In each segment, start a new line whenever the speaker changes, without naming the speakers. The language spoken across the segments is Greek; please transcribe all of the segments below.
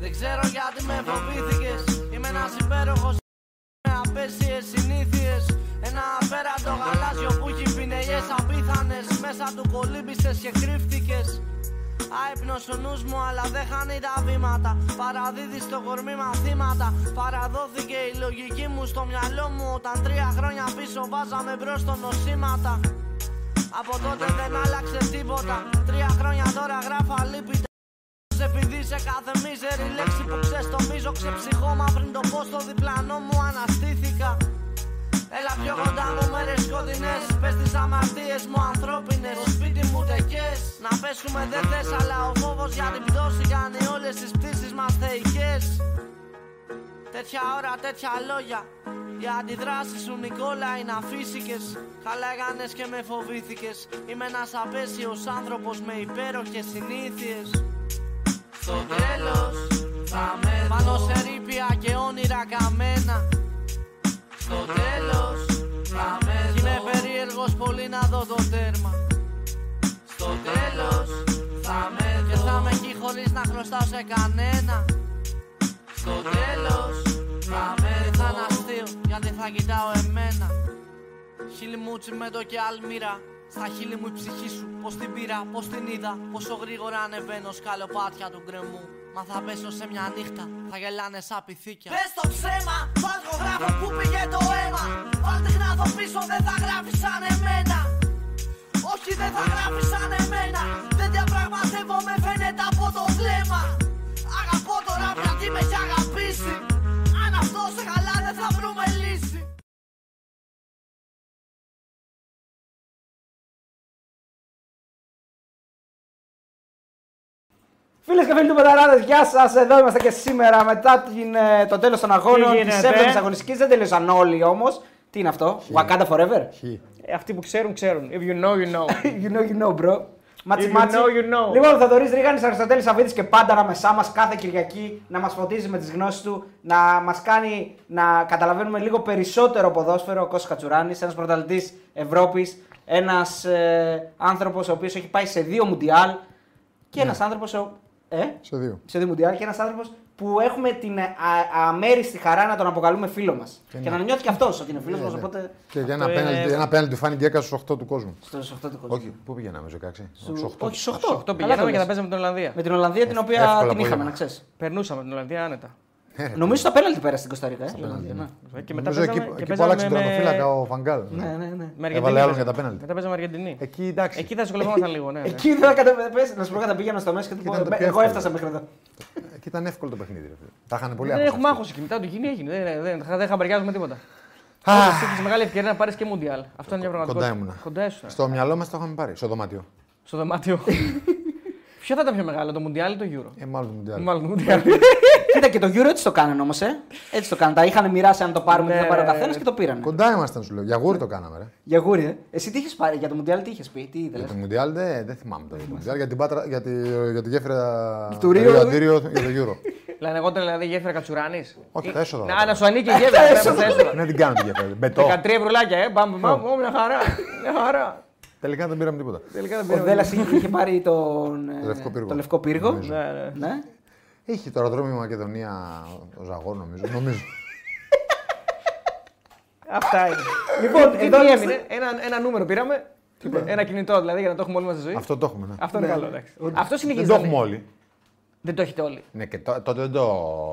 Δεν ξέρω γιατί με φοβήθηκες Είμαι ένας υπέροχος με απέσιες συνήθειες Ένα απέραντο γαλάζιο που έχει πινελιές απίθανες Μέσα του κολύμπησες και κρύφτηκες Άϊπνος ο νους μου αλλά δεν χάνει τα βήματα Παραδίδει στο κορμί μαθήματα Παραδόθηκε η λογική μου στο μυαλό μου Όταν τρία χρόνια πίσω βάζαμε μπρος στο νοσήματα Από τότε δεν άλλαξε τίποτα Τρία χρόνια τώρα γράφω αλήπητα επειδή σε κάθε μίζερη λέξη που ξεστομίζω ξεψυχώ Μα πριν το πω στο διπλανό μου αναστήθηκα Έλα πιο κοντά μου μέρες σκοτεινές Πες τις αμαρτίες μου ανθρώπινες Στο σπίτι μου τεκές Να πέσουμε δεν θες αλλά ο φόβος για την πτώση Κάνει όλες τις πτήσεις μας θεϊκές Τέτοια ώρα τέτοια λόγια οι αντιδράσεις σου Νικόλα είναι αφύσικες Καλά έκανες και με φοβήθηκες Είμαι ένας απέσιος άνθρωπος με υπέροχες συνήθειες στο τέλος θα με Πάνω σε ρήπια και όνειρα καμένα Στο τέλος θα με Κι είμαι περίεργος πολύ να δω το τέρμα Στο τέλος θα με Και θα με εκεί χωρίς να χρωστάω σε κανένα Στο τέλος θα με Δεν θα είναι αστείο γιατί θα κοιτάω εμένα Χίλι μου τσιμέντο και αλμύρα Στα χείλη μου η ψυχή σου Πως την πήρα, πως την είδα Πόσο γρήγορα ανεβαίνω σκαλοπάτια του γκρεμού Μα θα πέσω σε μια νύχτα Θα γελάνε σαν πυθίκια Πες το ψέμα, βάλ το γράφω που πήγε το αίμα Βάλ την άδω πίσω δεν θα γράφεις σαν εμένα όχι δεν θα γράφεις σαν εμένα Δεν διαπραγματεύομαι φαίνεται από το βλέμμα Αγαπώ τώρα πια τι με έχει αγαπήσει Αν αυτό σε καλά δεν θα βρούμε λύση
Φίλες και φίλοι του Μεταράδες, γεια σας! Εδώ είμαστε και σήμερα μετά την, ε, το τέλος των αγώνων
Τι
τη
γίνεται? ε?
7η αγωνιστική. Δεν τελείωσαν όλοι όμως. Τι είναι αυτό, Wakanda Forever.
Χι.
Ε, Αυτοί που ξέρουν, ξέρουν. If you know, you know.
You know, you know, bro. Μάτσι,
You
μάτσι.
know, you know.
Λοιπόν, θα Θοδωρή Ρίγανης, Αριστοτέλης Αβίδη και πάντα ανάμεσά μας κάθε Κυριακή να μας φωτίζει με τις γνώσεις του, να μας κάνει να καταλαβαίνουμε λίγο περισσότερο ποδόσφαιρο. Ο Κώστας Κατσουράνης, ένας πρωταθλητής Ευρώπης, ένας ε, άνθρωπος ο οποίος έχει πάει σε δύο Μουντιάλ και ένας άνθρωπος. Ε,
Σε δύο.
σε δύο Μουντιάλ και ένας άνθρωπος που έχουμε την α- αμέριστη χαρά να τον αποκαλούμε φίλο μας.
Και
Και
ναι.
να νιώθει και αυτός ότι είναι φίλος
Ναι,
μας.
ναι.
Οπότε.
Και για ένα
Αυτό είναι-
πέναλτι, ένα πέναλτι του φάνηκε έκα στου 8 του κόσμου.
Στο 8 του κόσμου.
Όχι, πού πηγαίναμε, στους 16.
Στου-
Στους 8.
Όχι, στους 8.
Το πηγαίναμε και θα παίζαμε με την Ολλανδία.
Με την Ολλανδία την οποία
Ε, εύκολα
την είχαμε,
απόγευμα.
να ξέρεις.
Περνούσαμε την Ολλανδία άνετα.
Ε, ρε,
Νομίζω τα πέναλτι πέρασε στην Κωνσταντίνα. Ε. Ναι.
Ε, Και μετά
Νομίζω εκεί,
παίζαμε και
εκεί που
παίζαμε
άλλαξε
με...
τον τερματοφύλακα ο Φαγκάλ.
Ναι, ναι, ναι.
με Αργεντινή.
Έβαλε άλλον για τα
παίζαμε.
πέναλτι.
Μετά παίζαμε Αργεντινή.
Εκεί εντάξει.
Εκεί θα δυσκολευόμασταν λίγο, ναι. ναι.
Εκεί δεν θα κατα- πες, Να σου πω κατά πήγαινα στο μέσο και
Ήταν το
τίποτα.
πιο
Εγώ
εύκολο.
έφτασα μέχρι εδώ.
Εκεί ήταν εύκολο το παιχνίδι. Ρε. φίλε. Τα είχαν πολύ
Δεν
άγχος
Ε, έχουμε
αυτοί.
άγχο εκεί. Μετά του γίνει, έγινε. Δεν, δεν, δεν, δεν χαμπαριάζουμε τίποτα.
Α,
Έχει μεγάλη ευκαιρία να πάρεις και Μουντιάλ. Αυτό είναι μια πραγματικότητα.
Κοντά ήμουνα.
Κοντά ήσουν.
Στο μυαλό μας το είχαμε πάρει, στο δωμάτιο.
Στο δωμάτιο. Ποιο θα ήταν πιο μεγάλο, το Μουντιάλ ή το Euro.
Ε, μάλλον το Μουντιάλ.
Μάλλον το Μουντιάλ.
Κοίτα και το Euro έτσι το κάνανε όμως. Ε. Έτσι το κάνανε. Τα είχαν μοιράσει αν το πάρουμε και
Ναι,
θα πάρει ο
ναι, ναι.
καθένας και το πήρανε.
Κοντά ήμασταν, σου λέω. Για γούρι το κάναμε, ρε.
Για γούρι, ε. Εσύ τι είχες πάρει για το Μουντιάλ, τι είχες πει, τι
Για
ήθελε.
το Μουντιάλ δεν, δεν θυμάμαι το για το Μουντιάλ. Για την, πάτρα, για τη, για τη γέφυρα
Του Ρίο.
Ριαντήριο για το Euro.
Λένε εγώ ήταν δηλαδή γέφυρα Κατσουράνης.
Όχι, τα έσοδα.
Να, να σου ανήκει η γέφυρα. πρέπει να
έσοδα.
τα έσοδα.
Ναι, Δεν την κάνω τη γέφυρα. Μπετό.
13 ευρουλάκια, ε. Μπαμ, μπαμ, μπαμ, μια χαρά. Μια χαρά.
Τελικά δεν πήραμε τίποτα.
Τελικά δεν
Ο Δέλλα
πήραμε.
είχε πάρει τον. ε,
Το Λευκό Πύργο.
Το λευκό πύργο.
Νομίζω.
Ναι, ναι.
Ναι.
Είχε το αεροδρόμιο Μακεδονία ο Ζαγόρ,
Ε.
νομίζω. νομίζω.
Αυτά είναι.
Λοιπόν,
Τι-
εδώ
τι
είμαστε-
έμεινε, ένα, ένα νούμερο πήραμε. Ένα κινητό δηλαδή για να το έχουμε όλοι μα στη ζωή.
Αυτό το έχουμε. Ναι.
Αυτό είναι καλό, εντάξει. Αυτό
Δεν
συνεχίζει.
το
να
έχουμε
λέει.
όλοι.
Δεν το έχετε όλοι.
Ναι, και τό- τότε δεν το.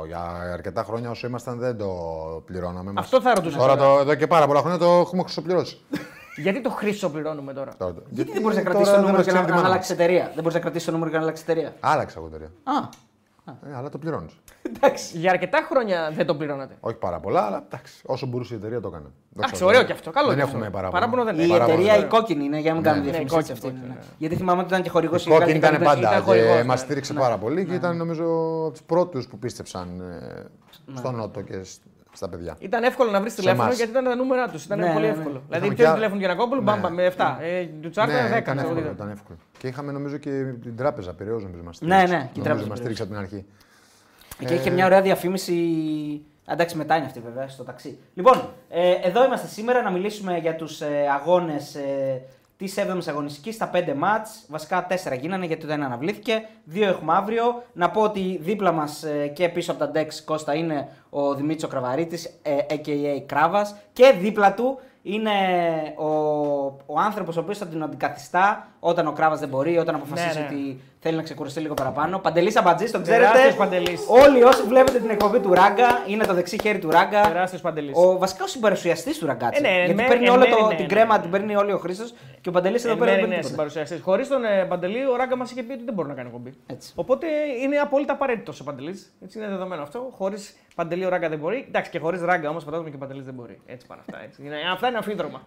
Για αρκετά χρόνια όσο ήμασταν δεν το πληρώναμε. μας.
Αυτό θα ρωτούσα
Τώρα
τώρα.
το, εδώ και πάρα πολλά χρόνια το έχουμε ξοπληρώσει.
Γιατί το χρυσοπληρώνουμε τώρα.
Τώρα το-
Γιατί δεν μπορείς να
τώρα
κρατήσεις το
δεν
νούμερο
μας
και να
ξέρει τη μάνα
αλλάξει εταιρεία. Δεν μπορείς να κρατήσεις το νούμερο και να αλλάξει εταιρεία.
μας. Άλλαξα εγώ εταιρεία.
Α,
Ε, αλλά το πληρώνεις.
εντάξει.
Για αρκετά χρόνια δεν το πληρώνατε.
Όχι πάρα πολλά, αλλά εντάξει. Όσο μπορούσε η εταιρεία το έκανε. Δόξα
Εντάξει,
τω Θεώ.
ωραίο και αυτό. Καλό
Δεν
και αυτό.
έχουμε παράπονο.
Παράπονο δεν
Η
είναι.
Παράπονο.
εταιρεία η
ωραία.
κόκκινη είναι, για να μην κάνουμε
Ναι,
διαφήμιση.
η
έτσι,
κόκκινη,
αυτή είναι,
κόκκινη,
ναι. Γιατί θυμάμαι ότι ήταν και χορηγό
Η κόκκινη ήταν πάντα
ήταν
και
χορηγός,
μας
ναι.
στήριξε πάρα πολύ και ήταν νομίζω από τους πρώτους που πίστεψαν ε, στον Νότο και σ- στα παιδιά.
Ήταν εύκολο να βρεις τηλέφωνο
εμάς.
γιατί ήταν τα νούμερα τους. Ήταν
Ναι,
πολύ
ναι, ναι.
εύκολο.
Είχαμε
Δηλαδή,
και
ποιο
άλλα-
τηλέφωνο Γιανακόπουλου, μπαμπα
Ναι.
με 7. Ε, του Τσάρτα
ναι, ήταν
10.
εύκολο,
ξέρω,
ήταν εύκολο. Και είχαμε νομίζω και την τράπεζα Πυραιός, νομίζω μας
Ναι, ναι, και η
στήριξε.
Τράπεζα
Νομίζω μα
Πειραιώς.
στήριξε από την αρχή.
Και είχε μια ωραία διαφήμιση Εντάξει, μετά είναι αυτή βέβαια, στο ταξί. Λοιπόν, ε, εδώ είμαστε σήμερα να μιλήσουμε για τους ε, αγώνες ε, τη 7η αγωνιστικής, τα 5 μάτ. Βασικά 4 γίνανε γιατί το ένα αναβλήθηκε. Δύο έχουμε αύριο. Να πω ότι δίπλα μας ε, και πίσω από τα ντεξ Κώστα είναι ο Δημήτρης Κραβαρίτης, ε, AKA Κράβας. Και δίπλα του είναι ε, ο, ο άνθρωπος ο οποίος θα την αντικαθιστά όταν ο Κράβας δεν μπορεί, όταν αποφασίσει
ναι.
ότι θέλει να ξεκουραστεί λίγο παραπάνω. Παντελής Αμπατζής, τον
Τεράστιος
ξέρετε.
Παντελής.
Όλοι όσοι βλέπετε την εκπομπή του Ράγκα, είναι το δεξί χέρι του Ράγκα.
Τεράστιος παντελής.
Ο βασικά ο συμπαρουσιαστής του Ραγκάτσα.
Ε, ναι, εν
γιατί
μέρη-
παίρνει
εν
όλο
μέρη,
το,
ναι,
την
ναι,
κρέμα,
ναι.
την παίρνει όλο ο Χρήστος και ο Παντελής εδώ
Εν
πέρα δεν
μέρει
παίρνει
ναι,
τίποτα.
συμπαρουσιαστής. Χωρίς τον ε, Παντελή, ο Ράγκα μας είχε πει ότι δεν μπορεί να κάνει κομπή.
Έτσι.
Οπότε είναι απόλυτα απαραίτητος ο Παντελής. Έτσι είναι δεδομένο αυτό. Χωρίς Παντελή, ο Ράγκα δεν μπορεί. Εντάξει, και χωρίς Ράγκα όμως φαντάζομαι και ο Παντελής δεν μπορεί. Έτσι πάνε αυτά. Έτσι. Είναι, αυτά είναι αμφίδρομα.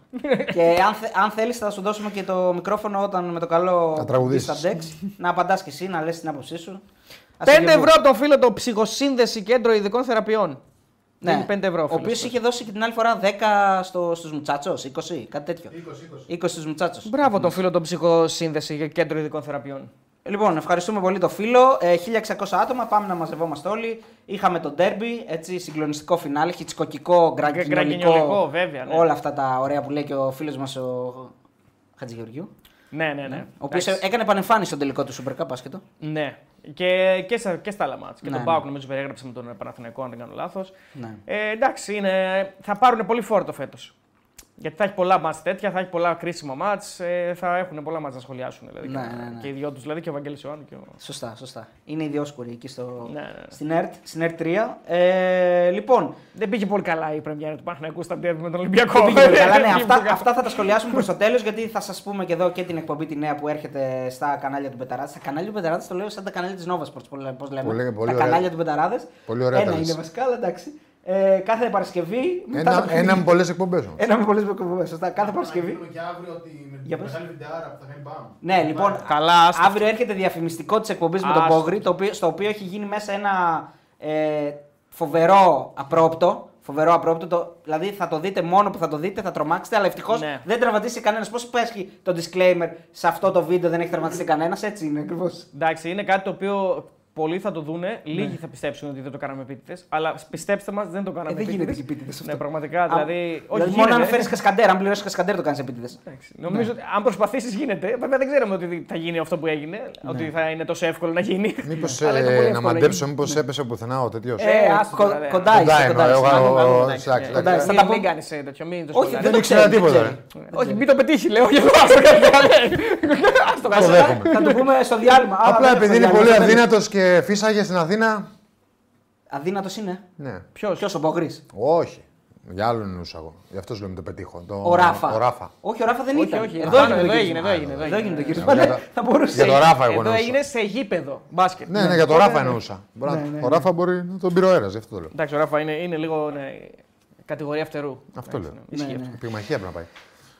Και αν, θε, αν θέλεις, θα σου δώσουμε και το μικρόφωνο όταν με το καλό
Να τραγουδήσεις.
στα ντεξ. να απαντά κι εσύ, να λες την άποψή σου. Ας
5
συγκεκριμένα.
ευρώ το φίλο το ψυχοσύνδεση κέντρο ειδικών θεραπείων.
Ναι.
Δίνει 5 ευρώ.
Ο οποίο είχε δώσει και την άλλη φορά 10 στο, στους Μουτσάτσος, 20, κάτι τέτοιο. 20, 20. στου Μουτσάτσο.
Μπράβο τον φίλο τον ψυχοσύνδεση και κέντρο ειδικών θεραπείων.
Λοιπόν, ευχαριστούμε πολύ το φίλο. Ε, 1600 άτομα, πάμε να μαζευόμαστε όλοι. Είχαμε το ντέρμπι, έτσι, συγκλονιστικό φινάλε, χιτσκοκικό, γκραγκινιολικό.
γκραγκινιολικό, βέβαια, ναι.
Όλα αυτά τα ωραία που λέει και ο φίλος μας ο Χατζηγεωργιού.
Ναι, ναι, ναι.
Ο ε- οποίος
Εντάξει.
έκανε επανεμφάνιση στον τελικό του Super Cup, άσχετο.
Ναι. Και, και, στα, και στα άλλα μάτς. Και
Ναι,
τον
ναι.
Πάοκ νομίζω περιέγραψε με τον Παναθηναϊκό, αν δεν κάνω λάθος.
Ναι.
Ε, εντάξει, είναι, θα πάρουν πολύ φόρτο φέτος. Γιατί θα έχει πολλά μάτς τέτοια, θα έχει πολλά κρίσιμα μάτς, ε, θα έχουν πολλά μάτς να σχολιάσουν. Δηλαδή,
Ναι,
και,
ναι, ναι.
και οι δυο τους, δηλαδή και ο Βαγγέλης Ιωάννου. Και ο...
Σωστά, σωστά. Είναι ιδιόσκουρη εκεί στο...
Ναι, ναι, ναι.
στην ΕΡΤ, στην ΕΡΤ 3. Ε, λοιπόν,
Δεν πήγε πολύ καλά η πρεμιέρα του Παναθηναϊκού στα ντέρμπι με τον Ολυμπιακό.
Δεν πήγε πολύ καλά, ναι,
Δεν πήγε πολύ
αυτά,
καλά.
αυτά θα τα σχολιάσουμε προς το τέλος, γιατί θα σας πούμε και εδώ και την εκπομπή τη νέα που έρχεται στα κανάλια του Πεταράδες. Στα κανάλια του Πεταράδες το λέω σαν τα κανάλια της Nova Sports, πώς λέμε.
Πολύ- πολύ
τα
ωραία.
κανάλια του Πεταράδες.
Πολύ ωραία
Ένα
τα λες.
είναι βασικά, αλλά εντάξει. Ε, κάθε Παρασκευή. μετά το
Ένα,
παιχνίδι.
ένα με πολλές εκπομπές όμως.
Ένα με πολλές εκπομπές. Σωστά, κάθε Παρασκευή.
και αύριο τη, με
Για
την
πες.
μεγάλη βιντεάρα που θα κάνει μπαμ.
Ναι, λοιπόν,
Καλά, άστο.
αύριο έρχεται διαφημιστικό της εκπομπής με τον
Άστο.
Πόγρι, το οποίο, στο οποίο έχει γίνει μέσα ένα ε, φοβερό απρόπτο. Φοβερό απρόπτο, το, δηλαδή θα το δείτε μόνο που θα το δείτε, θα τρομάξετε, αλλά ευτυχώς
Ναι.
δεν τραυματίσει κανένας. Πώς υπάρχει το disclaimer σε αυτό το βίντεο, δεν έχει τραυματίσει κανένας, έτσι είναι Ε, ακριβώς.
Εντάξει, είναι κάτι το οποίο πολλοί θα το
Ναι.
δούνε, λίγοι θα πιστέψουν ότι δεν το κάναμε επίτηδες. Αλλά πιστέψτε μας, δεν το κάναμε
Ε, δεν γίνεται
επίτηδες.
επίτηδες αυτό.
Ναι, πραγματικά. Δηλαδή, όχι,
μόνο αν
γίνεται.
φέρει κασκαντέρ, αν πληρώσεις κασκαντέρ το κάνεις επίτηδες.
Εντάξει, Νομίζω
Ναι.
ότι αν προσπαθήσεις γίνεται. Βέβαια δεν ξέραμε ότι θα γίνει αυτό που έγινε,
Ναι.
ότι θα είναι τόσο εύκολο να γίνει.
Μήπως
Ε, Αλλά είναι πολύ
ε, να
εύκολο,
μαντέψω, μήπω έπεσε πουθενά ο τέτοιος.
Ε,
Ε,
α,
άστο
κο-
τώρα, δε.
κοντά
Κοντά
είσαι,
είναι,
κοντά
ο-
είσαι.
ο-
Μάλλον,
ο-
μάλλον,
εντάξει, εντάξει.
κοντά είσαι. Θα τα
Μην, μην
πούμε-
κάνει τέτοιο, μην το
Όχι,
σχολιάζεις.
δεν το
Δεν ήξερα
ξέρει, δεν
τίποτα,
ξέρει.
Όχι, μην το πετύχει, λέω. Για το
Το δέχομαι.
Θα το πούμε στο διάλειμμα. Α,
Απλά
δεν
επειδή
στο
είναι πολύ
διάλειμμα, δεν
αδύνατος και φύσαγες στην Αθήνα.
Αδύνατος είναι.
Ναι.
Ποιος.
Ποιος ο Μπογρή.
Όχι. Για άλλον εννοούσα εγώ. Γι' αυτός σου λέμε το πετύχω. Το...
Ο Ράφα.
Ο Ράφα.
Όχι, ο Ράφα δεν
Όχι,
ήταν.
όχι.
Εδώ
Εδώ
έγινε το
έγινε,
γύρισμα.
εδώ έγινε.
Εδώ έγινε το γύρισμα.
Για
ναι.
το-
Θα μπορούσε.
Για το Ράφα, εγώ
Εδώ
εννοούσα.
έγινε σε γήπεδο μπάσκετ.
Ναι, ναι, για το Ράφα
Οπότε-
εννοούσα. Μπράβο.
Ναι,
Ο Ράφα μπορεί να τον πήρε ο αέρας, γι' αυτό το λέω.
Εντάξει, ο Ράφα είναι, είναι λίγο ναι, κατηγορία φτερού.
Αυτό
Εντάξει,
λέω.
ναι, ισχύει
Ναι,
αυτό.
ναι.
Πυγμαχία πρέπει να πάει.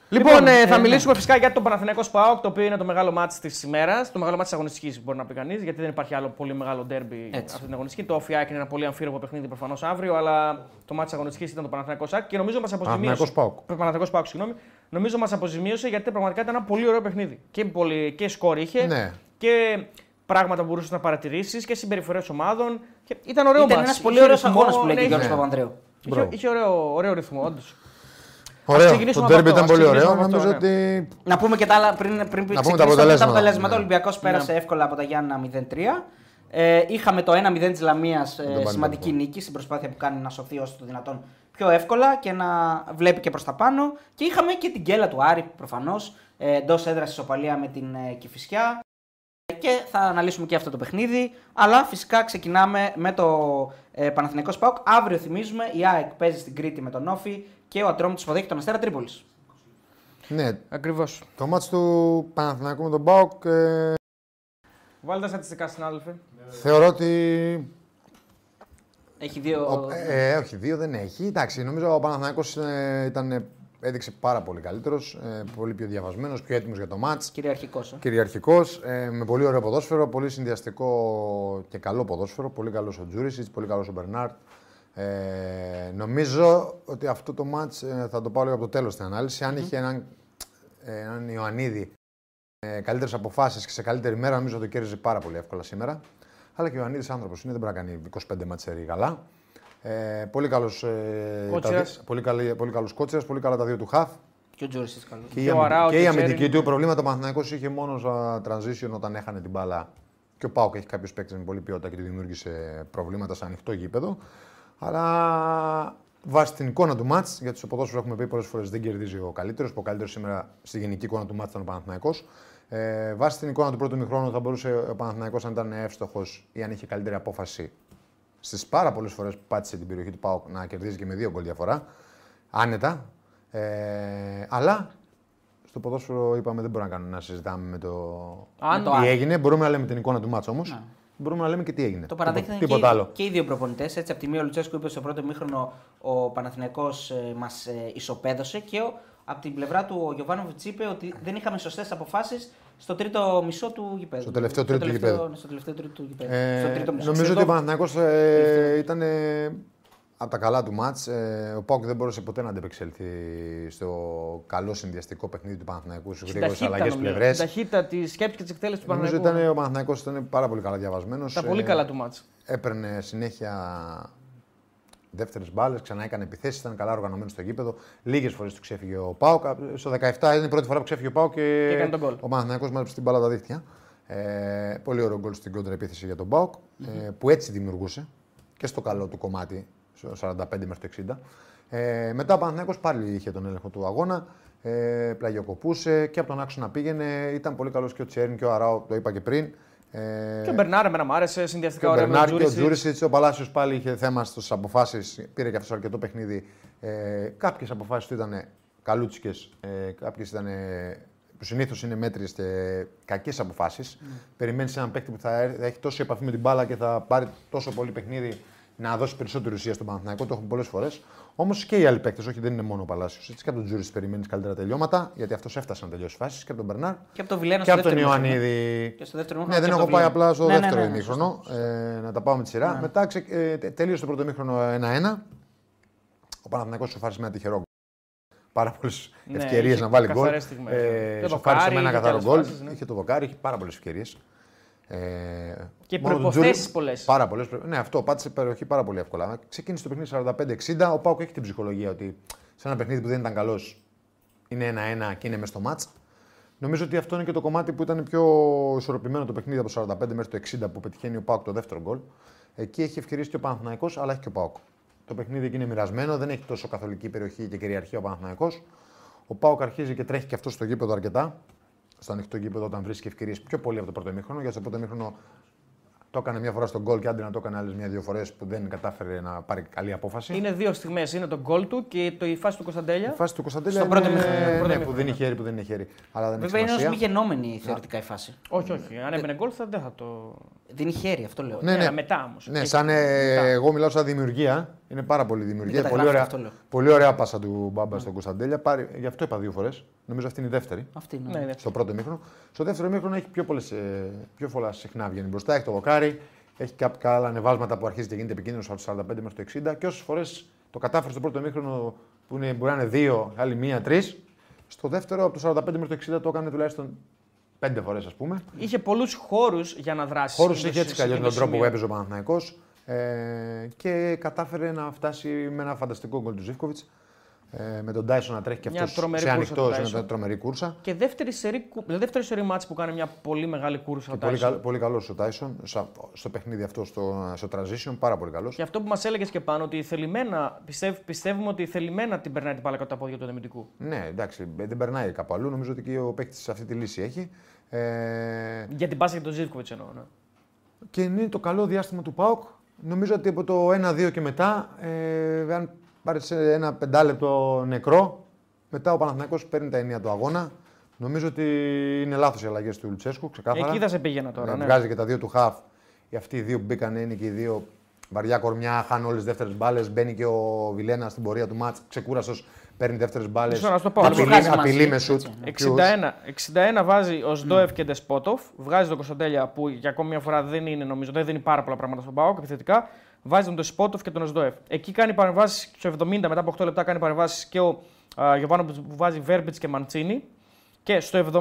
Λοιπόν, ε, θα μιλήσουμε φυσικά για τον Παναθηναϊκός Σπάοκ, το οποίο είναι το μεγάλο μάτι της ημέρας. Το μεγάλο μάτι της αγωνιστικής, μπορεί να πει κανείς, γιατί δεν υπάρχει άλλο πολύ μεγάλο ντέρμπι
Έτσι.
αυτή την αγωνιστική. Το Όφι-Άκ είναι ένα πολύ αμφίροπο παιχνίδι προφανώς αύριο, αλλά το μάτι της αγωνιστικής ήταν το Παναθηναϊκός Σάκ και νομίζω μας αποζημίωσε. Ε,
Παναθηναϊκός ΠΑΟΚ.
Παναθηναϊκός ΠΑΟΚ, συγγνώμη. Νομίζω μας αποζημίωσε γιατί πραγματικά ήταν ένα πολύ ωραίο παιχνίδι. Και, πολύ, και σκορ είχε
Ναι.
και πράγματα που μπορούσες να παρατηρήσεις και συμπεριφορές ομάδων. Και ήταν ωραίο
Ήταν
μάτς.
ένας πολύ
Είχε
ωραίος
ρυθμό,
αγώνας που λέει
ναι,
και ο Γιώργο
είχε-
Παπανδρέου.
Είχε, είχε ωραίο, ωραίο ρυθμό, όντως.
Ωραίο.
ξεκινήσουμε
Το
από αυτό,
τέρμπι ήταν
ας
πολύ
ξεκινήσουμε
ωραίο.
από αυτό,
Νομίζω
ναι.
ότι.
Να πούμε και τα άλλα πριν, πριν
πούμε τα
ξεκινήσουμε
αποτελέσματα.
τα αποτελέσματα.
Ναι.
Ο Ολυμπιακό πέρασε εύκολα από τα Γιάννα 0-3. Ε, είχαμε το 1-0 της Λαμίας
τον πάνε
ε, σημαντική
τον
νίκη στην προσπάθεια που κάνει να σωθεί όσο το δυνατόν πιο εύκολα και να βλέπει και προς τα πάνω. Και είχαμε και την κέλα του Άρη προφανώς ε, εντός έδρας ισοπαλία με την ε, Κυφυσιά. Και θα αναλύσουμε και αυτό το παιχνίδι. Αλλά φυσικά ξεκινάμε με το ε, Παναθηναϊκός ΣΠΑΟΚ. Αύριο θυμίζουμε η ΑΕΚ παίζει στην Κρήτη με τον Όφη και ο Ατρόμητος υποδέχει τον Αστέρα Τρίπολης.
Ναι,
Ακριβώς.
το μάτσο του Παναθηναϊκού με τον Μπάουκ ε,
Βάλτε τα στατιστικά, συνάδελφε.
θεωρώ ότι
Έχει δύο.
Ο- ε, ε, όχι, δύο δεν έχει. Εντάξει, νομίζω ο Παναθηναϊκός ε, ήταν, ε, έδειξε πάρα πολύ καλύτερος, πολύ πιο διαβασμένος, πιο έτοιμος για το μάτ.
Κυριαρχικός. Ε.
Κυριαρχικός, ε, με πολύ ωραίο ποδόσφαιρο, πολύ συνδυαστικό και καλό ποδόσφαιρο. Πολύ καλός ο Τζούρισιτ, πολύ καλός ο Μπερνάρτ. Ε, νομίζω ότι αυτό το μάτς ε, θα το πάω λίγο από το τέλος στην ανάλυση. Αν είχε έναν, ε, έναν Ιωαννίδη ε, καλύτερες αποφάσεις και σε καλύτερη μέρα, νομίζω ότι το κέρδιζε πάρα πολύ εύκολα σήμερα. Αλλά και ο Ιωαννίδης άνθρωπος είναι, δεν μπορεί να κάνει 25 μάτσε καλά. Ε, πολύ καλός ε, τα
Κότσιρας.
δι- πολύ, καλή- πολύ καλός Κότσιρας, πολύ καλά τα δύο του Χαφ.
Και ο Τζούρισιτ καλός.
Και,
Και
η,
ο
αμυ-
Αράο
και
και
η
ο
αμυντική
Τσέριν.
του προβλήματα. Ο Παναθηναϊκός είχε μόνο transition όταν έχανε την μπάλα. Και ο Πάουκ έχει κάποιους παίκτες με πολλή ποιότητα και του δημιούργησε προβλήματα σε ανοιχτό γήπεδο. Αλλά βάσει την εικόνα του μάτ, γιατί στο ποδόσφαιρο έχουμε πει πολλές φορές δεν κερδίζει ο καλύτερος. Ο καλύτερος σήμερα στη γενική εικόνα του μάτ ήταν ο Παναθηναϊκός. Ε, βάσει την εικόνα του πρώτου μηχρόνου θα μπορούσε ο Παναθηναϊκός αν ήταν εύστοχος ή αν είχε καλύτερη απόφαση στις πάρα πολλές φορές που πάτησε την περιοχή του Πάουκ να κερδίζει και με δύο γκολ διαφορά. Άνετα. Ε, αλλά στο ποδόσφαιρο είπαμε δεν μπορούμε να, κάνουμε, να συζητάμε με το.
Αν- Ναι.
με το τι έγινε. Μπορούμε να λέμε την εικόνα του μάτσα όμω. Μπορούμε να λέμε και τι έγινε. Λοιπόν,
Το παραδέχτηκαν
Τίποτα, τίποτα
και, οι-
άλλο.
και οι δύο προπονητές. Έτσι, από τη μία ο Λουτσέσκου είπε στο πρώτο μήχρονο ο Παναθηναϊκός ε, μας ε, ισοπαίδωσε και ο, από την πλευρά του ο Γιωβάνοβιτ είπε ότι δεν είχαμε σωστές αποφάσεις στο τρίτο μισό του γηπέδου.
Στο τελευταίο τρίτο του
τελευταίο-
γηπέδου.
ναι, Στο τελευταίο τρίτο του γηπέδου. στο
Ε,
τρίτο μισό.
νομίζω
Ξέρω
ότι
το-
ο Παναθηναϊκός ε, ήταν από τα καλά του μάτς. Ε, ο Πάουκ δεν μπόρεσε ποτέ να αντεπεξέλθει στο καλό συνδυαστικό παιχνίδι του Παναθηναϊκού στις
Στην
γρήγορες
ταχύτητα,
αλλαγές
νομίζω.
πλευρές.
Στην ταχύτητα της σκέψης και της εκτέλεσης του
Νομίζω
Παναγενικού.
ήταν ο Παναθηναϊκός ήταν πάρα πολύ καλά διαβασμένος.
Τα πολύ
Ε,
καλά του μάτς.
έπαιρνε συνέχεια δεύτερες μπάλες, ξανά έκανε επιθέσεις, ήταν καλά οργανωμένος στο γήπεδο. Λίγες φορές του ξέφυγε ο Πάοκ. Στο 17 ήταν η πρώτη φορά που ξέφυγε ο Πάοκ και,
έκανε τον γκολ.
ο Παναθηναϊκός μάζεψε την μπάλα τα δίχτυα. Ε, πολύ ωραίο γκολ στην κόντρα επίθεση για τον Πάοκ ε, που έτσι δημιουργούσε και στο καλό του κομμάτι, στο 45 μέχρι το 60. Ε, μετά ο Παναθηναϊκός πάλι είχε τον έλεγχο του αγώνα. Ε, πλαγιοκοπούσε και από τον άξονα πήγαινε. Ήταν πολύ καλός και ο Τσέρν και ο Αράο, το είπα και πριν. Ε,
Και ο Μπερνάρ, εμένα μου άρεσε
και
συνδυαστικά
ο
ωραία με
Μπερνάρ
τον
και ο
Τζούρισιτς.
Τζούρισιτ. Ο Παλάσιος πάλι είχε θέμα στις αποφάσεις. Πήρε και αυτός αρκετό παιχνίδι. Ε, Κάποιες αποφάσεις του ήταν καλούτσικες. Ε, Κάποιες ήταν. που συνήθως είναι μέτριε και κακές αποφάσεις. Περιμένεις έναν παίκτη που θα, έρ- θα έχει τόση επαφή με την μπάλα και θα πάρει τόσο πολύ παιχνίδι να δώσει περισσότερη ουσία στον Παναθηναϊκό. Το έχουμε πολλές φορές. Όμως και οι άλλοι παίκτες, όχι δεν είναι μόνο ο Παλάσιος. Έτσι και από τον Τζούρισιτ περιμένεις καλύτερα τελειώματα, γιατί αυτός έφτασε να τελειώσει φάσεις και από τον Μπερνάρ.
Και από τον Βιλένα
Και
στο
από τον
δεύτερο μήχρονο.
Ιωαννίδη.
Και στο δεύτερο
Ναι,
μήχρονο
δεν
και
έχω
τον
πάει
Βιλένα.
απλά στο
Ναι, ναι,
δεύτερο
ναι, ναι,
ημίχρονο. Ε, να τα πάμε με τη
Ναι.
σειρά. Μετά ξε- ε, τε- τελείωσε το πρώτο ημίχρονο 1-1. Ο Παναθηναϊκός σοφάρισε με ένα τυχερό γκολ. Πάρα πολλές
Ναι,
ευκαιρίες
είχε
να βάλει γκολ.
καθαρές στιγμές. ναι.
Ε,
Το
σοφάρισε
δοκάρι,
με ένα
είχε
καθαρό
και
γκολ.
άλλες φάσεις, ναι.
Είχε το δοκάρι, είχε πάρα πολλές ευκαιρίες. Ε,
Και
μόνο τον
προϋποθέσεις
Τζούρι-
πολλές.
Πάρα πολλές. Ναι, αυτό πάτησε περιοχή πάρα πολύ εύκολα. Ξεκίνησε το παιχνίδι 45-60. Ο Πάουκ έχει την ψυχολογία ότι σε ένα παιχνίδι που δεν ήταν καλός είναι ένα-ένα και είναι μέσα στο μάτς. Νομίζω ότι αυτό είναι και το κομμάτι που ήταν πιο ισορροπημένο το παιχνίδι από το 45 μέχρι το 60 που πετυχαίνει ο Πάοκ το δεύτερο γκολ. Εκεί έχει ευκαιρίες και ο Παναθηναϊκός, αλλά έχει και ο Πάοκ. Το παιχνίδι εκεί είναι μοιρασμένο, δεν έχει τόσο καθολική περιοχή και κυριαρχία ο Παναθηναϊκός. Ο Πάοκ αρχίζει και τρέχει και αυτός στο γήπεδο αρκετά. Στο ανοιχτό γήπεδο, όταν βρίσκει ευκαιρίες πιο πολύ από το πρώτο μήχρονο, γιατί στο πρώτο μήχρονο το έκανε μια φορά στον γκολ και άντε να το έκανε άλλες μια-δύο φορές που δεν κατάφερε να πάρει καλή απόφαση.
Είναι δύο στιγμές. Είναι το γκολ του και το, η φάση του Κωνσταντέλια.
Η φάση του Κωνσταντέλια
Στο πρώτο
είναι-
μήχρονο, στο
πρώτο
ναι, που
μήχρονο,
δεν είχε χέρι, που δεν είχε χέρι. Αλλά δεν έχει
Βέβαια είναι ω
σημασία. Ναι.
μη γενόμενη θεωρητικά η φάση.
Όχι, όχι. Αν έμπαινε γκολ θα δεν θα το.
Δίνει χέρι, αυτό λέω.
Ναι,
Ναι,
ναι.
μετά όμως.
Ναι,
Έχει-
σαν, ε,
μετά.
εγώ μιλάω σαν δημιουργία. Είναι πάρα πολύ δημιουργία.
Δεν
Πολύ ωραία,
καταγράφεται, αυτό
πολύ ωραία πάσα του Μπάμπα στον Κωνσταντέλια. Πάρει, γι' αυτό είπα δύο φορές. Νομίζω Ναι. αυτή είναι η δεύτερη.
Αυτή
Ναι,
είναι.
ναι.
Στο πρώτο μήχρονο. Στο δεύτερο μήχρονο έχει πιο, πολλές, ε, πιο πολλά συχνά βγαίνει μπροστά. Έχει το βοκάρι. Έχει κάποια άλλα ανεβάσματα που αρχίζει και γίνεται επικίνδυνος από του 45 μέχρι το 60. Και όσες φορές το κατάφερε στο πρώτο μήχρονο που είναι, μπορεί να είναι δύο, άλλη μία, τρεις. Στο δεύτερο από το 45 μέχρι το 60 το έκανε τουλάχιστον πέντε φορές, ας πούμε.
Είχε πολλούς χώρους για να δράσει.
Χώρους
Είναι
είχε έτσι
σε-
κι αλλιώς με
είναι
τον τρόπο που
σημείο.
έπαιζε ο Παναθναϊκό ε, και κατάφερε να φτάσει με ένα φανταστικό γκολ του Ζήφκοβιτ. Ε, με τον Τάισον να τρέχει και
Μια
αυτός
τρομερή
σε
κούρσα του
ανοιχτό, σε
Tyson.
μια τρομερή κούρσα.
Και δεύτερη σερή, κου- δεύτερη σερή μάτς που κάνει μια πολύ μεγάλη κούρσα. ο
Και πολύ,
Tyson.
καλ, πολύ καλός ο Τάισον στο παιχνίδι αυτό, στο, στο transition. Πάρα πολύ καλός.
Και αυτό που μας έλεγες και πάνω, ότι θελημένα, πιστεύ, πιστεύουμε ότι θελημένα την περνάει την μπάλα κάτω από τα πόδια του αμυντικού.
Ναι, εντάξει, δεν περνάει κάπου αλλού. Νομίζω ότι και ο παίκτης αυτή τη λύση έχει. Ε,
Για την πάσα και τον Ζήφκοβιτ εννοώ. Ναι.
Και είναι το καλό διάστημα του ΠΑΟΚ. Νομίζω ότι από το 1-2 και μετά, ε, αν πάρει ένα πεντάλεπτο νεκρό, μετά ο Παναθηναϊκός παίρνει τα ενία του αγώνα. Νομίζω ότι είναι λάθος οι αλλαγές του Λουτσέσκου, ξεκάθαρα. Ε,
Εκεί θα σε πήγαινα τώρα. Ναι.
Βγάζει και τα δύο του χαφ. Οι αυτοί οι δύο που μπήκαν είναι και οι δύο βαριά κορμιά, χάνουν όλες τις δεύτερες μπάλες. Μπαίνει και ο Βιλένα στην πορεία του μάτ, ξεκούραστο, παίρνει δεύτερες μπάλες.
Μισό να στο πω,
αλλά
Απειλεί,
βγάζει μαζί,
απειλεί με
έτσι,
σουτ.
61, 61 βάζει ο Σντόεφ και Ντεσπότοφ. Βγάζει τον Κωνσταντέλια που για ακόμη μια φορά δεν είναι, νομίζω, δεν δίνει πάρα πολλά πράγματα στον Πάοκ επιθετικά. Βάζει τον Ντεσπότοφ και τον Σντόεφ. Εκεί κάνει παρεμβάσεις στο 70 μετά από 8 λεπτά κάνει παρεμβάσεις και ο Γιωβάνο που βάζει Βέρμπιτ και Μαντσίνη. Και στο 71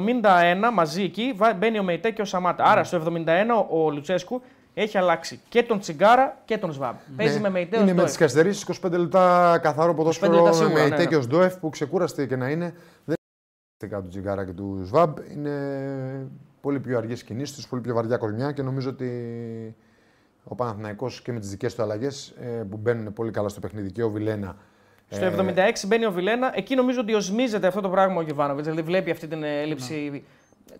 μαζί εκεί βα- μπαίνει ο Μεϊτέ και ο Σαμάτα. Άρα στο 71 ο Λουτσέσκου έχει αλλάξει και τον Τσιγκάρα και τον Σβάμπ. Παίζει με Μεϊτέο
Ναι. Είναι με τις καθυστερήσεις 25 λεπτά καθαρό ποδόσφαιρο.
λεπτά
Με
σίγουρα, ναι,
Μεϊτέ
ναι.
και ο Σντοεφ που ξεκούραστη και να είναι. Δεν είναι του Τζιγκάρα και του Σβάμπ. Είναι πολύ πιο αργέ κινήσει του, πολύ πιο βαριά κορμιά και νομίζω ότι ο Παναθηναϊκός και με τις δικές του αλλαγές που μπαίνουν πολύ καλά στο παιχνίδι και ο Βιλένα.
Στο
ε,
76 μπαίνει ο Βιλένα. Εκεί νομίζω ότι οσμίζεται αυτό το πράγμα ο Γιωβάνοβιτ. Δηλαδή βλέπει αυτή την ε, έλλειψη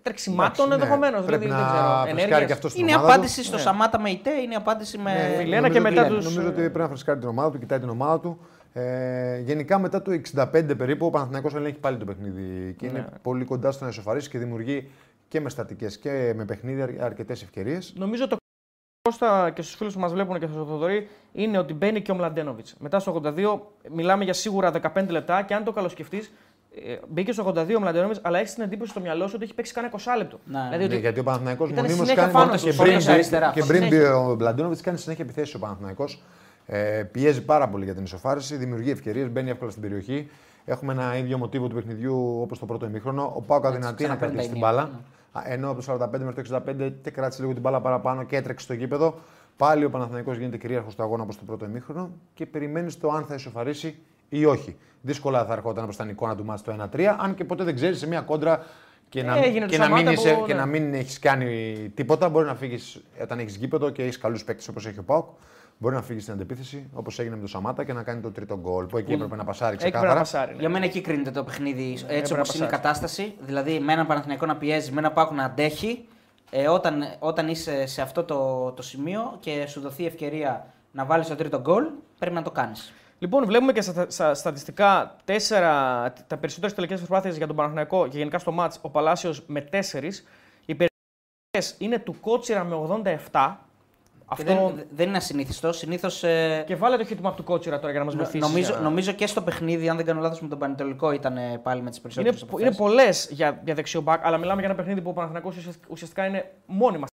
τρεξιμάτων
εντάξει, ναι,
ενδεχομένως.
Πρέπει
Δηλαδή, δεν ξέρω.
να φρεσκάρει και
ενέργειας.
αυτό στην
Είναι
ομάδα του.
απάντηση στο Σαμάτα με ητέ, είναι απάντηση με.
Ναι, Βιλένα
Ε, Νομίζω
και μετά
ότι-
τους-
Νομίζω ότι πρέπει να φρεσκάρει την ομάδα του, κοιτάει την ομάδα του. Ε, γενικά μετά το 65 περίπου ο Παναθηναϊκός ελέγχει πάλι το παιχνίδι και
Ναι.
είναι πολύ κοντά στο να ισοφαρίσει και δημιουργεί και με στατικές και με παιχνίδι αρ- αρκετές ευκαιρίες.
Νομίζω το Κώστα και στους φίλους που μας βλέπουν και στον Θοδωρή είναι ότι μπαίνει και ο Μλαντένοβιτ. Μετά στο 82 μιλάμε για σίγουρα 15 λεπτά και αν το καλοσκεφτείς, ε, μπήκε στο 82 ο Μλαντένοβιτ, αλλά έχεις την εντύπωση στο μυαλό σου ότι έχει παίξει κανένα 20 λεπτό.
Ναι,
δηλαδή
ναι,
Ναι,
ότι
γιατί ο Παναθηναϊκός
Ήταν
μονίμως
συνέχεια
κάνει
πάνω
και
τους,
πριν,
πάνω στα
μπει-
αριστερά.
και πριν μπει ο Μπλαντίνοβιτς κάνει συνέχεια επιθέσεις ο Παναθηναϊκός. Ε, πιέζει πάρα πολύ για την ισοφάρηση, δημιουργεί ευκαιρίες, μπαίνει εύκολα στην περιοχή. Έχουμε ένα ίδιο μοτίβο του παιχνιδιού όπως το πρώτο ημίχρονο. Ο Πάουκα δυνατή να
ξαναπαίρνει
κρατήσει
τα
την
ενία.
μπάλα.
Ναι.
Α, ενώ από το 45 μέχρι το 65 και κράτησε λίγο την μπάλα παραπάνω και έτρεξε στο γήπεδο. Πάλι ο Παναθηναϊκός γίνεται κυρίαρχος του αγώνα προ το πρώτο ημίχρονο και περιμένεις το αν θα ισοφαρίσει ή όχι. Δύσκολα θα ερχόταν όπω ήταν η εικόνα του μάτς το 1-3, αν και ποτέ δεν ξέρεις σε μια κόντρα και να,
Έγινε
και
το
να μην,
Σαμάτα
είσαι-
που,
και
ναι.
να μην έχεις κάνει τίποτα. Μπορεί να φύγεις όταν έχεις γήπεδο και έχεις καλούς παίκτες όπως έχει ο Πάουκ. Μπορεί να φύγει στην αντεπίθεση όπως έγινε με τον Σαμάτα και να κάνει το τρίτο γκολ που εκεί έπρεπε να πασάρει
Έκπρεπε να
ξεκάθαρα.
πασάρει. ναι.
Για μένα εκεί κρίνεται το παιχνίδι έτσι
έπρεπε
όπω
Ε, να
είναι η
πασάρεις.
κατάσταση. Δηλαδή με έναν Παναθηναϊκό να πιέζει, με έναν Πάκο να αντέχει. Ε, όταν, όταν είσαι σε αυτό το, το σημείο και σου δοθεί ευκαιρία να βάλεις το τρίτο γκολ, πρέπει να το κάνεις.
Λοιπόν, βλέπουμε και στα, στα- στατιστικά τέσσερα, τα περισσότερες τελικές προσπάθειες για τον Παναθηναϊκό και γενικά στο μάτς ο Παλάσιος με 4. Οι περισσότερες είναι του Κότσιρα με 87. Αυτό... Και,
Δεν, δεν είναι ασυνήθιστο. Συνήθως. Ε,
βάλε το χίτμα από του Κότσιρα τώρα για να μας βοηθήσεις.
νομίζω,
για-
νομίζω και στο παιχνίδι, αν δεν κάνω λάθος, με τον Πανετολικό ήταν ε, πάλι με τις
Είναι,
περισσότερε.
είναι πολλές για, για δεξιό μπακ, αλλά μιλάμε για ένα παιχνίδι που ο Παναθηναϊκός ουσιαστ- ουσιαστικά είναι μόνιμα.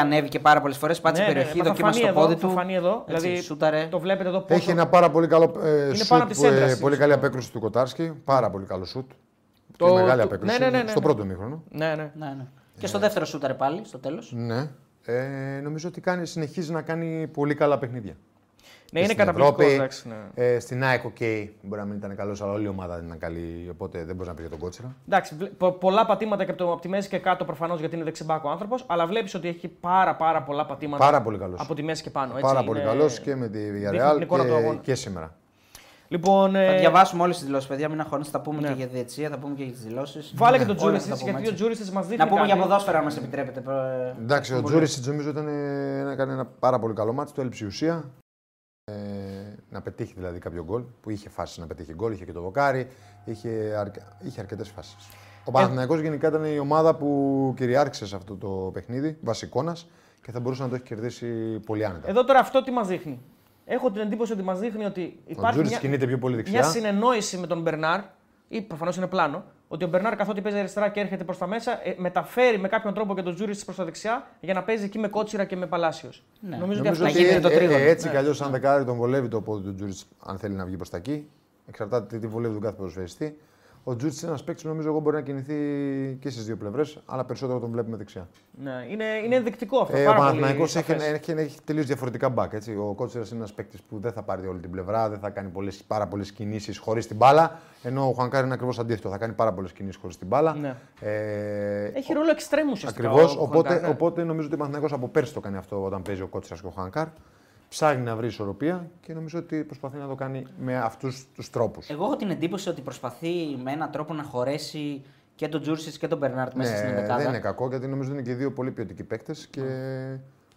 Ανέβηκε πάρα πολλές φορές, πάτησε
Ναι, ναι,
περιοχή,
ναι, μα θα
δοκίμασε
φανεί
το
εδώ,
πόδι
θα
του.
φανεί εδώ,
Έτσι,
δηλαδή
σούταρε.
Το βλέπετε εδώ πόσο.
Έχει ένα πάρα πολύ καλό ε,
Είναι
σουτ,
πάνω από τις
που, ε,
έντρας, είναι
πολύ
το
καλή
σουτ.
απέκρουση του Κοτάρσκι. Πάρα πολύ καλό σουτ.
Το-
Το... μεγάλη
το-
απέκρουση.
ναι, ναι, ναι, ναι,
στο
ναι.
πρώτο ημίχρονο.
Ναι, ναι.
Ναι, ναι. Και στο δεύτερο σούταρε πάλι, στο τέλος.
Ναι. Ε, νομίζω ότι κάνει, συνεχίζει να κάνει πολύ καλά παιχνίδια.
ναι είναι
Και στην
καταπληκτικό.
Ευρώπη,
εντάξει, ναι.
ε, στην ΑΕΚ, οκ, μπορεί να μην ήταν καλός, αλλά όλη η ομάδα δεν ήταν καλή. Οπότε δεν μπορείς να πεις για τον Κότσερα.
Εντάξει, βλέ- πο- πολλά πατήματα και από, το, από τη μέση και κάτω προφανώς γιατί είναι δεξιμπάκο άνθρωπος, αλλά βλέπεις ότι έχει πάρα, πάρα πολλά πατήματα
Πάρα πολύ καλός.
από τη μέση και πάνω. Έτσι,
Πάρα πολύ
είναι-
καλός και με τη
δείχνει την
Villarreal
εικόνα του αγώνα.
και, και σήμερα.
Λοιπόν, ε, Ναι.
Θα διαβάσουμε όλες τις δηλώσεις, παιδιά. Μην αγχώνεστε, θα πούμε και για διετσία, θα πούμε και για τις δηλώσεις.
βάλε και τον
Όλα θα
Τζούρισιτ
τα πούμε,
γιατί ο
έτσι.
Τζούρισιτ μας δείχνει.
Να πούμε
κάτι.
για ποδόσφαιρα, αν μας επιτρέπετε. προ-
Εντάξει, ο Τζούρισιτ νομίζω ήταν, ε, να κάνει ένα πάρα πολύ καλό μάτι, του έλειψε η ουσία. Ε, να πετύχει δηλαδή κάποιο γκολ που είχε φάσει να πετύχει γκολ, είχε και το βοκάρι, είχε, αρκε... είχε αρκετές φάσεις.
Ε,
Ο Παναθηναϊκός γενικά ήταν η ομάδα που κυριάρχησε σε αυτό το παιχνίδι, βασικόνας και θα μπορούσε να το έχει κερδίσει πολύ άνετα.
Εδώ τώρα αυτό τι μας δείχνει. Έχω την εντύπωση ότι μας δείχνει ότι
ο
υπάρχει
Τζούρι
μια,
κινείται πιο πολύ δεξιά.
μια συνεννόηση με τον Μπερνάρ, ή προφανώς είναι πλάνο, ότι ο Μπερνάρ καθότι παίζει αριστερά και έρχεται προς τα μέσα, ε, μεταφέρει με κάποιον τρόπο και τον Τζούρι προς τα δεξιά για να παίζει εκεί με κότσιρα και με παλάσιος.
Ναι.
Νομίζω, ότι
Νομίζω
αυτά
ότι
γίνεται
ε,
το
ε,
τρίγωνο.
ε,
Ναι.
έτσι κι αλλιώς, αν δεκάρι τον βολεύει το πόδι του Τζούριτ, αν θέλει να βγει προς τα εκεί. Εξαρτάται τι βολεύει τον κάθε ποδοσφαιριστή. Ο Τζούριτ είναι ένας παίκτης, νομίζω εγώ μπορεί να κινηθεί και στις δύο πλευρές, αλλά περισσότερο τον βλέπουμε δεξιά.
Ναι, είναι, είναι ενδεικτικό αυτό.
Ε, ο
πάρα πολύ
Παναθυναϊκό έχει,
σαφές.
έχει, έχει τελείως διαφορετικά μπακ. Έτσι. Ο Κότσερα είναι ένας παίκτης που δεν θα πάρει όλη την πλευρά, δεν θα κάνει πολλές, πάρα πολλές κινήσεις χωρίς την μπάλα. Ενώ ο Χουανκάρη είναι ακριβώς αντίθετο, θα κάνει πάρα πολλές κινήσεις χωρίς την μπάλα.
Ναι.
Ε,
Έχει ρόλο εξτρέμου ουσιαστικά.
Ακριβώς.
ο
Οπότε,
Χουάνκαρ, ναι.
οπότε νομίζω ότι ο Παναθηναϊκός από πέρσι το κάνει αυτό όταν παίζει ο Κότσιρας και ο Χανκάρ. Ψάχνει να βρει ισορροπία και νομίζω ότι προσπαθεί να το κάνει με αυτούς τους τρόπους.
Εγώ έχω την εντύπωση ότι προσπαθεί με έναν τρόπο να χωρέσει και τον Τζούρσιτ και τον Μπερνάρτ μέσα στην
Ναι, δεν είναι
δεκάδα.
κακό γιατί νομίζω είναι και δύο πολύ ποιοτικοί παίκτες και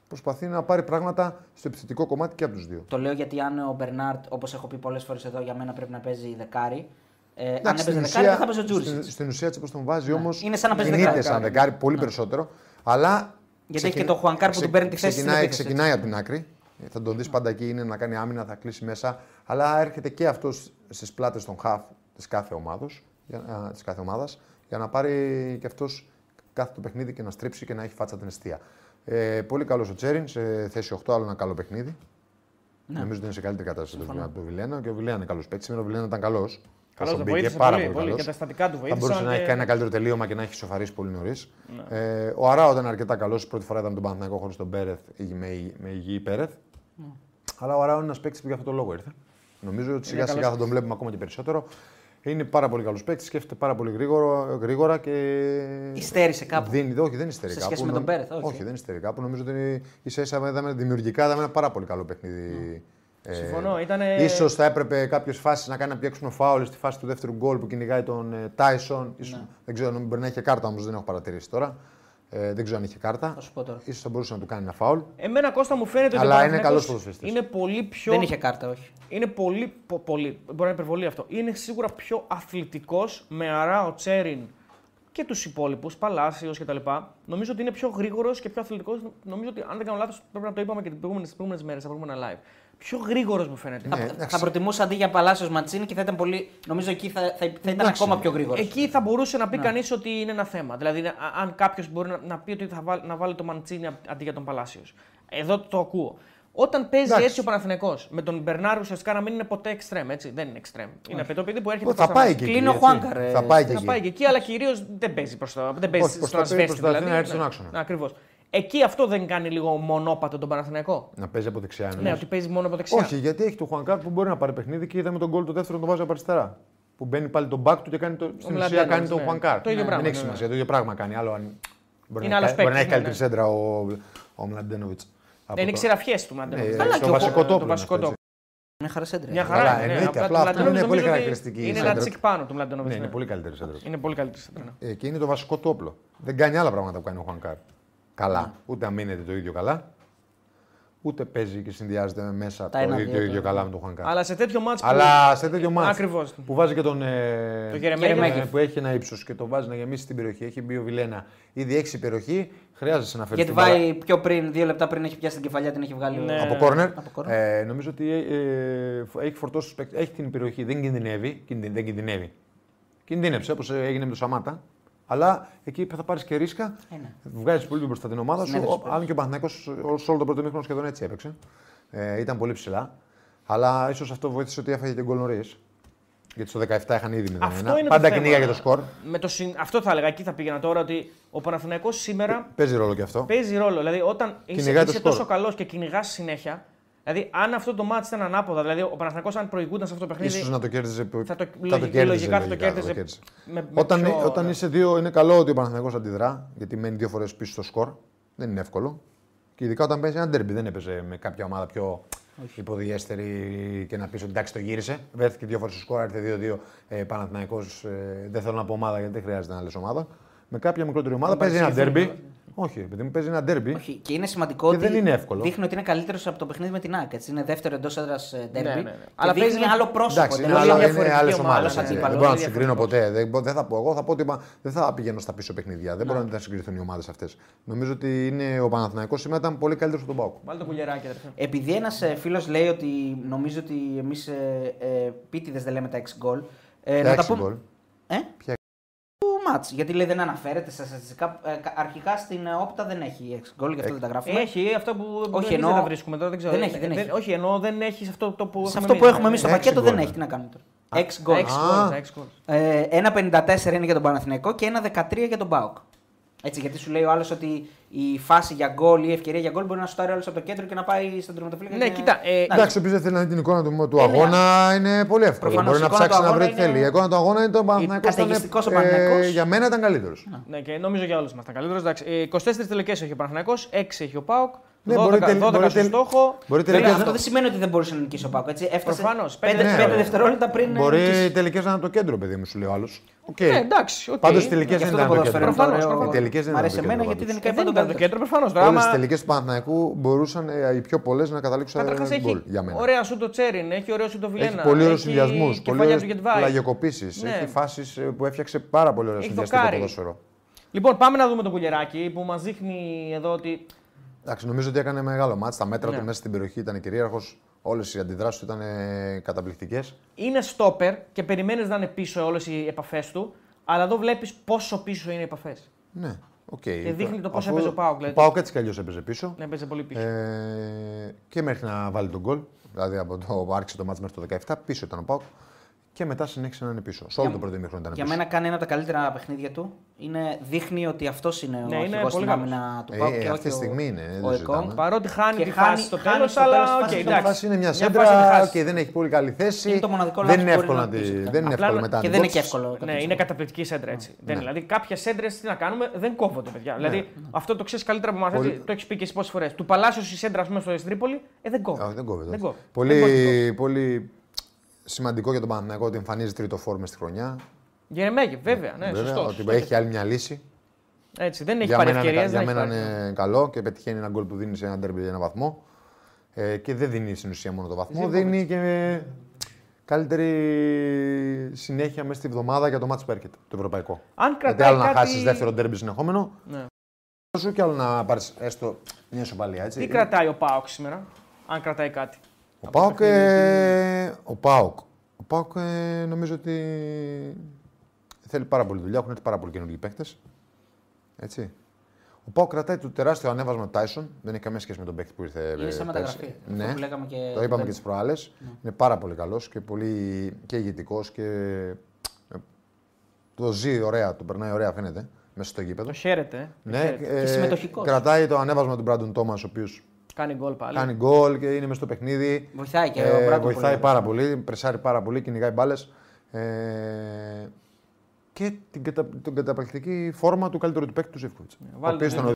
προσπαθεί να πάρει πράγματα στο επιθετικό κομμάτι και από τους δύο.
Το λέω γιατί αν ο Μπερνάρτ, όπως έχω πει πολλές φορές εδώ, για μένα πρέπει να παίζει δεκάρι. Ε, αν έπαιζε
Εντάξει, στην
δεκάρι,
ουσία-
δεν θα παίζει ο
Στην,
Τζούρσιτ.
στην ουσία έτσι όπως τον βάζει όμως.
Είναι σαν να παίζει
Κινείται
δεκάρι. Ναι.
σαν δεκάρι, πολύ περισσότερο. Αλλά.
Γιατί έχει και τον Χουανκάρ που του παίρνει τη θέση στην
Ξεκινάει,
επίθεση,
ξεκινάει από την άκρη. Ε, Θα τον δεις πάντα εκεί, είναι να κάνει άμυνα, θα κλείσει μέσα. Αλλά έρχεται και αυτός στις πλάτες των χαφ της κάθε ομάδα της κάθε ομάδας, για να πάρει και αυτός κάθε το παιχνίδι και να στρίψει και να έχει φάτσα την αιστεία. Ε, πολύ καλός ο Τσέριν σε θέση 8, άλλο ένα καλό
Ναι.
παιχνίδι. Νομίζω ότι είναι σε καλύτερη κατάσταση από τον Βιλένα και ο Βιλένα είναι καλός παίκτης. Σήμερα ο Βιλένα ήταν καλός.
Καλώς τον
τον μπήκε,
βοήθησε
πάρα
πολύ, πολύ.
καλός.
Και τα στατικά του
Θα
βοήθησαν
μπορούσε να
και- Ναι.
έχει κάνει ένα καλύτερο τελείωμα και να έχει σοφαρίσει πολύ νωρίς. Ε, ο Αράο ήταν αρκετά καλός. Πρώτη φορά ήταν με τον Παναθηναϊκό χωρίς τον Πέρεθ ή με, υγι- με υγιή Πέρεθ.
Ναι.
Αλλά ο Αράο είναι ένας παίκτης που για αυτόν τον λόγο ήρθε. Νομίζω ότι σιγά σιγά θα τον βλέπουμε ακόμα και περισσότερο. Είναι πάρα πολύ καλός παίκτης, σκέφτεται πάρα πολύ γρήγορα, γρήγορα και.
Υστέρησε κάπου.
Δίνει, όχι, δεν υστερεί
Σε
κάπου.
σχέση με τον
Νομ-
Πέρεθ, όχι.
όχι. δεν υστερεί κάπου. Νομίζω ότι ίσα ίσα είδαμε δημιουργικά είδαμε ένα πάρα πολύ καλό παιχνίδι. Ε,
Συμφωνώ, ήτανε-
ίσως θα έπρεπε κάποιε φάσει να κάνει να πιέξουμε φάουλ στη φάση του δεύτερου γκολ που κυνηγάει τον ε,
Ναι.
Τάισον. Ίσως, Δεν ξέρω, νομίζω, μπορεί να είχε κάρτα όμως, δεν έχω παρατηρήσει τώρα. Ε, δεν ξέρω αν είχε κάρτα.
Θα σου πω τώρα.
Ίσως θα μπορούσε να του κάνει ένα φάουλ.
Εμένα Κώστα μου φαίνεται ότι.
Αλλά
ο
είναι
Παναθηναϊκός
καλός ποδοσφαιριστής.
Είναι πολύ πιο.
Δεν είχε κάρτα, όχι.
Είναι πολύ, πο- πολύ. Μπορεί να είναι υπερβολή αυτό. Είναι σίγουρα πιο αθλητικός με αράο τσέριν και τους υπόλοιπους, Παλάσιος κτλ. Νομίζω ότι είναι πιο γρήγορος και πιο αθλητικός. Νομίζω ότι αν δεν κάνω λάθος, πρέπει να το είπαμε και τις προηγούμενες μέρε, τα προηγούμενα live. Πιο γρήγορος μου φαίνεται.
Ναι,
θα,
εντάξει.
θα προτιμούσα αντί για Παλάσιος Ματσίνη και θα ήταν πολύ. Νομίζω εκεί θα, θα, θα ήταν ακόμα πιο γρήγορος.
Εκεί θα μπορούσε
Ναι.
να πει κανείς κανείς ότι είναι ένα θέμα. Δηλαδή, να- α- αν κάποιος μπορεί να, να πει ότι θα βάλει, να βάλει το Μαντσίνη απ- αντί για τον Παλάσιος. Εδώ το ακούω. Όταν παίζει
Εντάξει.
έτσι ο Παναθηναϊκός με τον Μπερνάρ ουσιαστικά να μην είναι ποτέ εξτρέμ, έτσι. Δεν είναι εξτρέμ. Είναι το παιδί που έρχεται.
Ω, θα
προς τα
πάει
μέσα.
και εκεί.
Κλείνω
έτσι.
Χουάνκα, ρε.
Θα πάει και
Θα πάει
εκεί.
και εκεί, αλλά κυρίως δεν παίζει προς το. Δεν παίζει
Όχι, προς
στον
τα πίσω,
ασβέστη.
προς τα
Δηλαδή,
να έρθει στον άξονα.
Ακριβώς. Εκεί αυτό δεν κάνει λίγο μονόπατο τον Παναθηναϊκό.
Να παίζει από δεξιά.
Ναι,
εννοείς.
ότι παίζει μόνο από δεξιά.
Όχι, γιατί έχει τον Χουανκάρ που μπορεί να πάρει παιχνίδι και είδαμε τον γκολ του δεύτερου τον βάζει από αριστερά. Που μπαίνει πάλι τον μπακ του και κάνει το, στην ουσία
Μλαντένοβιτς,
κάνει τον
ναι.
Χουανκάρ.
Το ίδιο
Ναι.
πράγμα,
Δεν
ναι,
έχει
ναι.
σημασία, το ίδιο πράγμα κάνει. Άλλο αν. Μπορεί,
Είναι
να,
άλλος
έχει- μπορεί να
παίκτης,
έχει
ναι,
καλύτερη
ναι.
σέντρα ο, ο Μλαντένοβιτ.
Δεν ήξερε αφιέ του Μλαντένοβιτς.
Καλά,
Καλά,
και
το
ο
Ναι, βασικό
Χου-
τόπο.
το βασικό τόπο.
Είναι χαρά σέντρα.
Μια χαρά.
Καλά,
είναι, ναι.
εννοείται.
Απλά
Απλά
του
αυτό
Μλαντένοβιτς
είναι πολύ
νομίζω ότι
χαρακτηριστική η
Είναι ένα
σέντρα
τσικ
του.
πάνω του
Ναι,
Μλαντένοβιτς.
είναι
ναι.
πολύ καλύτερη σέντρα.
Είναι πολύ καλύτερη σέντρα. ναι.
Ε, και είναι το βασικό του όπλο. Δεν κάνει άλλα πράγματα που κάνει ο Χουανκάρ.
Ναι.
Καλά. Ούτε αμήνεται το ίδιο καλά. Ούτε παίζει και συνδυάζεται με μέσα
Τα
το,
ένα-δύο
ίδιο-
του.
το ίδιο καλά με τον Χουανκάρ.
Αλλά σε τέτοιο μάτς που-
Ναι. Αλλά σε τέτοιο μάτι.
Ακριβώς.
Που βάζει και τον. Ε,
Το Γερεμέγεφ.
Γερεμέγεφ, Που έχει ένα ύψος και το βάζει να γεμίσει την περιοχή. Έχει μπει ο Βιλένα. Ήδη έχει στην περιοχή. Χρειάζεσαι να φέρεις.
Γιατί βάει πιο πριν, δύο λεπτά πριν έχει πιάσει την κεφαλιά, την έχει βγάλει. ο-
Ναι.
Από κόρνερ.
Από κόρνερ.
Ε, νομίζω ότι ε, ε, φ- έχει φορτώσει τους παίκτες. Έχει την περιοχή. Δεν κινδυνεύει. Κινδυ- δεν κινδυνεύει. Κινδύνευσε όπως έγινε με το Σαμάτα. Αλλά εκεί θα πάρεις και ρίσκα.
Ε, ναι.
Βγάζεις πολύ μπροστά την ομάδα σου.
Συνέδεσαι
Ο- Αν και ο Παναθυναϊκό σε όλο το πρώτο μήχρονο σχεδόν έτσι έπαιξε. Ε, ήταν πολύ ψηλά. Αλλά ίσως αυτό βοήθησε ότι έφαγε και γκολ νωρίς. Γιατί στο 17 είχαν ήδη 0-1.
Αυτό είναι το
Ναι, Πάντα
θέμα.
κυνήγα για το σκορ.
Με το συν- Αυτό θα έλεγα, εκεί θα πήγαινα τώρα ότι ο Παναθηναϊκός σήμερα
Παίζει ρόλο και αυτό.
παίζει ρόλο. Δηλαδή, όταν είσαι,
Κυνηγάει το
είσαι
σκορ.
τόσο καλός και κυνηγάς συνέχεια. Δηλαδή, αν αυτό το μάτι ήταν ανάποδα, δηλαδή ο Παναθηναϊκός αν προηγούνταν σε αυτό το παιχνίδι.
Ίσως να το κέρδιζε. Θα
το- λογικά- λογικά θα το κέρδιζε με- με
όταν
πιο-
όταν
ναι.
είσαι δύο, είναι καλό ότι ο Παναθηναϊκός αντιδρά, γιατί μένει δύο φορές πίσω στο σκορ. Δεν είναι εύκολο. Και ειδικά όταν παίζει ένα ντέρμπι, δεν έπαιζε με κάποια ομάδα πιο υποδιέστερη και να πεις ότι εντάξει το γύρισε. Βρέθηκε δύο φορές στο σκορ, έρθε 2-2 ε, Παναθηναϊκός, ε, δεν θέλω να πω ομάδα γιατί δεν χρειάζεται να λες ομάδα. Με κάποια μικρότερη ομάδα παίζει ένα ντέρμπι. Όχι, επειδή μου παίζει ένα ντέρμπι.
Όχι, και είναι σημαντικό
Και
ότι
δεν είναι εύκολο.
δείχνει ότι είναι καλύτερος από το παιχνίδι με την ΑΕΚ. Έτσι. Είναι δεύτερο εντός έδρας ντέρμπι.
ναι, ναι.
Αλλά
Αλλά
δείχνει
παίζει με-
άλλο πρόσωπο.
Εντάξει, είναι,
εντελώς
άλλα-
διαφορετική
είναι άλλες
ομάδα,
ομάδες.
άλλος
Δεν
αντίπαλος,
μπορώ να του
διαφορετικός.
συγκρίνω ποτέ. Δεν, μπο- δεν θα πω εγώ, θα πω ότι μα- δεν θα πηγαίνω στα πίσω παιχνίδια. Δεν μπορώ να συγκριθούν οι ομάδες αυτές. Νομίζω ότι είναι ο Παναθηναϊκός σήμερα ήταν πολύ καλύτερος από τον Πάουκ.
Ε,
Βάλει το κουλεράκι, αδερφέ.
Επειδή ένας φίλος λέει ότι νομίζω ότι εμείς ε, ε, πίτιδες δεν λέμε τα 6 γκολ. Ε,
Ποια
να τα
έξι
πούμε.
γκολ?
Ε?
Ποια-
Του μάτς, γιατί λέει δεν αναφέρεται στα στατιστικά. Ε, κα- αρχικά στην ε, όπτα δεν έχει 6 γκολ, γι'
Ε,
αυτό δεν τα γράφουμε.
Έχει αυτά που
Όχι,
όχι,
εννοώ-
δεν τα βρίσκουμε τώρα, δεν ξέρω.
Δεν έχει, δεν έχει.
όχι, ενώ δεν έχει αυτό το που.
Σε
έχουμε
αυτό που
εμείς,
έχουμε
ναι,
εμείς στο
Έξι
πακέτο δεν
γκολ,
έχει,
ναι.
τι να κάνουμε τώρα. 6 γκολ.
Έξι
Α.
γκολ, έξι γκολ.
Ε, 1,54 είναι για τον Παναθηναϊκό και 1,13 για τον Μπάουκ. Έτσι, γιατί σου λέει ο άλλος ότι η φάση για γκολ ή η ευκαιρία για γκολ μπορεί να σουτάρει όλος από το κέντρο και να πάει στον τερματοφύλακα.
Ναι,
και-
κοίτα, ε,
Να,
Εντάξει, ο οποίο δεν θέλει να δει την εικόνα του, του
Ε, ναι.
αγώνα είναι πολύ εύκολο.
Προφανώς,
Μπορεί
η
να
εικόνα
ψάξει
του
να βρει τι
αγώνα είναι-
θέλει. Η εικόνα του αγώνα είναι το Παναθηναϊκός. ήταν, ε,
καταιγιστικός ο Παναθηναϊκός.
για μένα ήταν καλύτερος.
Ναι, και νομίζω για όλους μας ήταν καλύτερος. Εντάξει, ε, 24 τελικές έχει ο Παναθηναϊκός, 6 έχει ο Πάοκ.
Ναι,
12,
μπορεί τελ-
12
μπορεί
στο
τελ-
στόχο. Ε,
μπορεί
Βέβαια,
τελικές-
αυτό δεν σημαίνει ότι δεν μπορούσε να νικήσει ο Πάουκ. Έτσι, έφτασε
Προφανώς,
5
πέντε-
ναι, ρε.
δευτερόλεπτα πριν. Ε, να
Μπορεί
νικήσει.
τελικές να είναι το κέντρο, παιδί μου, σου λέει ο άλλος.
Ναι, εντάξει, οκ.
Πάντως τελικέ
Και
δεν
αυτό
ήταν
το
το
ποδόσφαιρο
κέντρο.
είναι το
Προφανώς,
ωραίο.
προφανώς.
Οι τελικές δεν
Μ'
ήταν
αρέσει
το
εμένα
κέντρο,
γιατί δεν
πάντως.
νικάει
δεν
πάντα
ήταν το
καλύτερος.
κέντρο, προφανώς.
Όλε τις τελικές του Παναθηναϊκού μπορούσαν, ε, οι πιο πολλές, να καταλήξουν
Καταρχά
ένα γκολ
έχει
ε, για μένα.
ωραία σου το Τσέριν, έχει ωραίο σου το Βιλένα.
Έχει πολύ ωραίους
έχει
συνδυασμούς,
κεφάλια
πολύ ωραίες
του Γετβάη.
πλαγιοκοπήσεις.
Ναι.
Έχει φάσεις που έφτιαξε πάρα πολύ ωραία
Έχει
συνδυαστικό
δοκάρι.
ποδόσφαιρο.
Λοιπόν, πάμε να δούμε τον Κουλιεράκη που μας δείχνει εδώ ότι.
Εντάξει, νομίζω ότι έκανε μεγάλο μάτς. Τα μέτρα
Ναι.
του μέσα στην περιοχή ήταν κυρίαρχος. Όλες οι αντιδράσεις του ήταν ε, καταπληκτικές.
είναι στόπερ και περιμένεις να είναι πίσω όλες οι επαφές του, αλλά εδώ βλέπεις πόσο πίσω είναι οι επαφές.
Ναι, οκ.
Και δείχνει το πώς
Αφού
έπαιζε ο ΠΑΟΚ, δηλαδή.
Ο Πάοκ έτσι κι αλλιώς έπαιζε πίσω.
Ναι, παίζει πολύ πίσω.
Ε, και μέχρι να βάλει τον γκολ. Δηλαδή από το που άρχισε το μάτς μέχρι το 17 πίσω ήταν ο Πάοκ. και μετά συνέχισε να είναι πίσω. Σε όλο το πρώτο ημίχρονο ήταν
Για
πίσω.
μένα κάνει ένα από τα καλύτερα παιχνίδια του. Είναι, δείχνει ότι αυτός είναι ο
Ναι, είναι
αρχηγός στην
πολύ καλός.
άμυνα του
Ε,
Πάουκ.
ε,
και
αυτή
όχι
τη στιγμή
ο-
είναι, δεν
Ο
το συζητάμε.
Εκόνγκ.
Παρότι χάνει
Και
τη
χάνει-
φάση στο
χάνει
τέλος,
στο τέλος
αλλά
τη
οκ,
φάση.
Η
εντάξει.
φάση είναι μια
φάση τη
σέντρα
χάσει.
και δεν έχει πολύ καλή θέση.
Είναι το μοναδικό
δεν
λάθος
είναι
που
εύκολο,
μπορεί
να
να
τη-
πεις ότι
δεν είναι
κάνει.
εύκολο
Απλά-
μετά. να
Και
την
δεν έχει
κόψεις.
εύκολο.
Ναι, είναι καταπληκτική σέντρα έτσι.
Ναι.
Δεν, είναι. Δηλαδή, κάποιες σέντρες τι να κάνουμε, δεν κόβονται, παιδιά. Δηλαδή, αυτό το ξέρεις καλύτερα από εμάς.
ναι. Πολύ-
Το έχεις πει και εσύ πόσες φορές. Του Παλάσιος η σέντρα, ας πούμε, στο Εστρίπολη, ε, δεν κόβει.
Α, δεν κόβεται.
Δεν κόβει. Δεν κόβει, δεν
Πολύ, πολύ σημαντικό για τον Παναθηναϊκό ότι εμφανίζει τρίτο φόρμα στη χρονιά.
Γερεμέγε, βέβαια. Ναι,
Βέβαια,
σωστός,
ότι
σωστός.
έχει άλλη μια λύση.
Έτσι, δεν έχει
για
πάρει
μένα, είναι,
ευκαιρίες.
κα- για μένα είναι καλό και πετυχαίνει ένα γκολ που δίνει σε ένα τέρμπι για ένα βαθμό. Ε, και δεν δίνει στην ουσία μόνο το βαθμό, δίνει και καλύτερη συνέχεια μέσα στη βδομάδα για το μάτς που έρχεται, το ευρωπαϊκό.
Αν
Γιατί
κρατάει
άλλο
κάτι...
να χάσεις δεύτερο τέρμπι συνεχόμενο,
Ναι.
σου και άλλο να πάρεις έστω μια σοπαλία. Έτσι.
Τι κρατάει ο Πάοκ σήμερα, αν κρατάει κάτι.
Ο Πάοκ. Ε, ο Πάοκ. Ο Πάοκ ε, νομίζω ότι θέλει πάρα πολύ δουλειά. Έχουν έρθει πάρα πολλοί καινούργιοι παίκτες. Έτσι. Ο Πάοκ κρατάει το τεράστιο ανέβασμα του Τάισον. Δεν έχει καμία σχέση με τον παίκτη που ήρθε.
Είναι σε
ε,
μεταγραφή.
πέρσι.
Αυτό που λέγαμε Ναι. και
Το
το
είπαμε
πέμπτη.
και τις προάλλες. Είναι πάρα πολύ καλός και πολύ και ηγετικός και. ε, Το ζει ωραία, το περνάει ωραία φαίνεται μέσα στο γήπεδο.
Το χαίρεται. ε. Το
Ναι,
χαίρεται.
ε,
συμμετοχικός.
κρατάει το ανέβασμα του Μπράντον Τόμας, ο οποίος
Κάνει γκολ πάλι.
κάνει γκολ και είναι μέσα στο παιχνίδι.
Βοηθάει και ο
Ε,
Μπράντον
βοηθάει
πολύ.
πάρα πολύ, πρεσάρει πάρα πολύ, κυνηγάει μπάλες. Ε, και την, κατα, την καταπληκτική φόρμα του καλύτερου του παίκτη του Ζεύκοβιτ. Ο
βάλε
οποίο
το
τον οδηγεί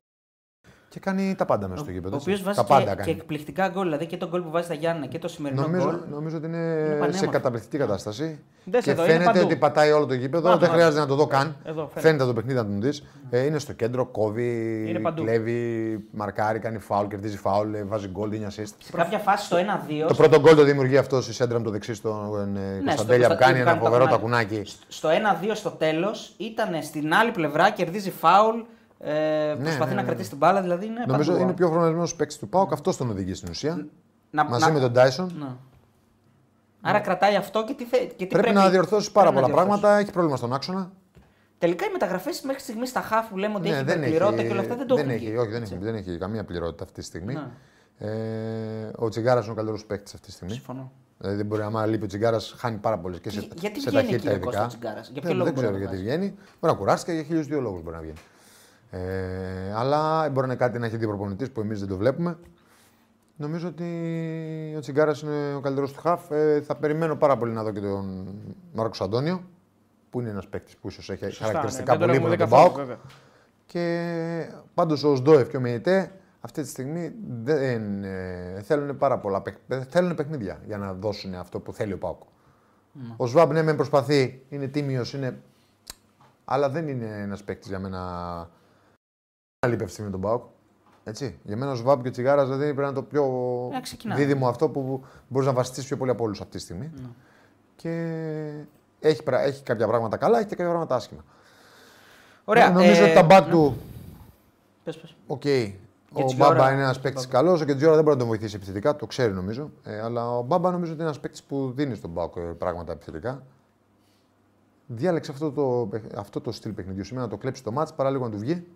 και κάνει τα πάντα μέσα στο γήπεδο.
Ο
έτσι.
οποίος βάζει
τα πάντα
και, και
κάνει.
εκπληκτικά γκολ. Δηλαδή και τον γκολ που βάζει στα Γιάννενα και το σημερινό γκολ.
Νομίζω, νομίζω ότι είναι,
πανέμορφο.
σε καταπληκτική κατάσταση.
Δες
και
εδώ, είναι
φαίνεται
παντού.
ότι πατάει όλο το γήπεδο,
Παντού,
δεν
παντού.
χρειάζεται να το δω καν.
Εδώ, φαίνεται.
φαίνεται το παιχνίδι να τον δεις. είναι στο κέντρο, κόβει,
Είναι παντού.
κλέβει, μαρκάρει, κάνει φάουλ, κερδίζει φάουλ, ε, βάζει γκολ, δίνει assist.
Σε κάποια φάση στο 1-2.
Το πρώτο γκολ το δημιουργεί αυτός η σέντρα με το δεξί
Ναι,
στον ε, Κωνσταντέλια που κάνει ένα φοβερό τακουνάκι.
Στο 1-2 στο τέλος ήταν στην άλλη πλευρά, κερδίζει φάουλ. Ε, προσπαθεί
ναι,
να
ναι.
κρατήσει την μπάλα, δηλαδή είναι
Νομίζω
παντού.
είναι ο πιο χρονισμένο παίκτης του Πάουκ, αυτός τον οδηγεί στην ουσία.
Να-
Μαζί
να-
με τον Τάισον.
Ναι. Άρα κρατάει αυτό και τι, θε... και τι
Πρέπει, να διορθώσει πάρα
πρέπει να
πολλά
διορθώσει.
πράγματα. Έχει πρόβλημα στον άξονα.
Τελικά οι μεταγραφές μέχρι στιγμής στα χάφ που λέμε ότι
Ναι,
έχει
δεν έχει,
υπερπληρότητα και όλα αυτά δεν το
δεν
έχουν
έχει,
βγει.
όχι, δεν έχει, δεν έχει καμία πληρότητα αυτή τη στιγμή.
Ναι.
Ε, ο Τσιγκάρας είναι ο καλύτερος παίκτης αυτή τη στιγμή.
Συμφωνώ.
Δηλαδή, δεν μπορεί, άμα λείπει ο Τσιγκάρας, χάνει πάρα πολλές και σε,
Για- γιατί
σε
βγαίνει,
ταχύτητα
κύριε
ειδικά.
Κώστα, ο Τσιγκάρας? Για ποιο
δεν,
λόγο
δεν
μπορεί
ξέρω
να
γιατί
βγάζει?
βγαίνει. Μπορεί να κουράστηκε για χίλιους δύο λόγους μπορεί να βγαίνει. Ε, αλλά μπορεί να είναι κάτι να έχει δει προπονητής που εμείς δεν το βλέπουμε. Νομίζω ότι ο Τσιγκάρας είναι ο καλύτερος του χαφ. Ε, θα περιμένω πάρα πολύ να δω και τον Μάρκος Αντώνιο, που είναι ένας παίκτης που ίσως έχει
Σωστά, ναι.
χαρακτηριστικά
Δεν τον
πολύ
έχουμε
με
δει
τον
καθόλου,
Πάοκ.
βέβαια.
Και πάντως ο Σντόεφ και ο Μεϊτέ αυτή τη στιγμή δεν, ε, θέλουν πάρα πολλά παιχ- ε, θέλουν παιχνίδια για να δώσουν αυτό που θέλει ο Πάουκ. Ο Σβάμπ ναι, με προσπαθεί, είναι τίμιος, είναι... αλλά δεν είναι ένας παίκτης για μένα να λείπει αυτή τη στιγμή τον Πάουκ. Έτσι. Για μένα ο Σβάμπ και ο Τσιγάρας δηλαδή πρέπει να είναι το πιο
Ε, ξεκινάει.
δίδυμο αυτό που μπορείς να βασιστείς πιο πολύ από όλους αυτή τη στιγμή. Και έχει, πρα- έχει κάποια πράγματα καλά, έχει και κάποια πράγματα άσχημα.
Ωραία.
Ναι, νομίζω
ε,
ότι τα μπακ του
πες, πες.
Οκ. Ο
Κετζιόρα-
Μπάμπα είναι ένας παίκτης καλός. Ο Κετζιόρα δεν μπορεί να τον βοηθήσει επιθετικά, το ξέρει νομίζω. Ε, αλλά ο Μπάμπα νομίζω ότι είναι ένας παίκτης που δίνει στον Πάοκ ε, πράγματα επιθετικά. Διάλεξε αυτό το, παιχ- αυτό το στυλ παιχνιδιού σήμερα να το κλέψει το μάτς παρά λίγο να του βγει.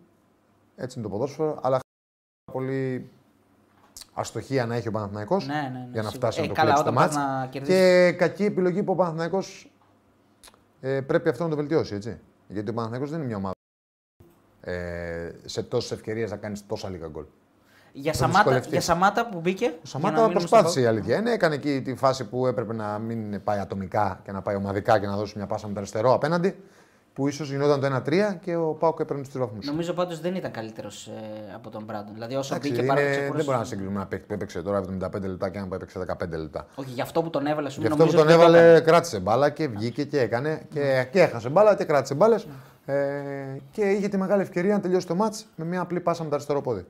Έτσι είναι το ποδόσφαιρο. Αλλά χ- πολύ αστοχία να έχει ο Παναθηναϊκός
Ναι, ναι, ναι,
για να
σίγουρα.
φτάσει
Ε,
να το
καλά,
κλέψει το
όταν
μάτς.
πας να κερδίσεις.
Και κακή επιλογή που ο Παναθηναϊκός ε, πρέπει αυτό να το βελτιώσει, έτσι. Γιατί ο Παναθηναϊκός δεν είναι μια ομάδα ε, σε τόσες ευκαιρίες να κάνεις τόσα λίγα γκολ.
Για
θα
Σαμάτα,
δυσκολευτείς.
για Σαμάτα που μπήκε.
Ο
για να
Σαμάτα
μείνουμε
προσπάθησε η
στο
αλήθεια. Είναι, έκανε εκεί τη φάση που έπρεπε να μην πάει ατομικά και να πάει ομαδικά και να δώσει μια πάσα με το αριστερό απέναντι. Που ίσως γινόταν το 1-3 και ο Πάουκ έπαιρνε τους βαθμού.
Πάουκ. Νομίζω πάντως δεν ήταν καλύτερος από τον Μπράντον. Δηλαδή όσο μπήκε
είναι,
παρά το
δεν
ξεκούρασε-
μπορούμε να συγκρίνουμε ένα παίκτη που έπαιξε τώρα 75 λεπτά και ένα που έπαιξε 15 λεπτά.
Όχι, γι' αυτό που τον έβαλε, σου
Γι' αυτό που τον έβαλε, κράτησε μπάλα και βγήκε και έκανε. Και, και έχασε μπάλα και κράτησε μπάλες.
Ναι.
Ε, και είχε τη μεγάλη ευκαιρία να τελειώσει το μάτς με μια απλή πάσα με το αριστερό πόδι.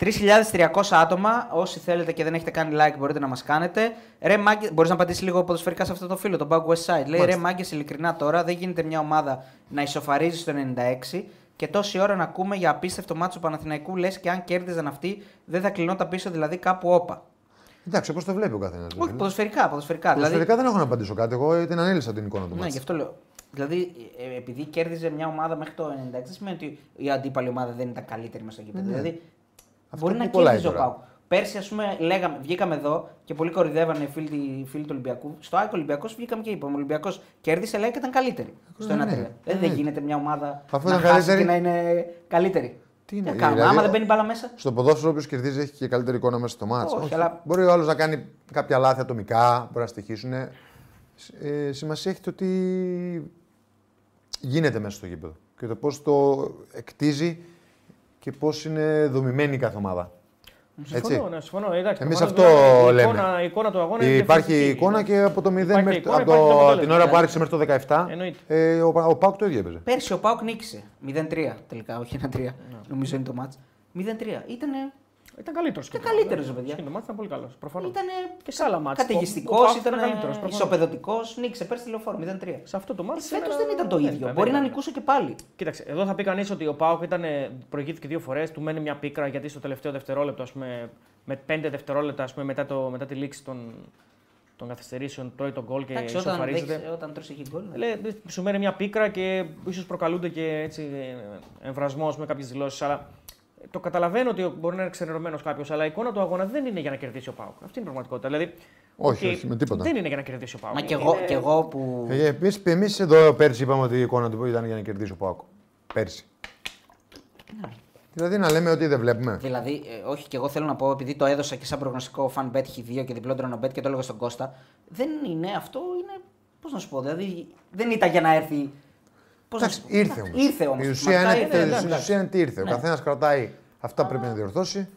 3.300 άτομα. Όσοι θέλετε και δεν έχετε κάνει like, μπορείτε να μας κάνετε. Ρε Μάγκε, μπορείς να απαντήσει λίγο ποδοσφαιρικά σε αυτό το φίλο, τον Bug West Side. Λέει Ρε Μάγκες, ειλικρινά τώρα δεν γίνεται μια ομάδα να ισοφαρίζει στο 96 και τόση ώρα να ακούμε για απίστευτο μάτσο Παναθηναϊκού λες και αν κέρδιζαν αυτοί δεν θα κλεινόταν πίσω δηλαδή κάπου όπα.
Εντάξει, όπως το βλέπει ο καθένας.
Όχι, ποδοσφαιρικά, ποδοσφαιρικά. δηλαδή,
Προσωπικά δεν έχω να απαντήσω κάτι. Εγώ την ανέλησα την εικόνα του
Ναι,
μάτς.
γι' αυτό λέω. Δηλαδή, ε, επειδή κέρδιζε μια ομάδα μέχρι το 96, δεν σημαίνει ότι η αντίπαλη ομάδα δεν ήταν καλύτερη μέσα στο γήπεδο. Δηλαδή,
Ναι. Αυτό
μπορεί
που
να
κολλάει
κέρδιζε ο
τώρα.
Πάουκ. Πέρσι, ας πούμε, λέγαμε, βγήκαμε εδώ και πολλοί κορυδεύανε οι φίλοι, οι φίλοι του Ολυμπιακού. Στο ΑΕΚ Ολυμπιακός βγήκαμε και είπαμε: Ο Ολυμπιακός κέρδισε, λέει και ήταν καλύτερη. Στο 1-3.
ναι.
Δεν, δεν γίνεται μια ομάδα
Αφού
να
ήταν
χάσει και
καλύτερη-
να είναι καλύτερη.
Τι είναι,
να κάνουμε,
δηλαδή,
άμα
ο-
δεν μπαίνει μπάλα μέσα.
Στο ποδόσφαιρο, όποιος κερδίζει έχει και καλύτερη εικόνα μέσα στο μάτσο.
Όχι, αλλά-
Μπορεί ο άλλος να κάνει κάποια λάθη ατομικά, μπορεί να στοιχήσουν. Ε, σημασία έχει το τι γίνεται μέσα στο γήπεδο και το πώς το εκτίζει και πώς είναι δομημένη η κάθε ομάδα.
Συμφωνώ, ναι, συμφωνώ. Εντάξει,
Εμείς
προφανώς
αυτό
βέβαια, η
λέμε.
εικόνα- Η εικόνα του αγώνα είναι
Υπάρχει
διαφορετική. ναι.
εικόνα και από το 0
Υπάρχει
μέχρι
εικόνα,
από
υπάρχει το
το,
αποτέλεσμα.
την ώρα που
Ναι.
άρχισε μέχρι το 17.
Εννοείται.
Ε, ο, Πα- ο Πάουκ το ίδιο έπαιζε.
Πέρσι ο Πάοκ νίκησε. 0-3 τελικά, όχι 1-3.
Ναι.
Νομίζω είναι το μάτς. 0-3. Ήταν.
Ήταν καλύτερος.
Ήταν καλύτερος, ρε παιδιά.
Το μάτι ήταν ναι. πολύ καλός. Προφανώς.
Ήτανε
και σε άλλα μάτια. ναι,
Καταιγιστικό, ήταν ισοπεδωτικό, νίκησε πέρσι τη λεωφόρο 0-3.
Σε αυτό το μάτι.
Φέτο δεν ήταν το ίδιο. Μπορεί να νικούσε και πάλι.
Κοίταξε, εδώ θα πει κανείς ότι ο Πάοκ ήταν, ε, προηγήθηκε δύο φορές, του μένει μια πίκρα γιατί στο τελευταίο δευτερόλεπτο, ας πούμε, με πέντε δευτερόλεπτα ας πούμε, μετά, το, μετά τη λήξη των, των καθυστερήσεων, τρώει τον γκολ και
Εντάξει, όταν,
ισοφαρίζεται.
δέχεσαι- όταν τρώσει εκεί γκολ. ναι.
Λέει, σου μένει μια πίκρα και ίσως προκαλούνται και έτσι ε, εμβρασμός με κάποιες δηλώσεις. Αλλά το καταλαβαίνω ότι μπορεί να είναι ξενερωμένος κάποιος, αλλά η εικόνα του αγώνα δεν είναι για να κερδίσει ο Πάουκ. Αυτή είναι η πραγματικότητα. Δηλαδή,
Όχι,
οκ,
όχι, με τίποτα.
Δεν είναι για να κερδίσει ο Πάουκ.
Μα κι εγώ, κι εγώ που.
Ε, εμείς- εμείς εδώ πέρσι είπαμε ότι η εικόνα του ήταν για να κερδίσει ο Πάουκ. Πέρσι.
Ναι.
Δηλαδή να λέμε ότι δεν βλέπουμε.
Δηλαδή, ε, όχι και εγώ θέλω να πω, επειδή το έδωσα και σαν προγνωστικό fan bet χ2 και διπλό τρονοπέτ και το έλεγα στον Κώστα. Δεν είναι αυτό, είναι. Πώς να σου πω, δηλαδή δεν ήταν για να έρθει. Πώς να
Εντάξει,
σου πω,
ήρθε
εντάξει,
όμως.
Ήρθε όμως.
Η ουσία είναι,
ναι, εντάξει.
στην ουσία είναι τι ήρθε.
Ναι.
Ο καθένας κρατάει αυτά που πρέπει να διορθώσει.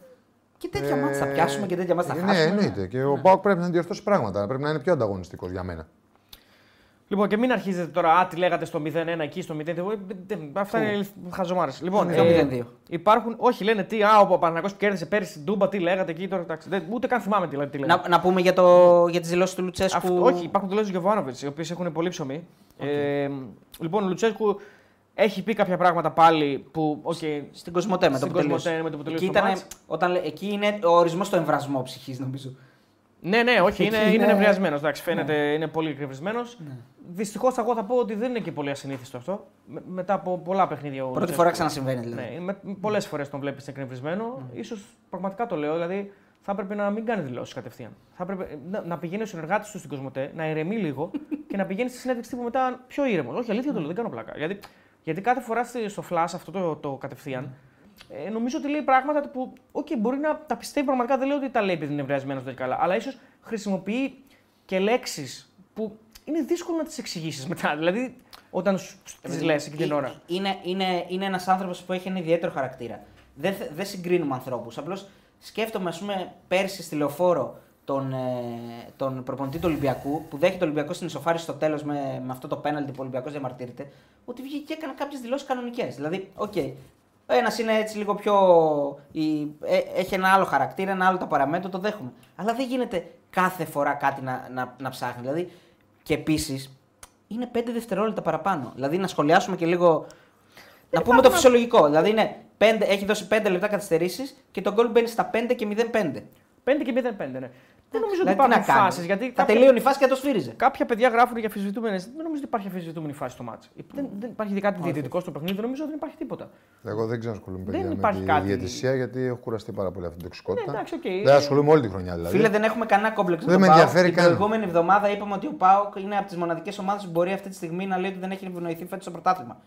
Και τέτοια
Ε,
μάτς θα πιάσουμε και τέτοια μάτς θα
ναι,
χάσουμε.
Ναι, εννοείται. Και ο Πάουκ πρέπει να διορθώσει πράγματα. Πρέπει να είναι πιο ανταγωνιστικός για μένα.
Λοιπόν, και μην αρχίζετε τώρα, α, τι λέγατε στο 0-1 εκεί, στο 0-2. Αυτά είναι χαζομάρες. Λοιπόν,
Ναι, Στο 0-2.
υπάρχουν, όχι λένε τι, α, ο Παναγιώ που κέρδισε πέρυσι την Τούμπα, τι λέγατε εκεί τώρα. Εντάξει, δεν- ούτε καν θυμάμαι τι λέ- τι λέγατε.
Να, να πούμε για, το, για τις δηλώσεις του Λουτσέσκου.
Αυτό, Ναι. όχι, υπάρχουν δηλώσεις του Γιωβάνοβιτ, οι οποίες έχουν πολύ ψωμί. Ε, λοιπόν, ο Λουτσέσκου έχει πει κάποια πράγματα πάλι που. Okay,
Στην Κοσμοτέ με το
Στην
που τελείωσε.
Κοσμοτέ, με το που τελείωσε
εκεί,
το
ήτανε-
μάτς.
όταν, λέ- εκεί είναι ο ορισμός στο εμβρασμό ψυχής, νομίζω.
ναι, ναι, όχι, είναι,
Εκεί
είναι
είναι-
νευριασμένο. Εντάξει,
Ναι.
φαίνεται, είναι πολύ εκνευρισμένο. Δυστυχώς, εγώ θα πω ότι δεν είναι και πολύ ασυνήθιστο αυτό. Με, μετά από πολλά παιχνίδια. ο
Πρώτη
Λουτσέσκου.
φορά ξανασυμβαίνει δηλαδή. Ναι.
Ναι, με, πολλές φορές τον βλέπεις εκνευρισμένο. Ίσως πραγματικά το λέω, δηλαδή θα έπρεπε να μην κάνει δηλώσεις κατευθείαν. Θα έπρεπε να, να πηγαίνει ο συνεργάτης του στην Κοσμοτέ, να ηρεμεί λίγο και να πηγαίνει στη συνέντευξη τύπου μετά πιο ήρεμος. Όχι, αλήθεια το λέω, δεν κάνω πλάκα. Γιατί, γιατί κάθε φορά στη- στο φλάσ αυτό το, το κατευθείαν,
Ναι.
ε, νομίζω ότι λέει πράγματα που okay, μπορεί να τα πιστεύει πραγματικά. Δεν λέω ότι τα λέει επειδή είναι ευρεασμένος δεν καλά, αλλά ίσως χρησιμοποιεί και λέξεις που είναι δύσκολο να τις εξηγήσεις μετά. Δηλαδή, όταν σου τι λες εκείνη την
Ε,
ώρα.
Είναι, είναι, είναι ένας άνθρωπος που έχει ένα ιδιαίτερο χαρακτήρα. Δεν, θε- δεν συγκρίνουμε ανθρώπους. Απλώς σκέφτομαι, ας πούμε, πέρσι στη λεωφόρο τον, ε, τον προπονητή του Ολυμπιακού που δέχεται ο Ολυμπιακό στην ισοφάρηση στο τέλος με, με αυτό το πέναλτι που ο Ολυμπιακός διαμαρτύρεται. Ότι βγήκε και έκανε κάποιες δηλώσεις κανονικές. Δηλαδή, οκ. Ο ένας είναι έτσι λίγο πιο. η- ε, έχει ένα άλλο χαρακτήρα, ένα άλλο τα παραμέτρο, το δέχομαι. Αλλά δεν γίνεται κάθε φορά κάτι να, να, να ψάχνει. Δηλαδή, και επίσης, είναι 5 δευτερόλεπτα παραπάνω. Δηλαδή να σχολιάσουμε και λίγο. να πούμε το φυσιολογικό. Δηλαδή είναι πέντε, έχει δώσει 5 λεπτά καθυστερήσεις και τον γκολ μπαίνει στα 5 και 0-5.
5 και 0-5, ναι. Δεν νομίζω ότι
Δηλαδή, τι να
υπάρχουν
κάνεις.
φάσεις. Γιατί
Θα
κάποια-
τελείωνε η φάση και θα το σφύριζε.
Κάποια παιδιά γράφουν για αφισβητούμενε. Δεν νομίζω ότι υπάρχει αφισβητούμενη φάση στο μάτσο. Δεν, δεν υπάρχει κάτι διαιτητικό στο παιχνίδι, δεν νομίζω ότι δεν υπάρχει τίποτα.
Εγώ δεν ξανασχολούμαι
Δεν
παιδιά, με
υπάρχει
τη
κάτι.
διαιτησία γιατί έχω κουραστεί πάρα πολύ αυτή την τοξικότητα.
Ναι, εντάξει, οκ.
Δεν ασχολούμαι όλη τη χρονιά δηλαδή.
Φίλε, δεν έχουμε κανένα κόμπλεξ
Δεν
με
με
τον Πάοκ.
ενδιαφέρει
Την
καν.
προηγούμενη εβδομάδα είπαμε ότι ο Πάοκ είναι από τις μοναδικές ομάδες που μπορεί αυτή τη στιγμή να λέει ότι δεν έχει ευνοηθεί φέτος στο πρωτάθλημα.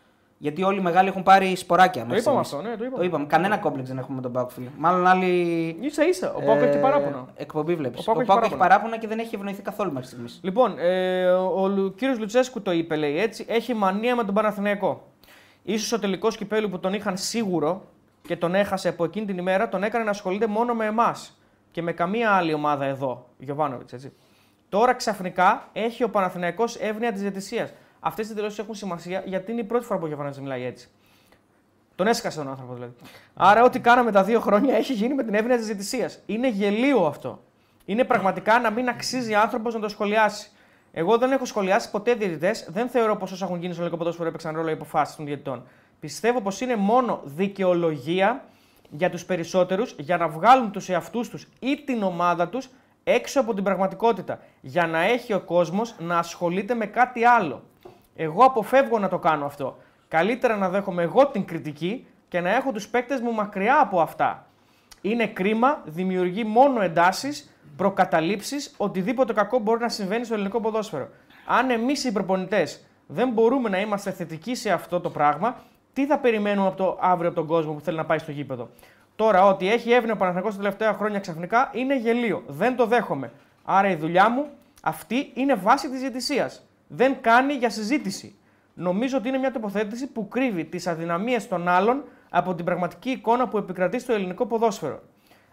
Γιατί όλοι οι μεγάλοι έχουν πάρει σποράκια
Το
μέχρι
είπαμε
στιγμής.
αυτό, ναι, το είπαμε.
Το είπαμε. Κανένα κόμπλεξ δεν έχουμε με τον Πάοκ, φίλε. Μάλλον άλλοι.
σα ίσα. Ο Πάουκ
ε,
έχει παράπονο.
Εκπομπή βλέπεις.
Ο
Ο
Πάοκ
Πάοκ
έχει
έχει,
παράπονα.
παράπονα και δεν έχει ευνοηθεί καθόλου μέχρι στιγμής.
Λοιπόν, ε, ο Λου, κύριος Λουτσέσκου το είπε, λέει έτσι, έχει μανία με τον Παναθηναϊκό. Ίσως ο τελικός κυπέλου που τον είχαν σίγουρο και τον έχασε από εκείνη την ημέρα, τον έκανε να ασχολείται μόνο με εμάς και με καμία άλλη ομάδα εδώ. Γιωβάνοβιτ, έτσι. Τώρα ξαφνικά έχει ο Παναθηναϊκός εύνοια της διαιτησία. Αυτές οι δηλώσεις έχουν σημασία γιατί είναι η πρώτη φορά που ο Γιωβάνοβιτ μιλάει έτσι. Τον έσκασε τον άνθρωπο δηλαδή. Άρα, ό,τι κάναμε τα δύο χρόνια έχει γίνει με την έβνοια της διαιτησίας. Είναι γελίο αυτό. Είναι πραγματικά να μην αξίζει άνθρωπος να το σχολιάσει. Εγώ δεν έχω σχολιάσει ποτέ διαιτητές. Δεν θεωρώ πως όσα έχουν γίνει στο ελληνικό ποδόσφαιρο έπαιξαν ρόλο οι αποφάσεις των διαιτητών. Πιστεύω πως είναι μόνο δικαιολογία για τους περισσότερους για να βγάλουν τους εαυτούς τους ή την ομάδα τους έξω από την πραγματικότητα. Για να έχει ο κόσμος να ασχολείται με κάτι άλλο. Εγώ αποφεύγω να το κάνω αυτό. Καλύτερα να δέχομαι εγώ την κριτική και να έχω τους παίκτες μου μακριά από αυτά. Είναι κρίμα, δημιουργεί μόνο εντάσεις, προκαταλήψεις, οτιδήποτε κακό μπορεί να συμβαίνει στο ελληνικό ποδόσφαιρο. Αν εμείς οι προπονητές δεν μπορούμε να είμαστε θετικοί σε αυτό το πράγμα, τι θα περιμένουμε από το αύριο από τον κόσμο που θέλει να πάει στο γήπεδο. Τώρα, ότι έχει έβνε ο Παναθηναϊκός τα τελευταία χρόνια ξαφνικά είναι γελίο. Δεν το δέχομαι. Άρα η δουλειά μου αυτή είναι βάση της διαιτησίας. Δεν κάνει για συζήτηση. Νομίζω ότι είναι μια τοποθέτηση που κρύβει τις αδυναμίες των άλλων από την πραγματική εικόνα που επικρατεί στο ελληνικό ποδόσφαιρο.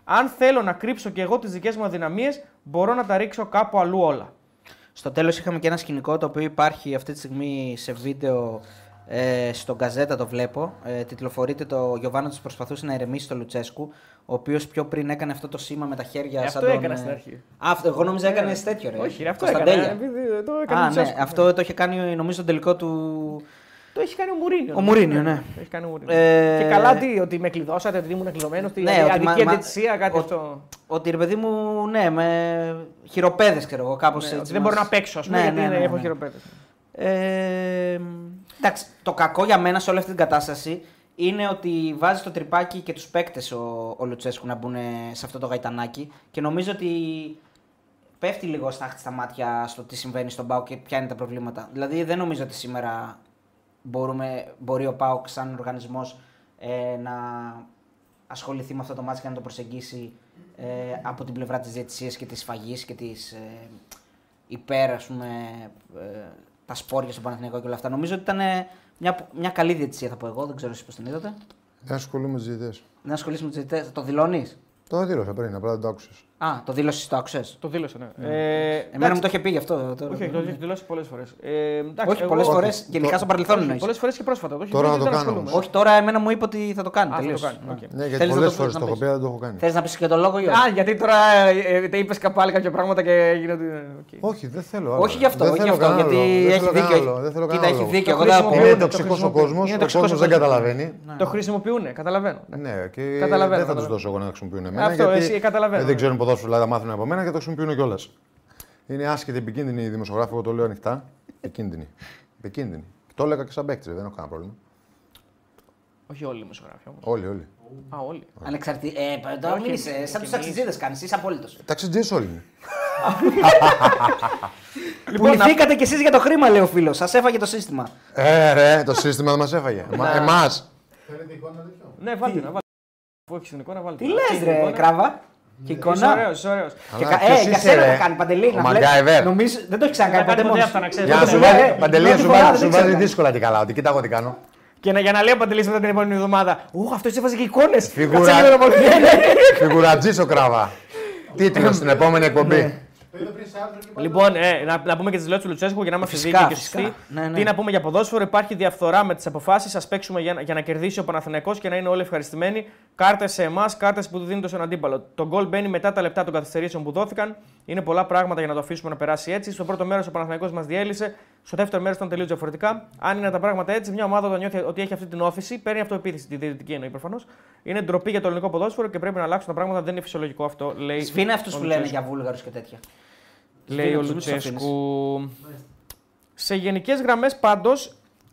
Αν θέλω να κρύψω και εγώ τις δικές μου αδυναμίες, μπορώ να τα ρίξω κάπου αλλού όλα.
Στο τέλος είχαμε και ένα σκηνικό το οποίο υπάρχει αυτή τη στιγμή σε βίντεο ε, στον Καζέτα το βλέπω. Ε, τιτλοφορείται το Γιωβάνος της προσπαθούσε να ερεμήσει το Λουτσέσκου, ο οποίος πιο πριν έκανε αυτό το σήμα με τα χέρια σαν
Ε, αυτό
τον,
έκανα
ε,
στην αρχή. Ε,
Α, αυτό, εγώ νόμιζα έκανες τέτοιο ρε.
Όχι, ρε, αυτό
Κωνσταντέλια.
έκανα. επειδή Το έκανε
Α,
ο
ναι,
Τσέσκο.
αυτό το είχε κάνει νομίζω τον τελικό του...
Το έχει κάνει ο Μουρίνιο.
Ο Μουρίνιο, ναι.
Το έχει κάνει ο Μουρίνιο.
Ε,
Και καλά τι, ότι με κλειδώσατε, ότι ήμουν κλειδωμένο, ότι
Ναι,
ναι,
ότι μα-
αδική
μα-
αντιτσία, κάτι
ο-
αυτό.
Ότι ρε παιδί μου, ναι, με χειροπέδες ξέρω εγώ, κάπως
Ναι,
έτσι.
ότι δεν
μας-
μπορώ να παίξω, ας πούμε,
Ναι,
γιατί
ναι,
είναι-
ναι,
έχω
ναι.
χειροπέδες.
Ε, εντάξει, το κακό για μένα σε όλη αυτή την κατάσταση είναι ότι βάζει το τρυπάκι και τους παίκτες ο, ο Λουτσέσκου να μπουν σε αυτό το γαϊτανάκι και νομίζω ότι πέφτει λίγο στάχτη στα μάτια στο τι συμβαίνει στον Πάοκ και ποια είναι τα προβλήματα. Δηλαδή δεν νομίζω ότι σήμερα μπορούμε, μπορεί ο Πάοκ σαν οργανισμός ε, να ασχοληθεί με αυτό το μάτς και να το προσεγγίσει ε, από την πλευρά της διαιτησίας και της φαγής και της ε, υπέρ, ας πούμε, ε, τα σπόρια στον Παναθηναϊκό και όλα αυτά. Νομίζω ότι ήταν ε, μια, μια καλή διαιτησία θα πω εγώ, δεν ξέρω εσείς πώς την είδατε.
Δεν ασχολούμαι με του διαιτητέ.
Δεν ασχολείσαι με τις διαιτητές, το δηλώνεις.
Το δήλωσα πριν, απλά δεν το άκουσες.
Α, το δήλωσες, το άκουσες.
Το δήλωσε, ναι. Ε,
Εμένα
εντάξει,
μου το είχε πει γι' αυτό. τώρα.
Όχι, όχι, το έχει δηλώσει πολλές φορές. Ε, εντάξει,
όχι
εγώ-
πολλές
όχι,
φορές,
το-
γενικά στο παρελθόν εννοείς.
Πολλές φορές και πρόσφατα. Το έχει
Τώρα
πει,
να
δεν
το κάνω
ασχολούμαι.
όμως.
Όχι, τώρα εμένα μου είπε ότι θα το κάνει.
Α, θα
τελείως.
το κάνει. οκ.
Ναι, γιατί
Θέλεις να
πολλές
το-
φορές
να
το έχω
πεις.
πει, αλλά δεν το έχω κάνει.
Θες να πεις και το λόγο ή όχι.
Α, γιατί τώρα ε, ε, τα είπε πάλι κάποια πράγματα και έγινε ότι. οκ.
Όχι, δεν θέλω. άλλο.
Όχι γι' αυτό,
Δεν
όχι γι'
θέλω
αυτό.
κανένα
Γιατί
λόγο. Δεν
έχει
θέλω κανένα
δίκιο.
λόγο, Δεν θέλω
Κοίτα,
κανένα
έχει
λόγο.
δίκιο.
Το
Εγώ δεν
χρησιμοποιούν,
απορώ.
Είναι
χρησιμοποιούν.
τοξικό ο κόσμο.
Είναι
Ο
τοξικός
κόσμο
ο κόσμος.
δεν
Ναι.
καταλαβαίνει.
Το χρησιμοποιούν, καταλαβαίνω. ναι.
Ναι, και
Καταλαβαίνω,
δεν θα τους
καταλαβαίνω.
δώσω εγώ να χρησιμοποιούν εμένα.
Αυτό,
γιατί
εσύ, καταλαβαίνω, ναι.
Δεν ξέρουν ποδόσφαιρο, δηλαδή θα μάθουν από μένα και το χρησιμοποιούν κιόλας. Είναι άσχετη, επικίνδυνη η δημοσιογράφη, εγώ το λέω ανοιχτά. Επικίνδυνη. επικίνδυνη. Το έλεγα και σαν παίκτη, δεν έχω κανένα πρόβλημα.
Όχι όλοι οι δημοσιογράφοι όμως.
Όλοι, όλοι.
Α, όλοι.
Ανεξαρτή. Ε, π- τώρα
Όχι,
μην είσαι.
εμείς,
Σαν τους
εμείς.
ταξιτζίδες κάνεις, είσαι απόλυτος.
Ταξιτζή όλοι είναι.
Λοιπόν,
Πουληθήκατε κι εσείς για το χρήμα, λέει ο φίλος. Σας έφαγε το σύστημα.
Ε, ρε, το σύστημα δεν μας έφαγε. Εμάς.
Θέλετε εικόνα τέτοιο.
Ναι, βάλτε να βάλτε. Αφού έχεις την εικόνα, βάλτε.
Τι λε, ρε, κράβα. Και εικόνα.
Ωραίος, ωραίο.
Και
Καλά,
κα-
ποιος
Ε, για
είσαι,
σένα
ρε.
το κάνει παντελή.
Ο
να βλέπεις.
MacGyver.
Νομίζω δεν το έχεις ξανακάνει
Θα
ποτέ
κάνει
μόνο.
ποτέ αυτά, να ξέρεις.
Για να
Ναι,
σου
ναι,
βάλει.
ναι.
Παντελή,
Πρώτη
σου
φορά
βάλει-
δεν
σου
ξέρω
βάζει
να-
δύσκολα τι καλά. Ότι κοιτά εγώ τι κάνω.
Και να, για να λέει ο Παντελής μετά την επόμενη εβδομάδα. Ουχ, αυτός έβαζε και εικόνες.
Φιγουρά. Φιγουρατζή ο κραβά. Τίτλο στην επόμενη
Ναι.
εκπομπή.
Το είδα πριν σε άρθρο και πάλι.
Λοιπόν, ε, να, να πούμε και τις λέω του Λουτσέσκου για να είμαστε
Φυσικά,
δίκαιοι και
φυσικά.
σωστοί.
Ναι, ναι.
Τι να πούμε για ποδόσφαιρο, υπάρχει διαφθορά με τις αποφάσεις. Ας παίξουμε για, να- για να κερδίσει ο Παναθηναϊκός και να είναι όλοι ευχαριστημένοι. Κάρτες σε εμάς, κάρτες που δίνονται στον αντίπαλο. Το γκολ μπαίνει μετά τα λεπτά των καθυστερήσεων που δόθηκαν. Είναι πολλά πράγματα για να το αφήσουμε να περάσει έτσι. Στο πρώτο μέρος ο Παναθηναϊκός μας διέλυσε. Στο δεύτερο μέρος ήταν τελείως διαφορετικά. Αν είναι τα πράγματα έτσι, μια ομάδα όταν νιώθει ότι έχει αυτή την όθηση, παίρνει αυτοεπίθεση. Τη διαιτητική εννοεί προφανώς. Είναι ντροπή για το ελληνικό ποδόσφαιρο και πρέπει να αλλάξουν τα πράγματα. Δεν είναι φυσιολογικό αυτό, λέει.
Σφίνα αυτούς
ο
που λένε
Λουτσέσκου.
για Βούλγαρους και τέτοια.
Λέει ο
Σβήνει τους
Λουτσέσκου. Σε γενικές γραμμές πάντως,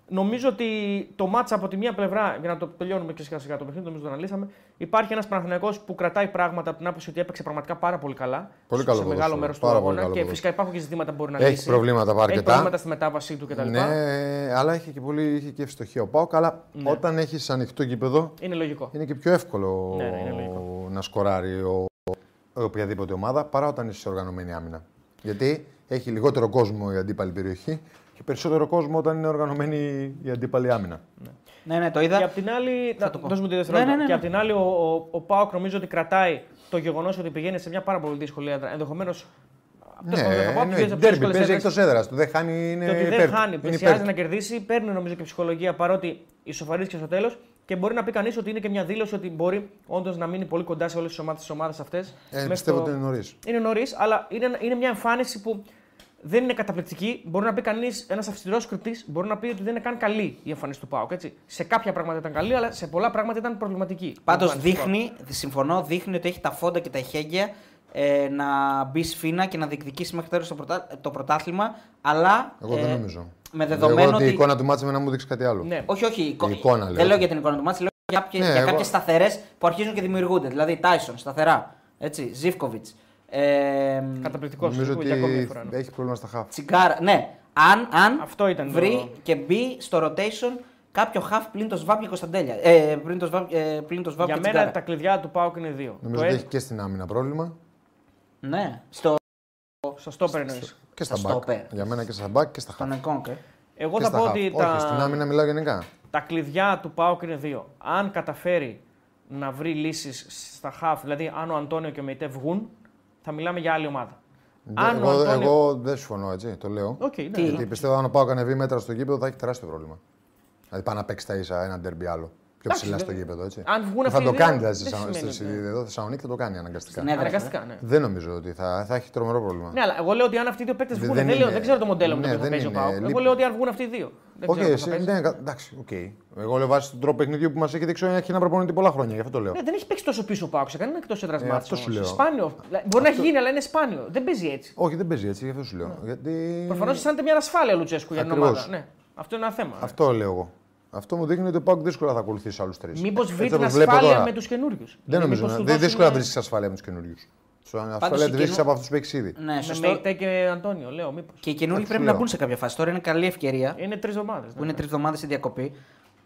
νομίζω ότι το μάτσα από τη μία πλευρά, για να το τελειώνουμε και σιγά σιγά το παιχνίδι, νομίζω το αναλύσαμε. Υπάρχει ένας Παναθηναϊκός που κρατάει πράγματα από την άποψη ότι έπαιξε πραγματικά πάρα πολύ καλά.
Πολύ
σε-
καλό
σε μεγάλο
ποδόσφαιρο,
μέρος του
πάρα πολύ
αγώνα.
καλό
Και
ποδόσφαιρο.
φυσικά υπάρχουν και ζητήματα που μπορεί να
Έχει
λύσει.
προβλήματα
Έχει
αρκετά.
προβλήματα στη μετάβασή του κτλ.
Ναι, αλλά είχε και πολύ είχε και ευστοχία ο Πάοκ. Αλλά
Ναι.
όταν έχεις ανοιχτό γήπεδο,
Είναι λογικό.
είναι και πιο εύκολο
Ναι, ναι, είναι λογικό.
να σκοράρει ο, ο- οποιαδήποτε ομάδα παρά όταν είσαι σε οργανωμένη άμυνα. Γιατί έχει λιγότερο κόσμο η αντίπαλη περιοχή και περισσότερο κόσμο όταν είναι οργανωμένη η αντίπαλη άμυνα.
Ναι, ναι, το
Και
είδα.
απ' την άλλη. Να
το πω.
δώσουμε τη
Ναι,
δευτερόλεπτα.
ναι, ναι,
Και
ναι.
απ' την άλλη, ο, ο, ο Πάοκ νομίζω ότι κρατάει το γεγονός ότι πηγαίνει σε μια πάρα πολύ δύσκολη έδρα. Ενδεχομένως.
ναι, ντέρμπι, παίζει εκτός έδρας του. Δεν χάνει, είναι
Και ότι δεν
υπέρ του.
χάνει,
Είναι
πλησιάζει
υπέρ
να
του. Ε,
κερδίσει, παίρνει νομίζω και ψυχολογία παρότι ισοφαρίστηκε στο τέλος. Και μπορεί να πει κανείς ότι είναι και μια δήλωση ότι μπορεί όντως να μείνει πολύ κοντά σε όλες τις ομάδες ομάδες αυτές.
Ε, πιστεύω ότι είναι νωρίς.
Είναι νωρίς, αλλά είναι, είναι μια εμφάνιση που δεν είναι καταπληκτική. Μπορεί να πει κανείς, ένας αυστηρός κριτής μπορεί να πει ότι δεν είναι καν καλή η εμφάνιση του Πάουκ. Έτσι. Σε κάποια πράγματα ήταν καλή, αλλά σε πολλά πράγματα ήταν προβληματική.
Πάντως
η εμφάνιση του
δείχνει, συμφωνώ, δείχνει ότι έχει τα φόντα και τα ηχέγγυα ε, να μπει σφίνα και να διεκδικήσει μέχρι τέλος το, πρωτά, το πρωτάθλημα. Αλλά.
Ε,
ε,
Εγώ δεν νομίζω.
Με
Εγώ
δεδομένο
ότι η
ότι.
εικόνα του μάτσε με να μου δείξει κάτι άλλο.
Πάοκ. Ναι.
Όχι, όχι. Η εικο-
εικόνα,
δεν
λέω.
λέω για την εικόνα του μάτς, λέω για, κάποιες-
Ναι,
για
εγώ-
κάποιες σταθερές που αρχίζουν και δημιουργούνται. Δηλαδή Τάισον σταθερά. Έτσι, Ζήφκοβιτ. Ε,
Καταπληκτικός
Νομίζω
για ακόμη μια
ότι
φορά. ναι.
έχει πρόβλημα στα χαφ.
τσιγκάρα. Ναι, αν, αν
Αυτό ήταν
βρει
το-
και μπει στο rotation κάποιο half πλην το Σβάπ και Κωνσταντέλια. Ε, πλην το Σβάπ, ε, πλην το Σβάπ
Για
και
μένα
Τσιγκάρα.
τα κλειδιά του Πάουκ είναι δύο.
Νομίζω
το ε-
ότι
Ed-
έχει και στην άμυνα πρόβλημα.
Ναι, στο,
Στο στόπερ εννοείς.
Και στα
Στα
μπακ.
στόπερ.
Για μένα και στα μπακ και στα χαφ.
στον ε. Εκόνκε.
Εγώ
Και
θα
στα
πω
χαφ.
ότι
Όχι, στην
τα,
άμυνα μιλάω γενικά.
τα κλειδιά του Πάουκ είναι δύο. Αν καταφέρει να βρει λύσεις στα χαφ, δηλαδή αν ο Αντώνιο και ο Μεϊτέ βγουν, θα μιλάμε για άλλη ομάδα. Αν
Ναι, εγώ,
ο Αντώνιο.
εγώ δεν συμφωνώ έτσι, το λέω.
Οκ, ναι.
Τι?
Γιατί πιστεύω αν ο Πάοκ ανεβεί μέτρα στο γήπεδο θα έχει τεράστιο πρόβλημα. Δηλαδή πάει να παίξει τα ίσα ένα ντερμπι άλλο. Πιο
Εντάξει,
ψηλά στο
δεν-
γήπεδο έτσι.
αν βγουν
Και θα
αυτοί
το
οι
κάνει
δύο,
δηλαδή
δεν
στη-
σημαίνει
στη-
ότι-
στη- εδώ στη Θεσσαλονίκη θα το κάνει αναγκαστικά.
Στην έδρα.
Αναγκαστικά, ναι.
Δεν νομίζω ότι θα, θα έχει τρομερό πρόβλημα.
Ναι, αλλά εγώ λέω ότι αν αυτοί οι δύο παίκτες
Δε-
βγουν.
δεν
Δεν, λέω,
είναι-
δεν ξέρω το μοντέλο με το
ναι,
οποίο θα
δεν
παίζει ο
είναι
Πάουκ. Εγώ
λίπη.
λέω ότι αν βγουν αυτοί οι δύο. Δεν
Οκ,
ξέρω πώς θα
εσύ-
παίξει.
ναι, κα- εντάξει, οκ. Εγώ λέω βάσει τον τρόπο παιχνιδιού που μας έχει δείξει ο Ιαχίνα προπονητή πολλά χρόνια, γι' αυτό το λέω.
Ναι, δεν έχει παίξει τόσο πίσω ο Πάουκ σε κανένα εκτός έδρα
Ε,
μάτσο.
αυτό σου
όμως.
λέω.
Σπάνιο. Δηλαδή, Μπορεί να γίνει, αλλά είναι σπάνιο. Δεν παίζει έτσι.
Όχι, δεν παίζει έτσι, γι' αυτό σου λέω. Γιατί...
Προφανώς αισθάνεται μια ασφάλεια ο Λουτσέσκου για την
Ε, Ακριβώς.
ομάδα. Ναι. Αυτό είναι ένα θέμα.
Αυτό λέω εγώ. Αυτό μου δείχνει ότι ο Πάοκ δύσκολα θα ακολουθήσει άλλους τρεις.
Μήπως Ε, βρει την ασφάλεια με Δηλαδή, τους καινούριους.
Δεν νομίζω. ναι. Δεν δύσκολα βρίσκει ασφάλεια με τους καινούριους. Ασφάλεια
οι
τη βρίσκει
καινού-
από αυτούς που έχει ήδη.
Ναι,
Με
σωστό.
Μεϊτέ και Αντώνιο, λέω. Μήπως.
Και οι καινούργιοι
σου
πρέπει
λέω.
να μπουν σε κάποια φάση. Τώρα είναι καλή ευκαιρία
Είναι τρεις εβδομάδες.
που είναι τρεις εβδομάδες η διακοπή.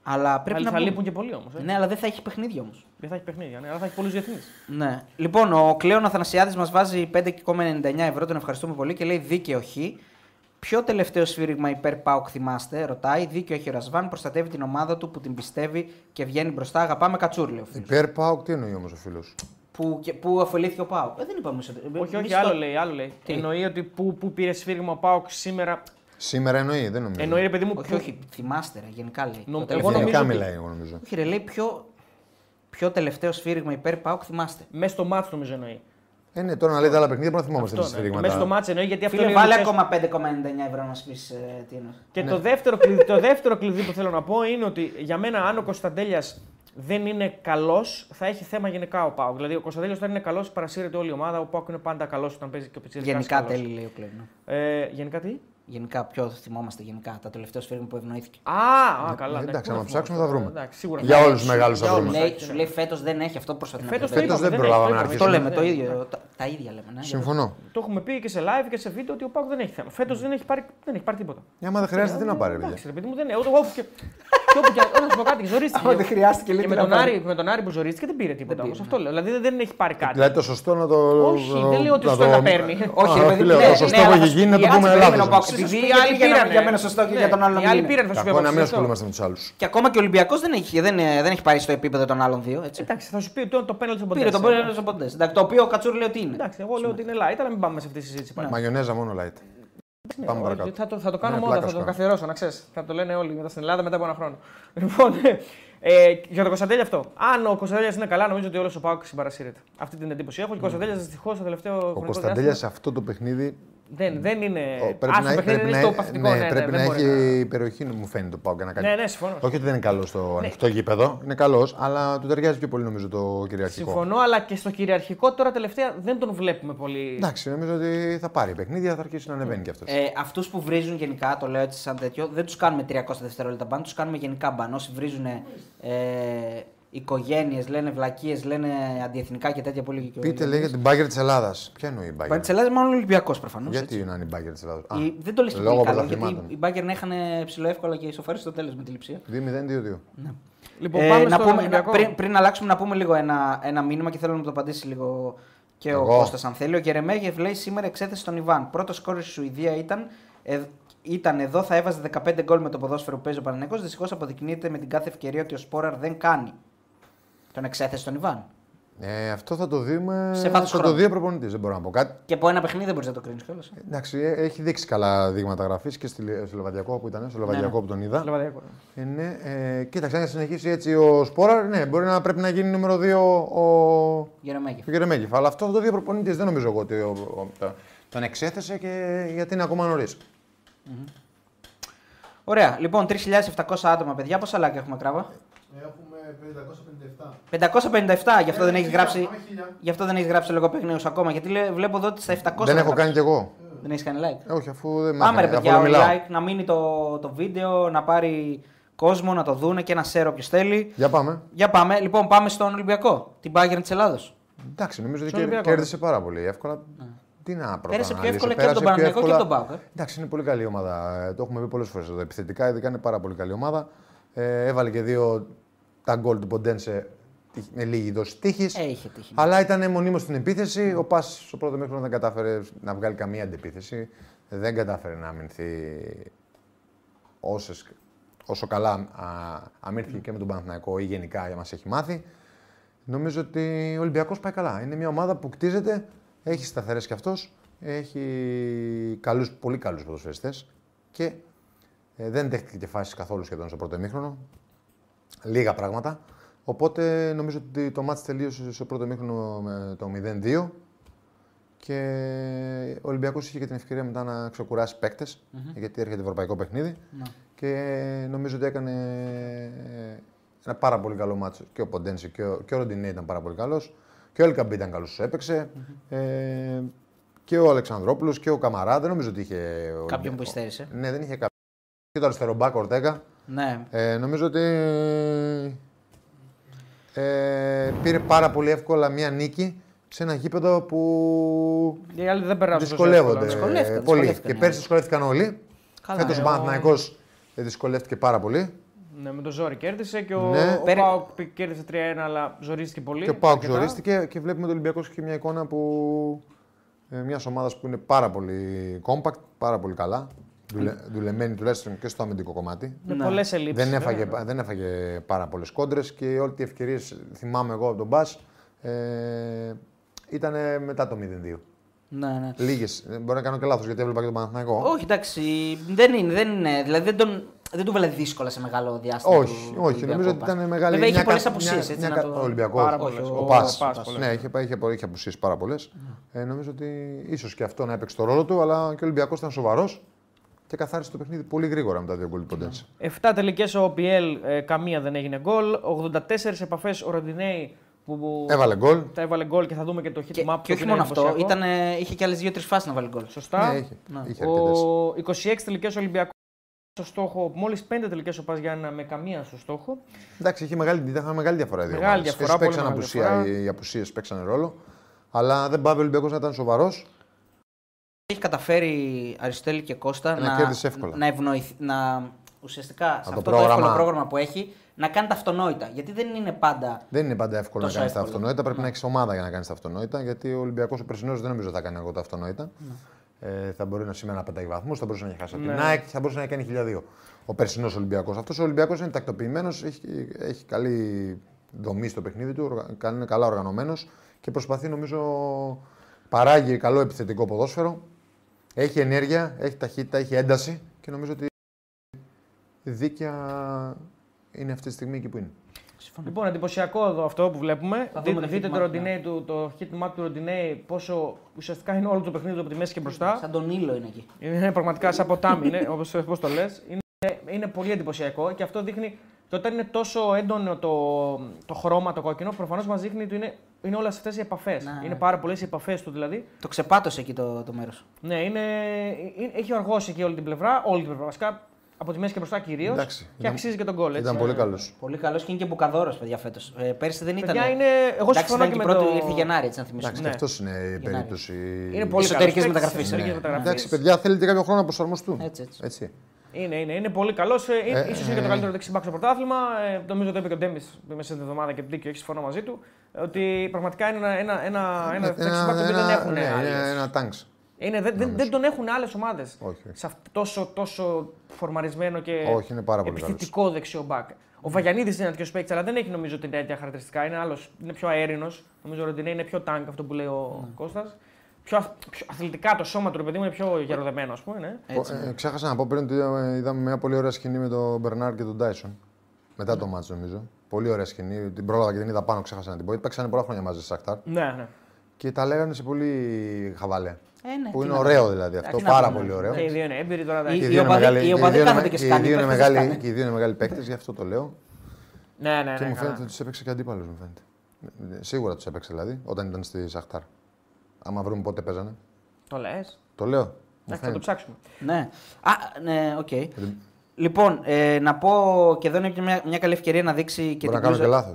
Αλλά πρέπει να
Αλλά ε. θα
μπουν.
λείπουν και πολλοί όμως.
Ναι, αλλά δεν θα έχει παιχνίδι όμως.
Δεν θα έχει παιχνίδια, ναι, αλλά θα έχει πολλούς διεθνείς.
Ναι. Λοιπόν, ο Κλέον Αθανασιάδης μας βάζει 5,99 ευρώ, τον ευχαριστούμε πολύ και λέει δίκαιο χ. Ποιο τελευταίο σφύριγμα υπέρ Πάουκ θυμάστε, ρωτάει. Δίκαιο έχει ο Ρασβάν, προστατεύει την ομάδα του που την πιστεύει και βγαίνει μπροστά. Αγαπάμε κατσούρλε.
Υπέρ Πάοκ, τι εννοεί όμως ο φίλος.
Που, και- που αφολήθηκε ο Πάουκ. Ε, δεν είπαμε ότι.
Όχι,
εμείς
όχι,
το-
άλλο λέει. Άλλο λέει.
Τι?
Εννοεί ότι πού, πού πήρε σφύριγμα ο Πάοκ σήμερα.
Σήμερα εννοεί, δεν νομίζω.
Εννοεί, ρε παιδί μου,
Όχι,
ποιο-
όχι, θυμάστε, ρε, γενικά λέει.
Νο-
Το
εγώ
τελευταίο.
Γενικά
νομίζω ότι-
μιλάει, εγώ νομίζω.
Όχι, ρε, λέει ποιο, ποιο τελευταίο σφύριγμα υπέρ Πάουκ θυμάστε.
Μέσα στο μάτσο νομίζω εννοεί.
Ε, ναι, τώρα να λέτε άλλα παιχνίδια πρέπει να θυμόμαστε
Αυτό,
τι
ναι. Το Μέσα στο
στηρίγματα.
μάτσο εννοεί γιατί αυτό
Φίλε,
λέει ο
βάλε
Λουτσέσκου.
ακόμα 5,99 ευρώ να μας πεις τι είναι.
Και
Ναι.
το, δεύτερο κλειδί, το δεύτερο κλειδί που θέλω να πω είναι ότι για μένα, αν ο Κωνσταντέλιας δεν είναι καλός, θα έχει θέμα γενικά ο Πάοκ. Δηλαδή, ο Κωνσταντέλια όταν είναι καλός, παρασύρεται όλη η ομάδα. Ο Πάοκ είναι πάντα καλός όταν παίζει και ο Πιτσίδη.
Γενικά τέλει, λέει ο Κλέον.
Ε, γενικά τι.
Γενικά, ποιο θυμόμαστε γενικά, τα τελευταία σφαίριγμα που ευνοήθηκε.
Α, α καλά.
Ε, εντάξει,
πού να
άμα ψάξουμε
θυμόμαστε.
θα βρούμε.
Εντάξει, σίγουρα.
Για όλους τους μεγάλους
Για
θα
όλους.
βρούμε.
λέει, σου λέει φέτος δεν έχει αυτό προσπαθεί να
Φέτος
προβάλλει.
Φέτος
είπαμε,
δεν
έχει,
προλάβαμε να
είπαμε.
Αυτό
αρχίσουμε.
λέμε το ίδιο. τα- Τα ίδια λέμε. Ναι,
Συμφωνώ.
Το έχουμε πει και σε live και σε βίντεο ότι ο Πάουκ δεν έχει θέμα. Φέτος δεν, έχει πάρει- δεν έχει πάρει τίποτα.
Μια άμα δεν χρειάζεται, Ε, τι να πάρει, παιδιά.
Εντάξει, ρε παιδί μου, δεν είναι. Ό, όπου και. και όπου και. Όταν σου πω κάτι, ζωρίστηκε.
Άμα δεν χρειάστηκε, λέει,
και
τι να
με τον,
πάρει.
Άρη, με τον Άρη που ζωρίστηκε δεν πήρε τίποτα.
Δεν πήρε,
όμως, αυτό λέω. Δηλαδή δεν, δεν έχει πάρει κάτι.
Δηλαδή το σωστό να το.
Όχι,
να το-
δεν λέω ότι
να
σωστά
το-
τα παίρνει.
Α,
Όχι, ρε παιδί,
φίλε,
ναι,
Το
ναι,
σωστό
ναι,
που
αλλά
έχει
θα-
γίνει να
οι
το
άλλοι
πούμε
περίμεναν ο
Ελλάδα.
Πάκος.
Επειδή
Επειδή
οι
για
άλλοι
μένα-
πήραν.
για μένα σωστό και για τον άλλον
Οι
δεν
άλλοι
είναι.
πήραν, θα σου πει.
Κακό να μην
εγώ, σωστό.
ασχολούμαστε με τους άλλους.
Και ακόμα και ο Ολυμπιακός δεν, έχει- δεν, ε, δεν έχει πάρει στο επίπεδο των άλλων δύο. Έτσι.
Εντάξει, θα Ναι. σου πει ότι το πέναλτι στον
Πήρε τον
Ποντέσσα.
Πόρε Σομποντέ. Εντάξει, το οποίο ο Κατσούρ λέει ότι είναι.
Εντάξει, εγώ λέω ότι είναι light, αλλά μην πάμε σε αυτή τη συζήτηση πάλι.
Μαγιονέζα μόνο light.
Ναι,
Πάμε
ό,
παρακάτω.
Ναι, Θα το, θα το κάνω
Ναι,
μόνο,
πλάκα
θα το
σου κάνω.
καθιερώσω, να ξέρεις. Θα το λένε όλοι μετά στην Ελλάδα μετά από ένα χρόνο. Λοιπόν, ε, για τον Κωνσταντέλια αυτό. Αν ο Κωνσταντέλιας είναι καλά, νομίζω ότι όλος ο Πάουκ συμπαρασύρεται. Αυτή την εντύπωση έχω και ο Κωνσταντέλιας δυστυχώς το τελευταίο
Ναι. Ο
χρονικό
Κωνσταντέλια σε αυτό το παιχνίδι
Δεν, δεν είναι.
Ο,
Άστο
έχει-
Ε, παιχνίδι είναι
να-
στο παθητικό.
ναι,
ναι,
πρέπει
ναι,
να
δεν μπορεί
έχει η περιοχή, μου φαίνεται το πάω και να κάνει.
Ναι, ναι, συμφωνώ.
Όχι ότι δεν είναι καλό στο ανοιχτό γήπεδο, είναι καλός, αλλά του ταιριάζει πιο πολύ νομίζω το κυριαρχικό.
Συμφωνώ, αλλά και στο κυριαρχικό τώρα τελευταία δεν τον βλέπουμε πολύ.
Εντάξει, νομίζω ότι θα πάρει παιχνίδια, θα αρχίσει να ανεβαίνει κι αυτός.
Ε, Αυτούς που βρίζουν γενικά, το λέω έτσι σαν τέτοιο, δεν τους κάνουμε 300 δευτερόλεπτα μπαν, τους κάνουμε γενικά μπαν. Όσοι βρίζουν ε, οικογένειες, λένε βλακίες, λένε αντιεθνικά και τέτοια πολύ.
Πείτε λέει για την μπάγκερ της Ελλάδας. Ποια εννοεί η μπάγκερ.
Παντσελάζ μάλλον Ολυμπιακός προφανώς.
Γιατί να είναι η μπάγκερ της Ελλάδας.
Η- δεν το λες και
Λόγω
πολύ καλό, γιατί
πρωταθλημάτων.
οι Μπάγκερ να είχαν ψηλό εύκολα και ισοφαρίσει στο τέλος με τη λειψία.
2-0-2-2. Ε,
Λοιπόν, πάμε
Ε, να
στο
πούμε, να,
Ολυμπιακό.
πριν, πριν αλλάξουμε, να πούμε λίγο ένα, ένα μήνυμα και θέλω να μου το απαντήσει λίγο και ο
Εγώ.
Κώστας αν θέλει. Ο Γερεμέγεφ λέει σήμερα εξέθεση στον Ιβάν. Πρώτος σκόρ στη Σουηδία ήταν. Ε, ήταν εδώ, θα έβαζε 15 γκολ με το ποδόσφαιρο που παίζει ο Παναγενικό. Δυστυχώς αποδεικνύεται με την κάθε ευκαιρία ότι ο Σπόραρ δεν κάνει. Τον εξέθεση στον Ιβάν.
Ε, αυτό θα το δούμε.
Σε βάθος
θα το
χρόνου.
δει ο προπονητής, δεν μπορώ να πω κάτι.
Και από ένα παιχνίδι δεν μπορείς να το κρίνεις κιόλας.
Εντάξει, ε, έχει δείξει καλά δείγματα γραφής και στη- στο Λεβαδιακό που ήταν, ε, στο Λεβαδιακό που τον είδα.
Λεβαδιακό.
Ε, ναι, ε, κοίταξε, αν συνεχίσει έτσι ο Σπόρα, ναι, μπορεί να πρέπει να γίνει νούμερο 2 ο
Γερεμέγεφ.
Γερεμέγεφ. Αλλά αυτό θα το δει ο προπονητής. Δεν νομίζω εγώ ότι ο, ο- το- τον εξέθεσε και γιατί είναι ακόμα νωρίς.
Ωραία, λοιπόν, 3.700 άτομα, παιδιά. Πόσα like έχουμε κράβα.
Έχουμε 557.
557, γι' αυτό
Ε,
δεν έχεις
χίλια,
γράψει.
πάμε χίλια.
Γι' αυτό δεν έχεις γράψει λογοπαίγνιος ακόμα. Γιατί λέ- βλέπω εδώ ότι στα 700.
Δεν
θα
έχω
γράψει.
κάνει κι εγώ.
Δεν έχεις κάνει like.
Ε, όχι, αφού δεν μ'
Πάμε ρε
έκανε, αφού
παιδιά,
δεν
ο
μιλάω.
like, να μείνει το, το βίντεο, να πάρει κόσμο να το δούνε και να σέρο όποιος θέλει.
Για πάμε.
Για πάμε. Λοιπόν, πάμε στον Ολυμπιακό. Την Bayern της Ελλάδος.
Εντάξει, νομίζω ότι
Στον
κέρ-
Ολυμπιακό.
κέρδισε πάρα πολύ εύκολα. Τι να
Ναι.
προπαναλύσω.
Πέρασε πιο εύκολα και
Πέρασε
από τον
πιο
Παναθηναϊκό και
εύκολα.
από τον ΠΑΟΚ, ε.
Εντάξει, είναι πολύ καλή ομάδα. Ε, Το έχουμε πει πολλές φορές εδώ. Επιθετικά, ειδικά είναι πάρα πολύ καλή ομάδα. Ε, έβαλε και δύο τα γκολ του Ποντένσε τυχ- με λίγη δόση τύχης.
Ε, είχε τύχη, ναι.
Αλλά ήταν μονίμως στην επίθεση. Ο Πας στο πρώτο μήχρονο δεν κατάφερε να βγάλει καμία αντεπίθεση. Δεν κατάφερε να αμυνθεί όσες, όσο καλά α, αμύρθηκε και με τον Παναθηναϊκό ή γενικά μας έχει μάθει. Νομίζω ότι ο Ολυμπιακός πάει καλά. Είναι μια ομάδα που κτίζεται, έχει σταθερές κι αυτός, έχει καλούς, πολύ καλούς ποδοσφαιριστές και ε, δεν δέχτηκε φάσεις καθόλου σχεδόν στο πρώτο ημίχρονο. Λίγα πράγματα. Οπότε νομίζω ότι το μάτς τελείωσε στο πρώτο ημίχρονο με το 0-2 και ο Ολυμπιακός είχε και την ευκαιρία μετά να ξεκουράσει παίκτες, γιατί έρχεται ευρωπαϊκό παιχνίδι
Ναι.
και νομίζω ότι έκανε ένα πάρα πολύ καλό μάτσο. Και ο Ποντένσε και ο, και ο Ροντινέ ήταν πάρα πολύ καλός και ο Ελκαμπή ήταν καλός όσο έπαιξε. Ε, και ο Αλεξανδρόπουλος και ο Καμαρά, δεν νομίζω ότι είχε... ο
Κάποιον
Ολυμπιακός.
που υστέρησε.
Ναι, δεν είχε κάποιον. Και το αριστερό μπακ Ορτέγκα.
Ναι.
Ε, νομίζω ότι ε, πήρε πάρα πολύ εύκολα μια νίκη σε ένα γήπεδο που
Οι άλλοι δεν περάσουν. τόσο
δυσκολεύονται
εύκολα, ναι.
Δυσκολεύτηκαν,
πολύ.
δυσκολεύτηκαν,
Και
ναι.
πέρσι δυσκολεύτηκαν όλοι.
Καλά,
Φέτος
ε,
ο
ο-
Παναθηναϊκός ε, δυσκολεύτηκε πάρα πολύ.
Ναι, με το ζόρι κέρδισε και ο,
Ναι.
ο
Πέρι-
Πάοκ πη- κέρδισε 3-1, αλλά ζορίστηκε πολύ.
Και ο Πάοκ
αρκετά.
ζορίστηκε και βλέπουμε ότι ο Ολυμπιακός έχει μια εικόνα που. Ε, μιας ομάδας που είναι πάρα πολύ compact, πάρα πολύ καλά. Δουλε, δουλεμένη τουλάχιστον και στο αμυντικό κομμάτι.
Με
Ναι.
πολλές ελλείψεις.
Δεν έφαγε, δεν έφαγε πάρα πολλές κόντρες και όλε τι ευκαιρίες θυμάμαι εγώ από τον Μπα. Ε, ήταν μετά το 0-2.
ναι, ναι.
Λίγες. Ε, Μπορεί να κάνω και λάθος γιατί έβλεπα και τον Παναθηναϊκό.
Όχι, εντάξει, δεν είναι. Δεν είναι. Δηλαδή δεν, τον, δεν του βάλε δύσκολα σε μεγάλο διάστημα.
όχι,
του-
όχι.
του
Νομίζω ότι
Ολυμπιακού
ήταν
Πας.
μεγάλη.
Βέβαια είχε
μια κα-
πολλέ
μια-
απουσίε.
μια κα- Ο Ολυμπιακός.
Πάρα πολλές.
Ο,
Ο-
Πας.
ο Πας, πολλές.
Ναι, είχε, πάει- είχε, είχε απουσίες πάρα πολλές. Ε, νομίζω ότι ίσως και αυτό να έπαιξε το ρόλο του, αλλά και ο Ολυμπιακός ήταν σοβαρός και καθάρισε το παιχνίδι πολύ γρήγορα με τα δύο γκολ του Ποντένσε.
7 τελικές ο OPL, ε, καμία δεν έγινε γκολ. 84 επαφές ο Ροντινέη που
Έβαλε γκολ.
τα έβαλε γκολ και θα δούμε και το
Και,
hit map.
και
το
όχι
οποίο
μόνο
είναι
αυτό,
εντυπωσιακό.
ήταν, ε, είχε και άλλες δύο-τρει φάσεις να βάλει γκολ.
Σωστά.
Ναι, είχε,
Να.
είχε αρκετές.
ο 26 τελικέ Ολυμπιακός στο στόχο, μόλις 5 τελικές ο Πας Γιάννα με καμία στο στόχο.
Εντάξει, είχε μεγάλη, ήταν μεγάλη διαφορά. οι δύο
Μεγάλη
ομάδες.
διαφορά,
Ίσως παίξαν
πολύ μεγάλη
απουσία,
διαφορά.
Οι, οι απουσίες παίξαν ρόλο. Αλλά δεν πάβει ο Ολυμπιακός να ήταν σοβαρός.
Έχει καταφέρει Αριστοτέλη και Κώστα
Να κέρδισε εύκολα.
να ευνοηθεί. Να, ουσιαστικά σε
το
αυτό το
πρόγραμμα.
εύκολο πρόγραμμα που έχει να κάνει τα αυτονόητα. Γιατί δεν είναι πάντα.
Δεν είναι πάντα εύκολο
Τόσο
να κάνεις τα
εύκολο. Ναι.
αυτονόητα. Πρέπει να έχεις ομάδα για να κάνεις τα αυτονόητα. Γιατί ο Ολυμπιακός ο περσινός δεν νομίζω θα κάνει εγώ τα αυτονόητα.
Ναι.
Ε, θα μπορεί να σήμερα να πετάει βαθμούς, θα μπορούσε να έχει χάσει από την ΑΕΚ, θα μπορούσε να κάνει 1002. Ο περσινός Ολυμπιακός. Αυτός ο Ολυμπιακός είναι τακτοποιημένος, έχει, έχει καλή δομή στο παιχνίδι του, οργα- κα- είναι καλά οργανωμένος και προσπαθεί νομίζω παράγει καλό επιθετικό ποδόσφαιρο. Έχει ενέργεια, έχει ταχύτητα, έχει ένταση και νομίζω ότι δίκαια είναι αυτή τη στιγμή εκεί που είναι.
Λοιπόν, εντυπωσιακό εδώ αυτό που βλέπουμε.
Θα
Δείτε,
δούμε το
δείτε
hit ναι.
το,
map,
Ροντινέη του, το hit map του Ροντινέη, πόσο ουσιαστικά είναι όλο το παιχνίδι του από τη μέση και μπροστά.
Σαν τον ήλιο είναι εκεί.
Είναι πραγματικά σαν ποτάμι, είναι, όπως, όπως το λες. Είναι, είναι πολύ εντυπωσιακό και αυτό δείχνει και όταν είναι τόσο έντονο το, το χρώμα το κόκκινο, προφανώς μας δείχνει ότι είναι, είναι όλες αυτές οι επαφές.
Ναι.
Είναι πάρα πολλές οι επαφές του δηλαδή.
Το ξεπάτωσε εκεί το, το μέρος.
Ναι, είναι, είναι- έχει οργώσει και όλη την πλευρά, όλη την πλευρά βασικά, από τη μέση και μπροστά κυρίως.
Εντάξει,
Και
ήταν-
αξίζει και τον κόλ.
Ήταν
ε.
πολύ καλός.
Πολύ καλός και είναι και μπουκαδόρος, παιδιά φέτος. Ε, πέρσι δεν ήταν.
Παιδιά, είναι- εγώ
Εντάξει,
συμφωνώ
ήταν
και με
πρώτο,
το-
ήρθε Γενάρη, έτσι να θυμίσω.
Εντάξει,
Ναι.
και αυτός είναι η περίπτωση.
Είναι πολύ
Εσωτερικές
καλός.
μεταγραφές.
Εσωτερικές
Ναι.
μεταγραφές.
Εντάξει, παιδιά, θέλετε κάποιο χρόνο να προσαρμοστούν.
Έτσι, έτσι.
Είναι, είναι, είναι πολύ καλός. Ε, ίσως είναι και το καλύτερο δεξιμπάκ στο πρωτάθλημα. Ε, νομίζω το είπε και ο Ντέμις μέσα στην εβδομάδα και δίκιο, έχει συμφωνώ μαζί του. Ότι πραγματικά είναι ένα, ένα, ένα, ένα δεξιμπάκ που δεν έχουν
ναι,
άλλες.
είναι ένα τάγκ.
Είναι, δεν, δεν, δεν τον έχουν άλλες ομάδες.
Όχι.
Σε αυτό, τόσο, τόσο φορμαρισμένο και
Όχι, είναι πάρα πολύ
επιθετικό δεξιό μπακ. Ο Βαγιανίδης είναι ένας τέτοιο παίκτης, αλλά δεν έχει νομίζω την τέτοια χαρακτηριστικά. Είναι, άλλος, είναι πιο αέρινος. Νομίζω ότι είναι πιο τάγκ αυτό που λέει ο Κώστας. Πιο, αθ- πιο αθλητικά το σώμα του ρε παιδί μου είναι πιο γεροδεμένο, ας πούμε. Ναι.
Ε, ξέχασα να πω πριν ότι είδαμε- είδαμε μια πολύ ωραία σκηνή με τον Μπερνάρ και τον Τάισον. Μετά το μάτσο, νομίζω. Πολύ ωραία σκηνή. Την πρόλαβα και την είδα πάνω, ξέχασα να την πω. Γιατί Παίξανε πολλά χρόνια μαζί στη Σαχτάρ
ναι, ναι.
και τα λέγανε σε πολύ χαβαλέ.
Ε, ναι,
που
τι
είναι
να
ωραίο δηλαδή αυτό.
τι να
Πάρα
πούμε.
πολύ ωραίο.
Και οι δύο είναι έμπειροι τώρα. εντάξει.
Οι-
Και
οι οπαδοί- οι
και
οπαδοί
δύο είναι
κάνονται
με-
και
και οι
σκάνοι,
δύο είναι
παίκτες δεν
μεγάλοι-
σκάνε.
και οι δύο είναι μεγάλοι παίκτες, γι' αυτό το λέω.
Ναι, ναι,
Και
ναι.
μου φαίνεται
καλά.
ότι τους έπαιξε και αντίπαλος, μου φαίνεται. Ε, Σίγουρα τους έπαιξε δηλαδή, όταν ήταν στη Σαχτάρ. Άμα βρούμε πότε παίζανε.
Το λες.
Το λέω. Μου
Εντάξει, θα το
φαίνεται.
ψάξουμε.
Ναι. Α, ναι, οκ. Λοιπόν, ε, να πω και εδώ είναι και μια, μια καλή ευκαιρία να δείξει και
Μπορεί
την
να κάνω και
πλούζα.
λάθο.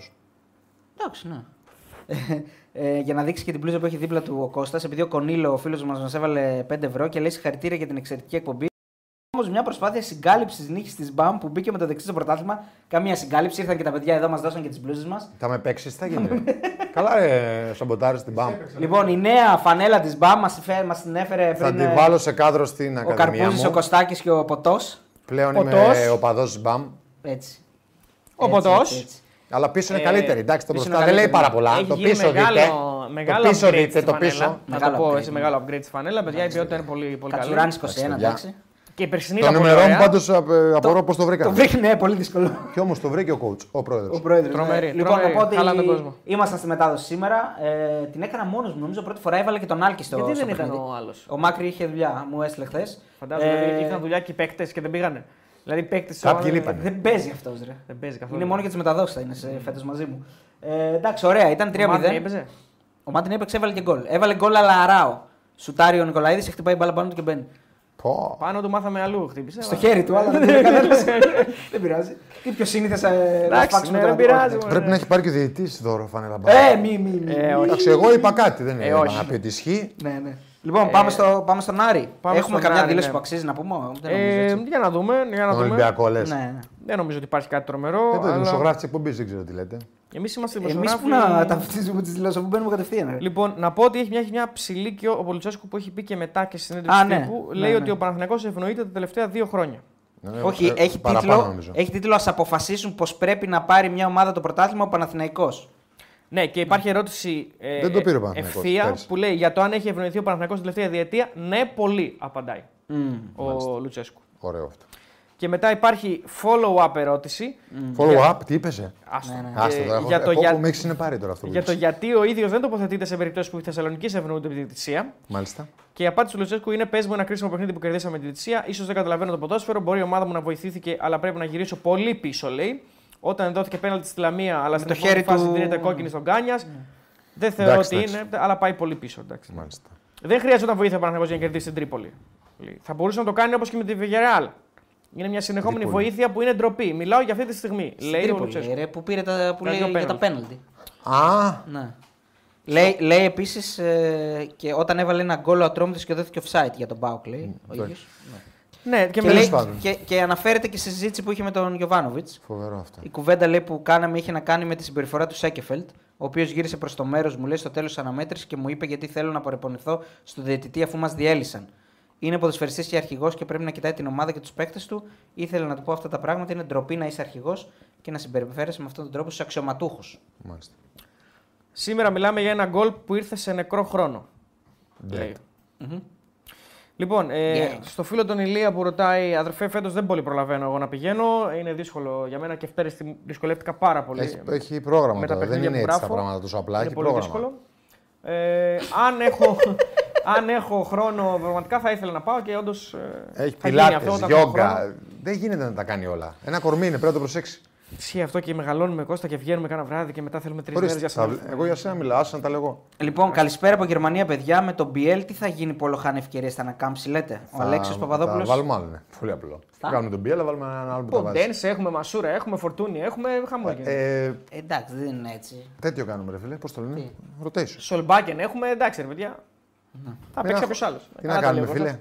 Εντάξει, ναι. ε, για να δείξει και την πλούζα που έχει δίπλα του ο Κώστας, επειδή ο Κονίλο, ο φίλος μας, μας έβαλε 5 ευρώ και λέει συγχαρητήρια για την εξαιρετική εκπομπή. Όμως μια προσπάθεια συγκάλυψης νύχη της Μπαμ που μπήκε με το δεξί στο πρωτάθλημα. Καμία συγκάλυψη. Ήρθαν και τα παιδιά εδώ, μας δώσαν και τις μπλούζες μας.
Θα με παίξεις, θα γίνει. Καλά, ρε, σαμποτάρι την μπαμ.
Λοιπόν, η νέα φανέλα της Μπαμ μας την έφερε πριν.
Θα την
ε,
βάλω σε κάδρο στην
ο
Ακαδημία
Καρπούζη, ο
μου.
Κωστάκης και ο Ποτός.
Πλέον
Ποτός.
είμαι οπαδό της μπαμ.
Έτσι.
Ο
Έτσι,
Ποτός.
έτσι, έτσι.
Αλλά πίσω είναι
Ε,
καλύτερη. Εντάξει, το
πίσω είναι
μπροστά δεν λέει
καλύτερη.
πάρα πολλά.
Έχει
Το
γίνει
πίσω
μεγάλο,
δείτε.
μεγάλο
Το πίσω
upgrade
δείτε,
στη
το
φανέλα.
πίσω.
Θα
Μεγάλο
το πω
upgrade,
έτσι,
ναι.
μεγάλο upgrade στη φανέλα. Παιδιά, η ποιότητα είναι πολύ, πολύ καλή.
Κατσουράνη 21,
Εντάξει, παιδιά.
εντάξει.
Και η περσινή
Το
ήταν πολύ
νούμερό μου
ωραία.
πάντω ε, απορώ πώς το
Το
βρήκαμε.
βρήκε, ναι, πολύ δύσκολο.
Και όμως το βρήκε ο coach, ο
Ο
πρόεδρος.
πρόεδρο.
Τρομερή,
Λοιπόν,
τρομερή.
οπότε
Χαλάνε τον κόσμο.
ήμασταν στη μετάδοση σήμερα. Ε, την έκανα μόνος μου. Νομίζω πρώτη φορά έβαλε και τον Άλκη στο
Γιατί
στο
δεν ήταν
παιχνίδι.
ο άλλος?
Ο Μάκρη είχε δουλειά, μου έστειλε Ε, χθες.
Φαντάζομαι ότι είχαν δουλειά και οι παίκτες και δεν πήγανε. Δηλαδή οι παίκτες.
Κάποιοι λείπανε.
Δεν παίζει αυτός, ρε.
Δεν παίζει καθόλου.
Είναι μόνο για τις μεταδόσεις θα είναι σε, φέτος μαζί μου. Ε, εντάξει, ωραία, ήταν 3-0.
Ναι. Ο Μάρτιν έπαιζε.
Ο Μάρτιν έπαιξε, έβαλε και γκολ. Έβαλε γκολ αλλά αράο. Σουτάρει ο Νικολαίδη, χτυπάει μπάλα πάνω του και μπαίνει.
Πω.
Πάνω του μάθαμε αλλού, χτύπησε.
Στο
αλλά-
χέρι του, αλλά δεν πήρε κανένας. Δεν πειράζει. Τι πιο ε, σύνηθε.
Εντάξει, ναι, δεν πειράζει. μωρέ.
Πρέπει να έχει πάρει και ο διαιτητής δώρο φανέλα μπαμ.
Ε, μη, μη, μη.
Ε, όχι.
Εντάξει, εγώ είπα κάτι, δεν
Ε,
είπα
όχι.
να πει ότι ισχύει.
Ναι, ναι. Λοιπόν, πάμε, στο, πάμε στον Άρη.
Ε, Πάμε
Έχουμε
στον
καμιά
Άρη,
δήλωση
ναι.
που αξίζει να πούμε. Δεν νομίζω,
Ε,
έτσι.
για να δούμε. Για να
Τον
δούμε.
Ολυμπιακό λες.
ναι, ναι.
Δεν νομίζω ότι υπάρχει κάτι τρομερό.
Δεν το
αλλά...
δημοσιογράφης τη εκπομπής, δεν ξέρω τι λέτε.
Εμείς είμαστε
Εμεί
δημοσιογράφοι. ε,
που να ταυτίζουμε τις δηλώσεις που μπαίνουμε κατευθείαν. ρε.
Λοιπόν, να πω ότι έχει μια, έχει μια ψηλίκιο ο Πολυτσέσκου που έχει πει και μετά και στη συνέντευξη
Α, ναι.
τύπου.
Ναι,
λέει
ναι.
ότι ο Παναθηναϊκός ευνοείται τα τελευταία δύο χρόνια.
Ναι,
Όχι,
ε,
έχει,
παραπάνω,
τίτλο,
νομίζω.
έχει τίτλο Ας αποφασίσουν πως πρέπει να πάρει μια ομάδα το πρωτάθλημα ο Παναθηναϊκός.
Ναι, και υπάρχει ερώτηση ε,
Δεν το πήρε ο Παναθηναϊκός
ευθεία
πέρσι.
που λέει για το αν έχει ευνοηθεί ο Παναθηναϊκός την τελευταία διετία. Ναι, πολύ, απαντάει ο Λουτσέσκου.
Ωραίο αυτό.
Και μετά υπάρχει follow-up ερώτηση.
Follow up, τι είπες.
Άστο. Mm.
Ναι,
Ε,
Άστο, το έχω.
για το, για-
Πόπο, με έχει συνεπάρει τώρα αυτό που
για το
είπες.
γιατί ο ίδιος δεν τοποθετείται σε περιπτώσεις που η Θεσσαλονίκη ευνοούνται από τη διαιτησία.
Μάλιστα.
Και η απάντηση του Λουτσέσκου είναι: Πες μου ένα κρίσιμο παιχνίδι που κερδίσαμε τη Λιτσία. σω δεν καταλαβαίνω το ποδόσφαιρο. Μπορεί η ομάδα μου να βοηθήθηκε, αλλά πρέπει να γυρίσω πολύ πίσω, λέει. Όταν δόθηκε πέναλτι στη Λαμία, αλλά στην
το
επόμενη
χέρι
φάση
του-
δίνεται κόκκινη στον Κάνιας.
Ναι.
Δεν θεωρώ
Εντάξει,
ότι
εντάξει.
είναι, αλλά πάει πολύ πίσω. Εντάξει.
Μάλιστα.
Δεν χρειαζόταν βοήθεια ο Παναγιώτη για να κερδίσει την Τρίπολη. Λέει. Θα μπορούσε να το κάνει όπως και με τη Villarreal. Είναι μια συνεχόμενη
Τρίπολη.
βοήθεια που είναι ντροπή. Μιλάω για αυτή τη στιγμή.
Στην
λέει ο
Τρίπολη, ε.
Λουτσέσκου.
ρε, που πήρε τα, που
Τα
λέει
δύο
για τα πέναλτι.
Α,
Ναι. Λέει, λέει επίσης ε, και όταν έβαλε ένα γκολ ο Ατρόμητος και δόθηκε offside για τον Μπάουκ, λέει. ο ίδιος. Ναι.
Ναι, και,
Και,
με
λέει-
πάντων.
και, και αναφέρεται και στη συζήτηση που είχε με τον Γιωβάνοβιτ.
φοβερό αυτό.
Ε,
Η κουβέντα λέει, που κάναμε είχε να κάνει με τη συμπεριφορά του Σέκεφελτ, ο οποίος γύρισε προς το μέρος μου, λέει στο τέλος αναμέτρηση και μου είπε γιατί θέλω να παρεπονηθώ στο διαιτητή αφού μας διέλυσαν. Είναι ποδοσφαιριστής και αρχηγός και πρέπει να κοιτάει την ομάδα και τους παίκτες του. Ήθελα να του πω αυτά τα πράγματα. Είναι ντροπή να είσαι αρχηγός και να συμπεριφέρεσαι με αυτόν τον τρόπο στους αξιωματούχους.
Μάλιστα.
Σήμερα μιλάμε για ένα γκολ που ήρθε σε νεκρό χρόνο.
Ναι.
Λέει. Λοιπόν, ε,
Yeah.
στο φίλο τον Ηλία που ρωτάει, αδερφέ, φέτος δεν πολύ προλαβαίνω εγώ να πηγαίνω. Είναι δύσκολο για μένα και πέρυσι δυσκολεύτηκα πάρα πολύ.
Έχει, έχει πρόγραμμα
με τα
τώρα. Δεν
παιχνίδια
είναι
που
έτσι τα
γράφω.
πράγματα τόσο απλά.
είναι
έχει
πολύ
πρόγραμμα.
δύσκολο. Ε, αν, έχω, αν έχω χρόνο, πραγματικά θα ήθελα να πάω και όντως.
Έχει
θα γίνει αυτό
πιλάτες,
όταν έχω χρόνο.
γιόγκα. Δεν γίνεται να τα κάνει όλα. Ένα κορμί είναι, πρέπει να το προσέξεις.
Ισχύει αυτό και μεγαλώνουμε Κώστα και βγαίνουμε κάνα βράδυ και μετά θέλουμε τρεις μέρες
Ορίστε,
για
τα-
συνάδελφο.
Εγώ για σένα μιλάω, άσε να τα λέω εγώ.
Λοιπόν, καλησπέρα από Γερμανία, παιδιά. Με τον BL τι θα γίνει που όλο χάνει ευκαιρίες στα ανακάμψει, λέτε. Ο
Θα-
Αλέξης
Θα
Παπαδόπουλο.
βάλουμε άλλο, ναι. Πολύ απλό. Θα κάνουμε τον Πιέλα, βάλουμε έναν άλλο που τα βάζει.
Ποντένσε, έχουμε μασούρα, έχουμε φορτούνι, έχουμε χαμόγελο.
Ε,
Εντάξει, δεν είναι έτσι.
τέτοιο κάνουμε, ρε φίλε. Πώς το λένε. Ρωτέισου.
Σολμπάκεν έχουμε, εντάξει ρε παιδιά. Θα παίξει κάποιος άλλος.
Ναι. Τι να κάνουμε, φίλε.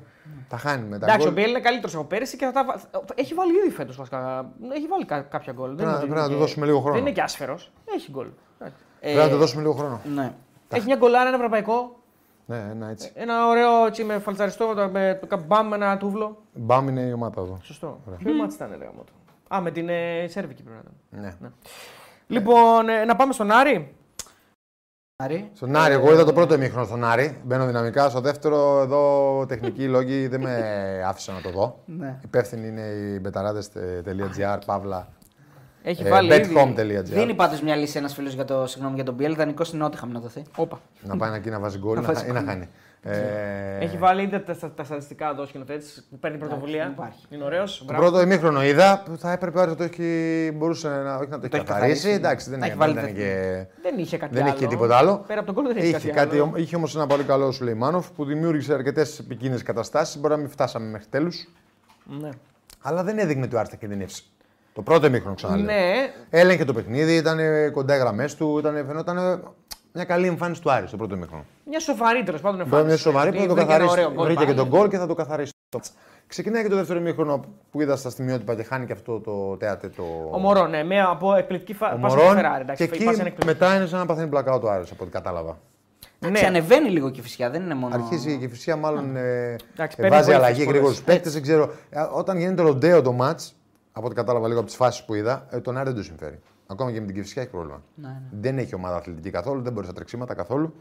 Τα χάνουμε. τα
Εντάξει, ο
γκολ.
Μπιέλ είναι καλύτερος από πέρυσι και θα τα... βα- Έχει βάλει ήδη φέτος βασικά. Έχει βάλει κα- κάποια γκολ. Δεν
Πρέπει να-
είναι ότι
πρέπει να
είναι
του
και-
δώσουμε λίγο χρόνο.
Δεν είναι και άσφερος. Έχει γκολ. Εντάξει.
Πρέπει
ε,
να του δώσουμε λίγο χρόνο.
Ναι.
Έχει μια γκολάρα, ένα ευρωπαϊκό.
Ναι, ένα έτσι.
Ένα ωραίο έτσι, με φαλτσαριστό, με το- με το καμπάμ, ένα τούβλο.
Μπαμ είναι η ομάδα εδώ.
Σωστό. Ποιο μάτι ήταν, ρε γαμότο. Α, με την ε, Σέρβικη πρέπει να ήταν.
Ναι.
Λοιπόν, ε, να πάμε στον Άρη.
Άρη.
Στον Άρη, εγώ είδα το πρώτο ημίχρονο στον Άρη. Μπαίνω δυναμικά. Στο δεύτερο, εδώ τεχνικοί λόγοι δεν με άφησαν να το δω.
Ναι.
Υπεύθυνοι είναι οι ε, μπεταράδε.gr, παύλα.
Έχει
ε,
βάλει. Ήδη...
Δίνει
bethome.gr.
πάντως μια λύση ένας φίλος για, το, συγγνώμη, για τον BL. Δανεικό στην Νότιχαμ να
Ναι.
δοθεί.
Όπα.
Να πάει εκεί να βάζει γκολ ή να χα- ή να χάνει. Ε,
Ναι. Έχει βάλει ήδη τα, τα, τα στατιστικά εδώ ο σκηνοθέτης που παίρνει πρωτοβουλία.
δεν υπάρχει.
Είναι ωραίος.
Το πρώτο ημίχρονο είδα που θα έπρεπε ο Άρης να το έχει, μπορούσε να, όχι να το έχει
έχει
καθαρίσει.
καθαρίσει.
Εντάξει, δεν,
Τα
έχει,
έχει βάλει
δεν ήταν και.
Δεν είχε κάτι
Δεν
άλλο.
είχε και τίποτα άλλο.
Πέρα από τον κόλλο δεν είχε,
Είχε, κάτι,
άλλο.
ο- είχε όμως ένα πολύ καλό Σουλεϊμάνοφ που δημιούργησε αρκετές επικίνδυνες καταστάσεις. Μπορεί να μην φτάσαμε μέχρι τέλους.
Ναι.
Αλλά δεν έδειχνε ότι ο Άρης θα κινδυνεύσει. Το πρώτο εμίχρονο ξαναλέω.
Ναι.
Έλεγε το παιχνίδι, ήταν κοντά οι γραμμές του, ήταν, φαινόταν ε, μια καλή εμφάνιση του Άρη το πρώτο εμίχρονο.
Μια σοβαρή τέλος πάντων
Μπορεί
εμφάνιση.
μια σοβαρή
Δηλαδή,
που θα το
βρήκε ένα
καθαρίσει.
ωραίο γκολ
Βρήκε και
πάλι.
τον γκολ και θα το καθαρίσει. το μάτς. Ξεκινάει και το δεύτερο μήχρονο που είδα στα σημειότυπα και χάνει και αυτό το θέατε. Το...
Ο Μωρόν, ναι, μια από εκπληκτική φάση.
Ο
Πάσα
Μωρόν.
του Φεράρι, εντάξει.
και εκεί
πάσα είναι εκπληκτική.
μετά είναι σαν να παθαίνει πλακάο το Άρης από ό,τι κατάλαβα.
Εντάξει, ανεβαίνει λίγο και φυσικά, δεν είναι μόνο.
Αρχίζει η κυφυσία, μάλλον ε,
Εντάξει,
ε,
παίρνει
βάζει
πολύ
αλλαγή
δύσκολες.
γρήγορου παίκτες. Δεν ξέρω. Ε, Όταν γίνεται ροντέο το μάτ, από ό,τι κατάλαβα λίγο από τις φάσεις που είδα, ε, τον Άρη δεν του συμφέρει. Ακόμα και με την κυφυσία έχει πρόβλημα. Δεν έχει ομάδα αθλητική καθόλου, δεν μπορεί στα τρεξίματα καθόλου.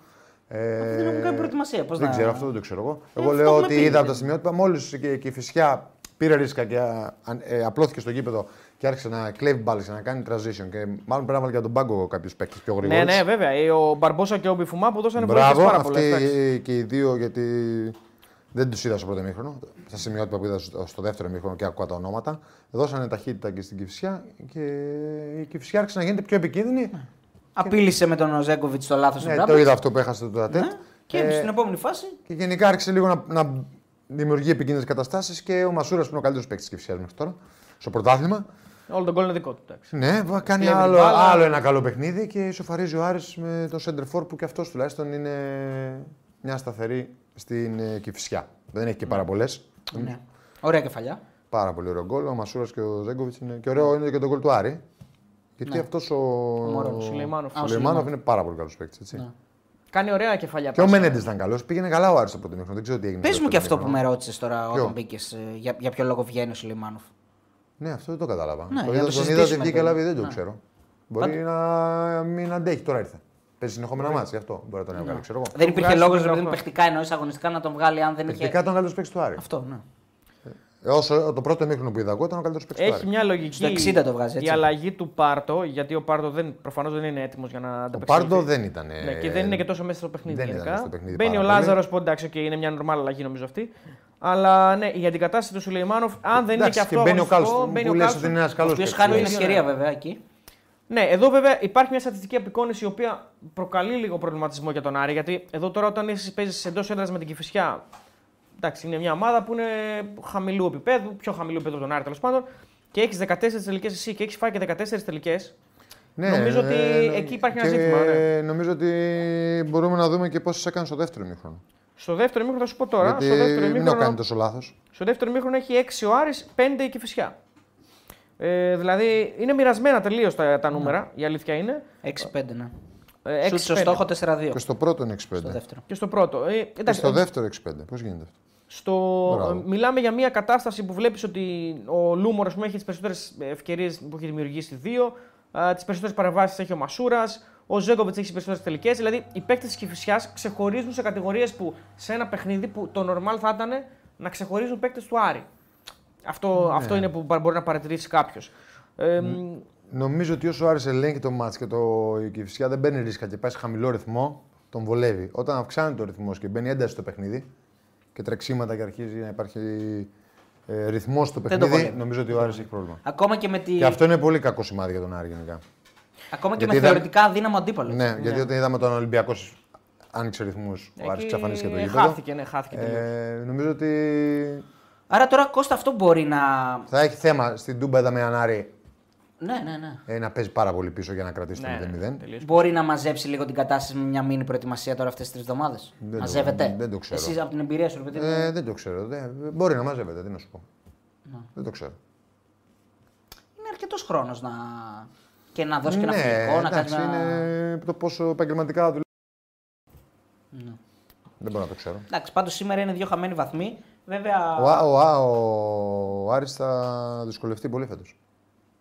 Ε,
Αφού δεν έχουν κάνει προετοιμασία. Πώς
δεν
να-
ξέρω, αυτό δεν το ξέρω εγώ.
Ε,
Εγώ
αυτό
λέω
έχουμε
ότι
πει,
είδα από τα
δεν-
σημειότυπα, μόλις και η φυσιά πήρε ρίσκα και α, αν- ε, απλώθηκε στο γήπεδο και άρχισε να κλέβει μπάλες, να κάνει transition. Και μάλλον πρέπει να βάλει και από τον πάγκο κάποιος παίκτης πιο γρήγορα.
Ναι, ναι, βέβαια. Ε, Ο Μπαρμπόσα και ο Μπιφουμά που δώσανε βοήθειες
Μπράβο,
πάρα πολλέ.
αυτοί και οι δύο γιατί δεν τους είδα στο πρώτο μήχρονο. Στα σημειότυπα που είδα στο στο δεύτερο μήχρονο και ακούω τα ονόματα. Δώσανε ταχύτητα και στην Κυφσιά και η Κυφσιά άρχισε να γίνεται πιο επικίνδυνη.
Ναι. Απείλησε με τον Οζέγκοβιτ στο λάθο του ε,
Ναι, το είδα Ε, αυτό που έχασε το τατέτ.
Ναι, Και στην επόμενη φάση.
Και γενικά άρχισε λίγο να, να δημιουργεί επικίνδυνες καταστάσεις και ο Μασούρας που είναι ο καλύτερος παίκτης της Κυφσιάς μέχρι τώρα στο πρωτάθλημα.
Όλο τον γκολ είναι δικό του. εντάξει.
Ναι, βα- κάνει
Κλέβει την
άλλο,
μπάλα.
άλλο ένα καλό παιχνίδι και ισοφαρίζει ο Άρης με τον Σέντερφορ που και αυτός τουλάχιστον είναι μια σταθερή στην ε, Κηφισιά. Δεν έχει και πάρα πολλές.
Ναι. Ωραία κεφαλιά.
Πάρα πολύ ωραίο γκολ. Ο Μασούρας και ο Ζέγκοβιτ είναι. Και ωραίο είναι και το γκολ του Άρη. Γιατί αυτός αυτός ο.
Ο Σουλεϊμάνοφ.
ο
Α, ο
Σουλεϊμάνοφ είναι πάρα πολύ καλός παίκτης.
Ναι.
Κάνει ωραία κεφαλιά.
Και ο
πάσα.
Μένεντε ήταν καλός. Πήγαινε καλά ο Άρης το πρώτο μήχρονο. Δεν ξέρω τι έγινε.
Πες
στο
μου και αυτό
δεύτερο
που με
μήχρονο.
ρώτησες τώρα
Ποιο?
όταν μπήκες. Για, για ποιο λόγο βγαίνει ο Σιλιμάνοφ.
Ναι, αυτό δεν το κατάλαβα.
Ναι, για να
το είδα,
το
τον είδα ότι
συζητήσουμε
βγήκε
τώρα.
λάβει, δεν το
Ναι.
ξέρω. Μπορεί να μην αντέχει, τώρα ήρθε. Παίζει συνεχόμενα μάτια, γι' αυτό μπορεί να
Ναι.
τον έβγαλε, ξέρω εγώ.
Δεν υπήρχε
βγάζει
λόγος
στον
επειδή μου
18.
παιχτικά εννοείς αγωνιστικά να τον βγάλει αν δεν
Τεχνικά
είχε.
ήταν ο καλύτερος παίκτης του Άρη.
Αυτό, ναι.
Ε, Όσο το πρώτο μήχρονο που είδα εγώ ήταν ο καλύτερος παίκτης του
Έχει
Άρη.
μια λογική.
Στο 60 το βγάζει, έτσι.
Η αλλαγή του Πάρτο, γιατί ο Πάρτο δεν, προφανώς δεν είναι έτοιμος για να
Ο
ανταπεξέλθει.
Πάρντο δεν ήταν. ε,
Ναι, και δεν είναι και τόσο μέσα στο παιχνίδι.
δεν ήταν
γενικά.
μέσα στο παιχνίδι
Μπαίνει ο
πάρα πολύ.
Λάζαρος που εντάξει, okay, είναι μια νορμάλ αλλαγή νομίζω αυτή. Αλλά ναι, η αντικατάσταση του Σουλεϊμάνοφ, αν δεν είναι
Εντάξει,
και αυτό.
και μπαίνει ο
αγωνιστικό,
Κάλστον,
μπαίνει
που
ο
λες
Κάλστον.
ότι είναι ένας καλός
Ο οποίος
παίκτης,
χάνει την
ναι.
ευκαιρία βέβαια εκεί.
Ναι, εδώ βέβαια υπάρχει μια στατιστική απεικόνηση η οποία προκαλεί λίγο προβληματισμό για τον Άρη. Γιατί εδώ τώρα όταν εσύ παίζει εντός έδρας με την Κυφυσιά. Εντάξει, είναι μια ομάδα που είναι χαμηλού επίπεδου, πιο χαμηλού επίπεδου από τον Άρη τέλος πάντων. Και έχεις 14 τελικές εσύ και έχεις φάει και 14 τελικέ. Νομίζω ότι εκεί υπάρχει ένα
Ναι, και
ζήτημα, ναι.
Νομίζω ότι μπορούμε να δούμε και πόσες έκανε στο δεύτερο μήχρονο.
Στο δεύτερο μήχρονο, θα σου πω τώρα,
Γιατί
στο δεύτερο
μην έχω κάνει
μήχρονο,
τόσο λάθος.
στο δεύτερο μήχρονο έχει 6 ο Άρης, 5 η Κηφισιά. Ε, δηλαδή είναι μοιρασμένα τελείως τα,
Ναι.
τα νούμερα, η αλήθεια είναι.
6-5, ναι.
Ε,
Σουτ στο
6-5.
στόχο 4-2.
Και στο πρώτο είναι 6-5.
Στο δεύτερο.
Και στο πρώτο. Ε,
Και
εντάξει,
στο δεύτερο 6-5. Πώς γίνεται αυτό.
Στο...
Μπράβο.
ε, Μιλάμε για μια κατάσταση που βλέπεις ότι ο Λούμορ ας πούμε, έχει τις περισσότερες ευκαιρίες που έχει δημιουργήσει δύο, τις περισσότερες παρεμβάσεις έχει ο Μασούρας, ο Ζέγκοβιτ έχει τις περισσότερες τελικές. Δηλαδή οι παίκτες της Κυφυσιάς ξεχωρίζουν σε κατηγορίες που σε ένα παιχνίδι που το normal θα ήταν να ξεχωρίζουν παίκτες του Άρη. Αυτό,
Ναι.
αυτό είναι που μπορεί να παρατηρήσει κάποιος. Ε, μ,
Νομίζω ότι όσο ο Άρης ελέγχει το μάτς και το... η Κυφυσιά δεν παίρνει ρίσκα και πάει σε χαμηλό ρυθμό, τον βολεύει. Όταν αυξάνει το ρυθμός και μπαίνει ένταση στο παιχνίδι και τρεξίματα και αρχίζει να υπάρχει ε, ρυθμός
το
στο παιχνίδι,
βολεύει.
νομίζω ότι ο Άρης έχει πρόβλημα.
Ακόμα και με, τη...
Και αυτό είναι πολύ κακό σημάδι για τον Άρη γενικά.
Ακόμα και
γιατί
με
ήταν-
θεωρητικά αδύναμο αντίπαλος.
Ναι, γιατί όταν είδαμε τον Ολυμπιακός άνοιξε ρυθμού, ο
εκεί
Άρης εξαφανίστηκε το γήπεδο.
Χάθηκε, ναι, χάθηκε. τελείως.
Ε, νομίζω ότι
Άρα τώρα Κώστα αυτό μπορεί να.
θα έχει θέμα στην Τούμπα είδαμε έναν Άρη
Ναι, ναι, ναι.
ε, να παίζει πάρα πολύ πίσω για να κρατήσει
Ναι,
το 0-0.
ναι, τελείως.
Μπορεί να μαζέψει λίγο την κατάσταση με μια μήνυ προετοιμασία τώρα αυτές τις τρεις εβδομάδες.
το-
Μαζεύεται.
δεν το ξέρω.
Εσύ από την εμπειρία σου, ρε παιδί. μου.
Ε, δεν το ξέρω. Δεν, μπορεί να μαζεύεται, τι να σου πω. Δεν το ξέρω.
Είναι αρκετός χρόνος να. και να δώσει και ένα φιλικό, να κάνει.
Ναι, εντάξει,
ένα-
είναι το πόσο επαγγελματικά δουλεύει. Δεν μπορώ να το ξέρω.
Εντάξει, πάντως σήμερα είναι δύο χαμένοι βαθμοί. Βέβαια.
Ο, Α- ο, Α- ο, Άρης θα δυσκολευτεί πολύ φέτος.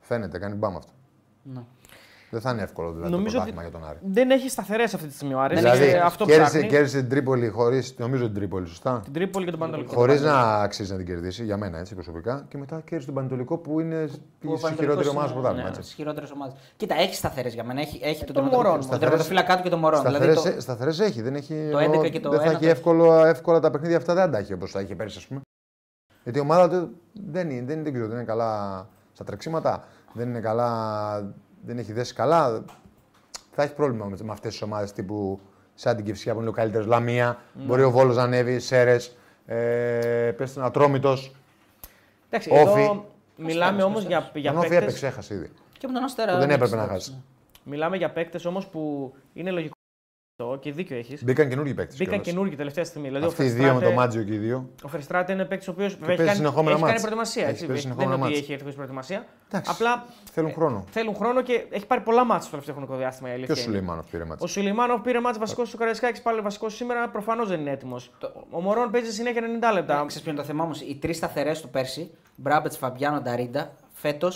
Φαίνεται, κάνει μπαμ αυτό.
Ναι.
Δεν θα είναι εύκολο δηλαδή
Νομίζω
το
ότι
πρωτάθλημα για τον Άρη.
δεν έχει σταθερές αυτή τη στιγμή ο Άρης.
Δηλαδή,
Ε, αυτό
κέρδισε,
ψάχνει.
κέρδισε την Τρίπολη χωρίς, νομίζω την Τρίπολη, σωστά.
Την Τρίπολη και τον Πανατολικό.
Χωρί να αξίζει να την κερδίσει, για μένα έτσι προσωπικά. Και μετά κέρδισε τον Πανετολικό που είναι η χειρότερη ομάδα στο πρωτάθλημα. έτσι. Ε,
Στις χειρότερες ομάδες. Κοίτα, έχει σταθερές για μένα. Έχει, έχει τον
το
τερματοφύλακα-
Μωρόν.
τον τερματοφύλακα του και τον Μωρόν. Δηλαδή
Σταθερές, ε-
το...
σταθερές έχει. Δεν, έχει,
το 11 και το
δεν θα
1
έχει
το-
εύκολο, εύκολα τα παιχνίδια αυτά, δεν τα έχει όπως τα είχε πέρσι, ας πούμε. Γιατί η ομάδα του δεν είναι, δεν, είναι, δεν ξέρω, δεν είναι καλά στα τρεξίματα, δεν είναι καλά, δεν έχει δέσει καλά. Θα έχει πρόβλημα με, με αυτές τις ομάδες τύπου σαν την Κυφσιά που είναι ο καλύτερος, Λαμία,
Ναι.
μπορεί ο Βόλος να ανέβει, Σέρες, ε, πες τον Ατρόμητος.
Εντάξει,
Όφι.
εδώ Μιλάμε όμω για, για
Τον Όφη
παίκτες-
έπαιξε, έχασε ήδη.
Και με τον Αστέρα.
Που δεν
ναι,
έπρεπε να
εντάξει.
χάσει.
Μιλάμε για παίκτες όμως που είναι λογικό αυτό και δίκιο έχεις.
Μπήκαν καινούργιοι παίκτες.
Μπήκαν καινούργιοι τελευταία στιγμή. Δηλαδή,
Αυτοί
ο
οι δύο με
Φερστράτε-
τον Μάτζιο και οι δύο.
Ο Φερστράτε είναι παίκτης ο οποίος έχει,
παίζει
κάνει, έχει
συνεχόμενα
κάνει
μάτς.
προετοιμασία.
Έχει
έτσι,
παίζει
δεν είναι
συνεχόμενα
ότι
μάτς.
έχει έρθει χωρίς προετοιμασία.
Εντάξει,
Απλά Ε,
Θέλουν χρόνο.
θέλουν χρόνο και έχει πάρει πολλά μάτς στο τελευταίο χρονικό διάστημα. η αλήθεια
Ποιος σου
είναι.
λέει μάλλον πήρε μάτζ.
Ο Σουλημάνοφ πήρε μάτς βασικός στο Καραϊσκάκης, πάλι βασικός σήμερα, προφανώς δεν είναι έτοιμος. Ο Μωρόν παίζει συνέχεια 90 λεπτά.
Ε, Ξέρεις ποιο είναι το θέμα όμως. Οι τρεις σταθερές του πέρσι, Μπράμπετ, Φαμπιάνο, Νταρίντα, φέτος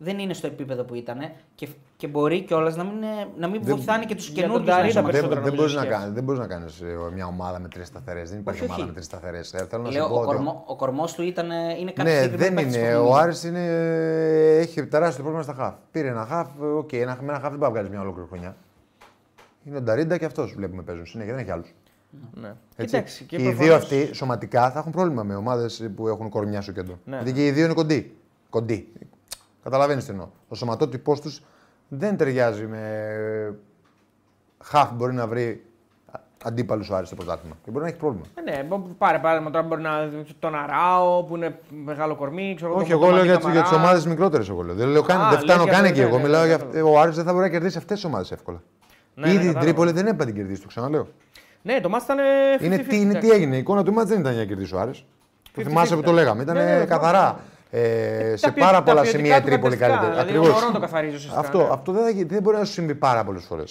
δεν είναι στο επίπεδο που ήταν και, και μπορεί κιόλας να μην, ε, να μην βοηθάνε και τους
για τον
καινούριου.
Νταρίντα
να
περισσότερο
Ναι,
νομίζω
Δεν, δεν, μπορείς να
σκέφτεται.
κάνεις, δεν μπορείς να κάνεις ε, μια ομάδα με τρεις σταθερές. Δεν υπάρχει
Όχι, όχι.
ομάδα με τρεις σταθερές. Θέλω να
Λέω,
σου πω.
ο,
ότι-
κορμό, ο κορμός του ήταν, ε, είναι κάτι
Ναι,
συγκεκριμένο
δεν
παίκτης
είναι.
που-
Ο Άρης είναι, έχει τεράστιο πρόβλημα στα χαφ. Πήρε ένα χαφ, ε, οκ, ένα, με ένα χαφ δεν πάει να βγάλεις μια ολόκληρη χρονιά. Είναι ο Νταρίντα και αυτός βλέπουμε παίζουν συνέχεια, δεν έχει άλλους.
Ναι. Κοιτάξτε,
και οι δύο αυτοί σωματικά θα έχουν πρόβλημα με ομάδες που έχουν κορμιά στο κέντρο.
Ναι,
Γιατί
ναι.
και οι δύο είναι κοντοί. Κοντοί. Καταλαβαίνεις τι εννοώ. Ο σωματότυπός τους δεν ταιριάζει με. Χαφ μπορεί να βρει αντίπαλους ο Άρης στο πρωτάθλημα. Και μπορεί να έχει πρόβλημα.
Ε, Ναι, μπο- πάρε παράδειγμα τώρα μπορεί να τον Αράο που είναι μεγάλο κορμί. Ξέρω,
Όχι,
τον
εγώ λέω
Μαντί
για, τις- για τις
Καμαρά.
ομάδες μικρότερες. Εγώ λέω. Δεν, λέω καν,
Α,
δεν
λες
φτάνω
για
καν
το-
εκεί.
ναι,
Εγώ
ναι,
μιλάω
ναι,
για.
κατάλαβα.
Ο Άρης δεν θα μπορεί να κερδίσει αυτές τις ομάδες εύκολα.
Ναι, ναι,
Ήδη την
κατάλαβα.
Τρίπολη δεν έπρεπε να την κερδίσει, το ξαναλέω.
Ναι, το μάτς ήταν. ε,
Είναι
50-50,
τι, είναι, τι
εντάξει.
έγινε. Η εικόνα του μάτς δεν ήταν για να κερδίσει ο Άρης. Το
50-50.
θυμάσαι που το λέγαμε. Ήταν
Ναι, ναι, ναι,
καθαρά.
Ε,
Ε,
τα
σε
ποιοτικά-
πάρα
τα
πολλά
ποιοτικά
σημεία η
του
Τρίπολη
καταστικά,
καλύτερη.
δηλαδή,
Ακριβώς.
ο Ρόντο το καθαρίζει ουσιαστικά,
Αυτό,
ναι.
αυτό δεν, θα, γι- δεν μπορεί να σου συμβεί πάρα πολλές φορές.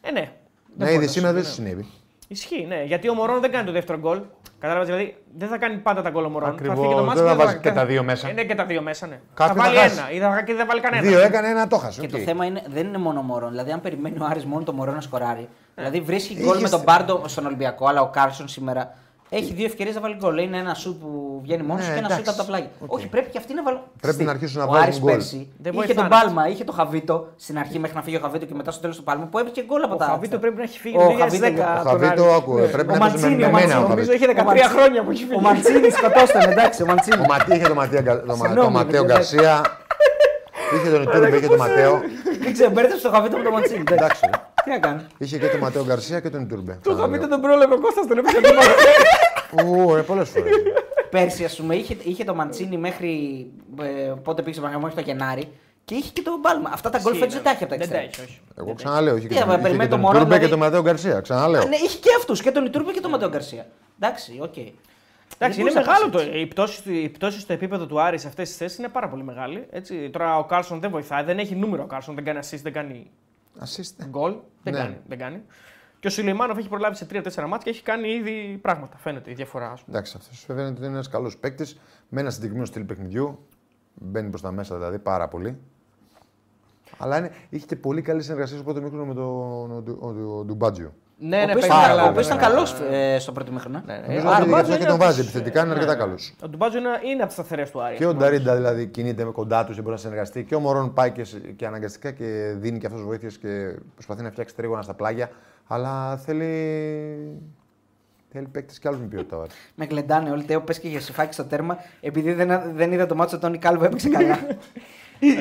Ε, ναι. Δεν
Ναι,
μπορεί
ήδη
να
σήμερα δεν σου
συμβεί, ναι.
συνέβη.
Ισχύει, ναι. Γιατί ο Μωρόν δεν κάνει το δεύτερο γκολ. Κατάλαβες δηλαδή, δεν θα κάνει πάντα τα γκολ ο Μωρόν.
Ακριβώς,
Θα έρθει και το
δεν
μάτς
θα
και
βάζει
θα-
και τα δύο μέσα.
Ε, ναι, και τα δύο μέσα, ναι.
Κάποιο
θα
θα
βάλει
χάσει.
ένα ή θα, και δεν θα βάλει κανένα.
Δύο έκανε, ένα το χάσε.
Και
οκ.
το θέμα είναι, δεν είναι μόνο μωρό. Δηλαδή, αν περιμένει ο Άρης μόνο το μωρό να σκοράρει. Δηλαδή, βρίσκει γκολ
Είχες-
με τον Μπάρντο στον Ολυμπιακό, αλλά ο Κάρσον σήμερα έχει δύο ευκαιρίες να βάλει γκολ. Είναι ένα σουτ που βγαίνει μόνος
Ναι,
και ένα
εντάξει.
σουτ από τα πλάγια.
Οκ.
Όχι, πρέπει και αυτοί να βάλουν.
Πρέπει
Στη-
να αρχίσουν να
ο
βάζουν
Άρης
γκολ.
πέρσι
Δεν
είχε τον
βοηθάνε.
Πάλμα, είχε τον Χαβίτο στην αρχή μέχρι να φύγει ο Χαβίτο και μετά στο τέλος του Πάλμα που έπαιξε γκολ από
Ο
τα.
Χαβίτο πρέπει να έχει φύγει
Ο
το
Χαβίτο-
2010.
Ο
από τον
Χαβίτο,
Άρη.
άκου, ε, πρέπει
Ο
να παίζουν
Μαντσίνη, ο
με εμένα.
Μαντσίνη,
ο
Νομίζω
Χαβίτο.
έχει 13
Μαντσίνη-
χρόνια που έχει
Ο
φύγει.
Μαντσίνη σκοτώστε, εντάξει, ο Μαντσίνη.
Ο Ματί είχε τον Ματέα Γκα- το Μα-
Συγγνώμη,
τον Ματέο
παιδιά.
Γκαρσία. Είχε τον Ιτούρμπε, είχε τον Ματέο.
Δεν ξέρω, μπέρδεψε το Χαβίτο με τον Μαντσίνη. εντάξει.
Εντάξει. ρε.
Τι να κάνω.
Είχε και τον Ματέο Γκαρσία και τον Ιτούρμπε.
Το Χαβίτο τον πρόλαβε ο Κώστας, τον έπαιξε λίγο.
Ω, πολλές φορές.
Πέρσι, ας πούμε, είχε, είχε το Μαντσίνη μέχρι. Ε, πότε πήγε στο Παναγιώτη, μέχρι το Γενάρη και είχε και τον Μπάλμα. Αυτά τα γκολ φέτο δεν τα έχει από τα
ναι. Δεν
εξτρέμ.
έχει, όχι.
Εγώ ξαναλέω. Είχε
Τι,
και
άμα
τον- είχε
Ε, περιμένει
και
το
τον
μωρό,
Ιτούρμπε και
δηλαδή.
τον Ματέο Garcia.
Α,
Ξαναλέω.
Ναι, είχε και αυτούς, και τον Ιτούρμπε και τον Ματέο Γκαρσία. Εντάξει, οκ.
Εντάξει,
Δεν
είναι
μπορείς να
μεγάλο το.
πας έτσι.
Η πτώση, του- η πτώση στο επίπεδο του Άρη σε αυτές τις θέσεις είναι πάρα πολύ μεγάλη. Έτσι. Τώρα ο Κάρσον δεν βοηθάει, δεν έχει νούμερο ο Κάρσον, δεν κάνει assist, δεν κάνει
Ασίστε.
γκολ. Δεν,
Ναι.
κάνει, δεν κάνει. Και ο Σουλεϊμάνοφ έχει προλάβει σε 3-4 μάτια και έχει κάνει ήδη πράγματα. Φαίνεται η διαφορά. ας πούμε.
Εντάξει, αυτός φαίνεται ότι είναι ένας καλός παίκτης με ένα συγκεκριμένο στυλ παιχνιδιού. Μπαίνει προς τα μέσα δηλαδή πάρα πολύ. Αλλά είναι, είχε και πολύ καλή συνεργασία οπότε μικρό με τον ο Ντου- ο Ντου- ο Ντουμπάτζιο.
Ναι,
Ο
ναι,
οποίος
παίζει
ήταν-
καλά,
Ο οποίο
παίζει
ήταν
καλά.
καλό στο πρώτο μήχρονο. ε.
Ναι, ναι.
Νομίζω
Ο
ότι
Ντουμπάτζο
γι' αυτό και
είναι
τον βάζει
από τους-
επιθετικά, είναι
ναι,
αρκετά
ναι.
καλός.
Ο Ντουμπάτζο είναι, είναι από τις σταθερέ του Άρη.
Και ο Νταρίντα δηλαδή κινείται με κοντά τους και μπορεί να συνεργαστεί. Και ο Μωρόν πάει και, συ- και αναγκαστικά και δίνει και αυτός βοήθειες και προσπαθεί να φτιάξει τρίγωνα στα πλάγια. Αλλά θέλει. Θέλει παίκτες και άλλους με ποιότητα. ο Άρης.
Με γλεντάνε όλοι. Τέο, πες και για σιφάκι στο τέρμα, επειδή δεν, δεν είδα το μάτσο του Τόνι Κάλβο έπαιξε καλά.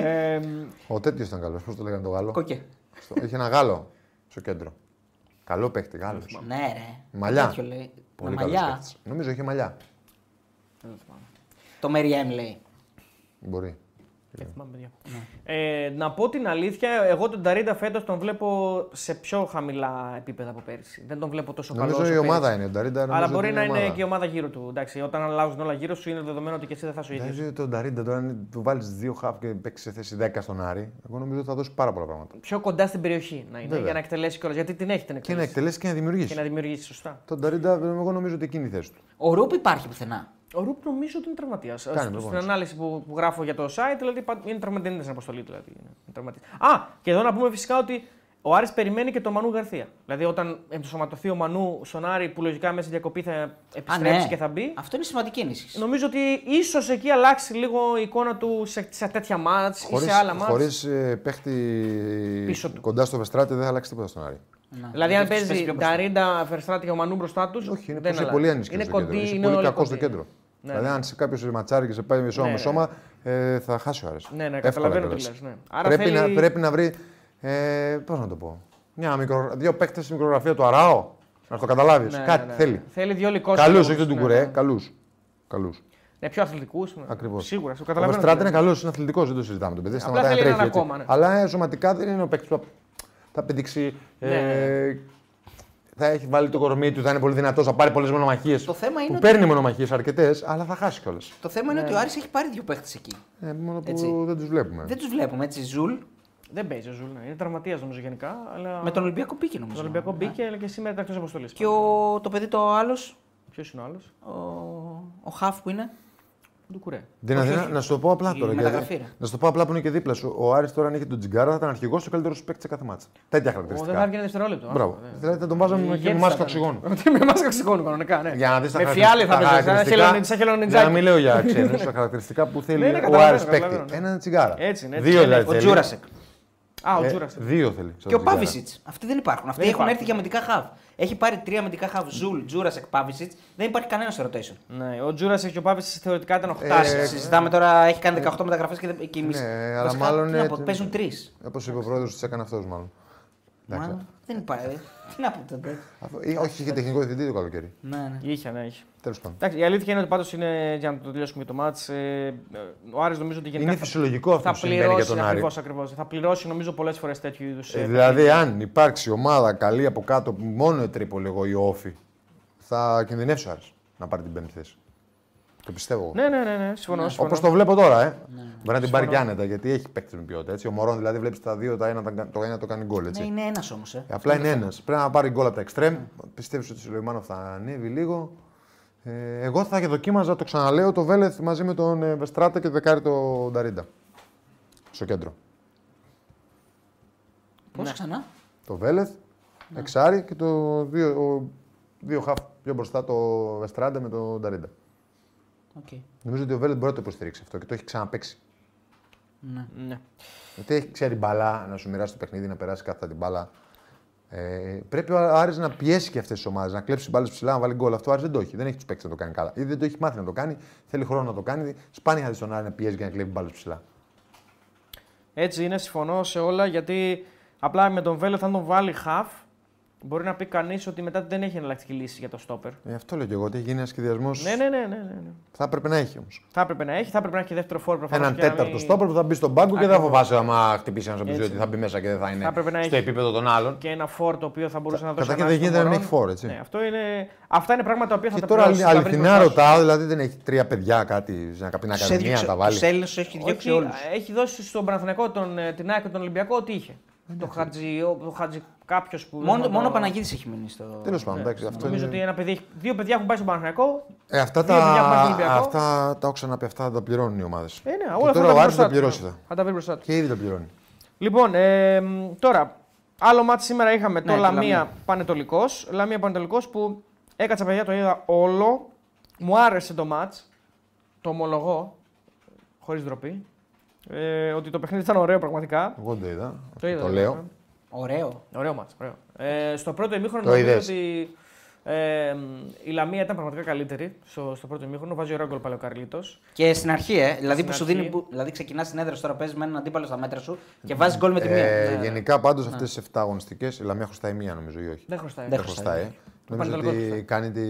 Ε,
Ο τέτοιος ήταν καλός. Πώς το λέγανε το Γάλλο.
Κόκε.
Στο- Είχε ένα Γάλλο στο κέντρο. Καλό παίκτη, Γάλλος.
Ναι, ρε.
Μαλλιά.
Τέτοιο λέει. Με
Πολύ καλός
μαλλιά.
παίκτη. Νομίζω είχε μαλλιά.
Το Μέριέμ λέει.
Μπορεί.
δεν Ε, θυμάμαι, παιδιά. Ε, να πω την αλήθεια, εγώ τον Νταρίντα φέτος τον βλέπω σε πιο χαμηλά επίπεδα από πέρυσι. Δεν τον βλέπω τόσο καλό.
Νομίζω
όσο
η ομάδα
πέρυσι.
είναι. Ο Νταρίντα
Αλλά
νομίζω
μπορεί
ότι
να είναι
ομάδα.
και η ομάδα γύρω του. Εντάξει, όταν αλλάζουν όλα γύρω σου, είναι δεδομένο ότι και εσύ δεν θα σου ίδιο.
Νομίζω ότι τον Νταρίντα τώρα αν του βάλεις δύο χαφ και παίξεις σε θέση 10 στον Άρη. Εγώ νομίζω ότι θα δώσει πάρα πολλά πράγματα.
Πιο κοντά στην περιοχή να είναι
Βέβαια.
για να εκτελέσει κιόλας. Γιατί την έχει την
Και να
εκτέλεση.
εκτελέσει και να δημιουργήσει.
Και να δημιουργήσει σωστά.
Τον Νταρίντα, εγώ νομίζω ότι εκείνη η θέση του.
Ο Ρούπ υπάρχει πουθενά.
Ο Ρουπ νομίζω ότι είναι τραυματίας. Στην
προπόνηση.
ανάλυση που, που γράφω για το site, δηλαδή πα- είναι τραυματίας. Δεν είναι στην αποστολή του. Δηλαδή, είναι τραυματίας. Α, και εδώ να πούμε φυσικά ότι ο Άρης περιμένει και τον Μανού Γαρθία. Δηλαδή, όταν ενσωματωθεί ο Μανού στον Άρη, που λογικά μέσα στη διακοπή θα
Α,
επιστρέψει
ναι.
και θα μπει.
Αυτό είναι σημαντική ενίσχυση.
Νομίζω ότι ίσως εκεί αλλάξει λίγο η εικόνα του σε, σε τέτοια μάτ ή σε άλλα μάτ.
χωρίς ε, παίχτη
Πίσω του.
κοντά στο Βεστράτη δεν θα αλλάξει τίποτα στον Άρη.
Να.
Δηλαδή, αν
Γιατί Ναι, τους
παίζει
πιο μπροστά.
Νταρίντα, Φερστράτη και ο Μανού μπροστά τους.
Όχι, είναι, είναι πολύ ανίσχυο
Είναι
στο κέντρο.
κοντή,
Είσαι
είναι
πολύ
όλοι
κακό στο
κοντοί.
κέντρο.
Ναι,
δηλαδή, αν σε κάποιος σε ματσάρει και σε πάει με σώμα
Ναι,
με
ναι.
σώμα, ε, θα χάσει ο Άρης.
Ναι, ναι,
Εύκολα
καταλαβαίνω τι
κιόλας.
λες, ναι. Άρα
πρέπει,
θέλει-
να, πρέπει να βρει. Ε, Πώς να το πω. Μια μικρο... Δύο παίκτες στη μικρογραφία του Αράο. Να το καταλάβεις.
Ναι,
Κάτι
ναι, ναι.
θέλει.
Θέλει δύο λικόσια.
Καλού,
όμως,
όχι τον
ναι,
Τουγκουρέ.
ναι.
Καλούς. Καλούς.
Ναι, πιο αθλητικούς.
Ακριβώς.
Σίγουρα, σου
Ο
καταλαβαίνω.
Verstraeten είναι καλός, είναι αθλητικός, δεν το συζητάμε το παιδί. Σταματάει να
θέλει έναν
τρέχει. έτσι.
ακόμα, ναι.
Αλλά ε, σωματικά δεν είναι ο παίκτης που θα- θα πηδήξει.
Ναι, ναι,
ε, θα έχει βάλει το κορμί του, θα είναι πολύ δυνατός, θα πάρει πολλές μονομαχίες.
Το θέμα είναι
που
ότι-
παίρνει μονομαχίες αρκετές, αλλά θα χάσει κιόλας.
Το θέμα
Ναι.
είναι ότι ο Άρης έχει πάρει δύο παίχτες εκεί.
Ε, μόνο που
Έτσι.
δεν τους βλέπουμε.
Δεν τους βλέπουμε έτσι. Ζουλ
Δεν παίζει ο Ζουλ, ναι. είναι τραυματίας νομίζω γενικά. Αλλά...
με τον Ολυμπιακό πήκε νομίζω.
Στον Ολυμπιακό
Ναι.
μπήκε αλλά και σήμερα ήταν εκτό αποστολής.
Και ο... το παιδί το άλλος,
Ποιος είναι ο άλλος,
ο... ο Χαφ που είναι.
του κουρέ.
Δεν
Όχι,
αδυνά-
όχι.
να σου το πω απλά
Η
τώρα.
μεταγραφή, ρε.
να σου το πω απλά που είναι και δίπλα σου. Ο Άρης τώρα αν είχε τον Τζιγκάρα θα ήταν αρχηγός και ο καλύτερος παίκτης σε κάθε μάτσα. Τέτοια
Ο, δεν θα
χαρακτηριστικά.
βγει ένα δευτερόλεπτο.
Μπράβο.
άσχημα, ναι.
Δηλαδή θα τον βάζαμε και με
Ηγέτης θα
μάσκα
ήταν.
οξυγόνου.
Με μάσκα οξυγόνου κανονικά, ναι.
Για να δεις τα
Με φιάλη θα
χαρακτηριστικά-
παίζει. Σαν χελονι- σαν χελονιτζάκι.
Να μην λέω για ξένου, τα χαρακτηριστικά που
Ναι,
θέλει
ναι,
ο
καταλαβαίνω,
Άρης παίκτη.
καταλαβαίνω, ναι.
Ένα τσιγάρα.
Έτσι, ναι, έτσι,
Δύο
ναι.
δηλαδή.
Ο
θέλει.
Τζούρασεκ.
Α, ο
Ε,
Τζούρας.
Δύο θέλει.
Και ο Πάβησιτ. Αυτοί δεν υπάρχουν. Αυτοί
Δεν
έχουν
υπάρχουν.
έρθει για αμυντικά χαβ. Έχει πάρει τρία αμυντικά χαβ. Ζουλ, Τζούρασεκ, Πάβησιτ. Δεν υπάρχει κανένας στο rotation.
ε,
Ναι, ο Τζούρας και ο Πάβης θεωρητικά ήταν
Τάση.
8.
Συζητάμε τώρα, έχει κάνει 18 μεταγραφές και, δεν- και εμείς-
ε, Ναι, αλλά
βασικά,
μάλλον
τι να
είναι-
πω, παίζουν τρεις.
Όπως είπε ο πρόεδρος, τις έκανε αυτός μάλλον. Εντάξει.
Μάλλον δεν υπάρχει. Τι να πω τότε.
Αυτό- ή- Όχι, είχε τεχνικό διευθυντή το καλοκαίρι.
Ναι, ναι.
Είχε, ναι, είχε.
Τέλος πάντων.
Εντάξει, η αλήθεια είναι ότι πάντως είναι για να το τελειώσουμε και το μάτς, Ε, ο Άρης νομίζω ότι γενικά.
Είναι
θα-
φυσιολογικό αυτό
θα
που συμβαίνει για τον
πληρώσει.
Άρη.
Ακριβώς, ακριβώς. Θα πληρώσει νομίζω πολλές φορές τέτοιου είδους.
Ε, δηλαδή, αν υπάρξει ομάδα καλή από κάτω που μόνο η Τρίπολη εγώ ή ο Όφη, θα κινδυνεύσει ο Άρης να πάρει την πέμπτη θέση. Το πιστεύω εγώ.
Ναι, ναι, ναι, ναι, συμφωνώ. συμφωνώ.
Όπως το βλέπω τώρα,
Ναι.
ε. Μπορεί να την πάρει και άνετα γιατί έχει παίκτη με ποιότητα. Έτσι. Ο Μωρόν δηλαδή βλέπεις τα δύο, τα ένα, τα- το ένα το κάνει γκολ. Έτσι.
Ναι, είναι ένας όμως.
Ε, Απλά είναι ένας. Πρέπει να πάρει γκολ από τα εξτρέμ. Πιστεύεις ότι ο Σιλοϊμάνοφ θα ανέβει λίγο. Ε, εγώ θα και δοκίμαζα, το ξαναλέω, το Βέλεθ μαζί με τον ε, Βεστράτα και το δεκάρι τον Νταρίντα. Στο κέντρο.
Πώς
Ναι.
ξανά.
Το Βέλεθ,
Ναι.
εξάρι και το δύο, ο, δύο χαφ πιο μπροστά το Βεστράντα με τον Νταρίντα.
Οκ.
Νομίζω ότι ο Βέλεθ μπορεί να το υποστηρίξει αυτό και το έχει ξαναπέξει.
Ναι.
Γιατί έχει ξέρει μπαλά να σου μοιράσει το παιχνίδι, να περάσει κάθε την μπαλά. Ε, πρέπει ο Άρης να πιέσει και αυτές τις ομάδες, να κλέψει μπάλε ψηλά, να βάλει γκολ. Αυτό ο Άρης δεν το έχει. Δεν έχει τους παίξει να το κάνει καλά. Ή δεν το έχει μάθει να το κάνει. Θέλει χρόνο να το κάνει. Σπάνια θα δεις τον Άρη να πιέζει και να κλέβει μπάλε ψηλά.
Έτσι είναι, συμφωνώ σε όλα γιατί απλά με τον Βέλεθ, αν τον βάλει half, μπορεί να πει κανείς ότι μετά δεν έχει εναλλακτική λύση για το στόπερ.
Ε, αυτό λέω και εγώ. Ότι έχει γίνει ένας σχεδιασμός.
Ναι, ναι, ναι, ναι, ναι, ναι.
Θα έπρεπε να έχει όμως.
Θα έπρεπε να έχει, θα έπρεπε να έχει και δεύτερο φόρ προφανώς.
Έναν τέταρτο στόπερ που θα μπει στον πάγκο και δεν θα
Ακριβώς.
φοβάσαι άμα χτυπήσει ένας από του δύο
Έτσι.
ότι θα μπει μέσα και δεν θα είναι
Θα έπρεπε να
στο
έχει.
επίπεδο των άλλων.
Και ένα φόρ το οποίο θα μπορούσε
Κα-
να δώσει.
καταρχήν
ανάγκη
δεν
στον
γίνεται να
Μωρόν.
έχει φόρ, έτσι.
Ναι, αυτό είναι... Αυτά είναι πράγματα τα οποία θα
Και
τα
τώρα
πληρώσεις, θα τα βρεις
αληθινά
μπροστά σου.
ρωτάω, δηλαδή δεν έχει τρία παιδιά κάτι σε κάποια ακαδημία να τα
Του
βάλει.
Έλληνες τους έχει διώξει
Όχι,
όλους.
Έχει δώσει στον Παναθηναϊκό, τον, ε, την ΑΕΚ και τον Ολυμπιακό ό,τι είχε. Το χατζι, ο- το χατζι κάποιος που. δεν
Μόνο,
θα
μόνο ο
το-
Παναγίδη έχει μείνει στο. Ναι.
Τέλος πάντων, εντάξει, αυτό
Ναι. Νομίζω
είναι.
ότι ένα παιδί, έχει- δύο παιδιά έχουν πάει στον Παναθηναϊκό.
Ε, αυτά
Δύο
τα,
παιδιά που πάνε στον Ολυμπιακό.
αυτά τα έχω ξαναπεί, αυτά θα τα πληρώνουν οι ομάδες.
Ε, ναι, όλα
και
αυτά
τώρα
τα
ο
βρει
Άρης
μπροστά
τα
τους.
πληρώσει. αυτά.
Θα τα βρει μπροστά τους.
Και ήδη τα πληρώνει.
Λοιπόν, ε, μ, τώρα, άλλο μάτι σήμερα είχαμε
Ναι,
το
το
Λαμία
Λαμία.
Πανετολικός. Λαμία Πανετολικός που έκατσα παιδιά, το είδα όλο. Μου άρεσε το μάτ. Το ομολογώ. Χωρίς ντροπή. Ε, ότι το παιχνίδι ήταν ωραίο πραγματικά.
Εγώ δεν το είδα.
Το είδα. ναι.
λέω.
Ωραίο.
Ωραίο μάτς, ωραίο. Ε, στο πρώτο ημίχρονο
Το
νομίζω
είδες.
ότι ε, η Λαμία ήταν πραγματικά καλύτερη στο, στο πρώτο ημίχρονο. Βάζει ωραίο γκολ πάλι ο Καρλίτος.
Και στην αρχή, ε, δηλαδή, που σου
αρχή.
δίνει, που- δηλαδή ξεκινάς την έδρα σου, τώρα, παίζεις με έναν αντίπαλο στα μέτρα σου και βάζεις γκολ με τη μία.
Ε,
Ναι.
γενικά πάντως αυτές τις 7 αγωνιστικές, η Λαμία χρωστάει μία νομίζω ή όχι.
Δεν χρωστάει.
Δεν
Δεν χρωστάει. Νομίζω
Πανετολικό χρωστάει.
ότι κάνει τη.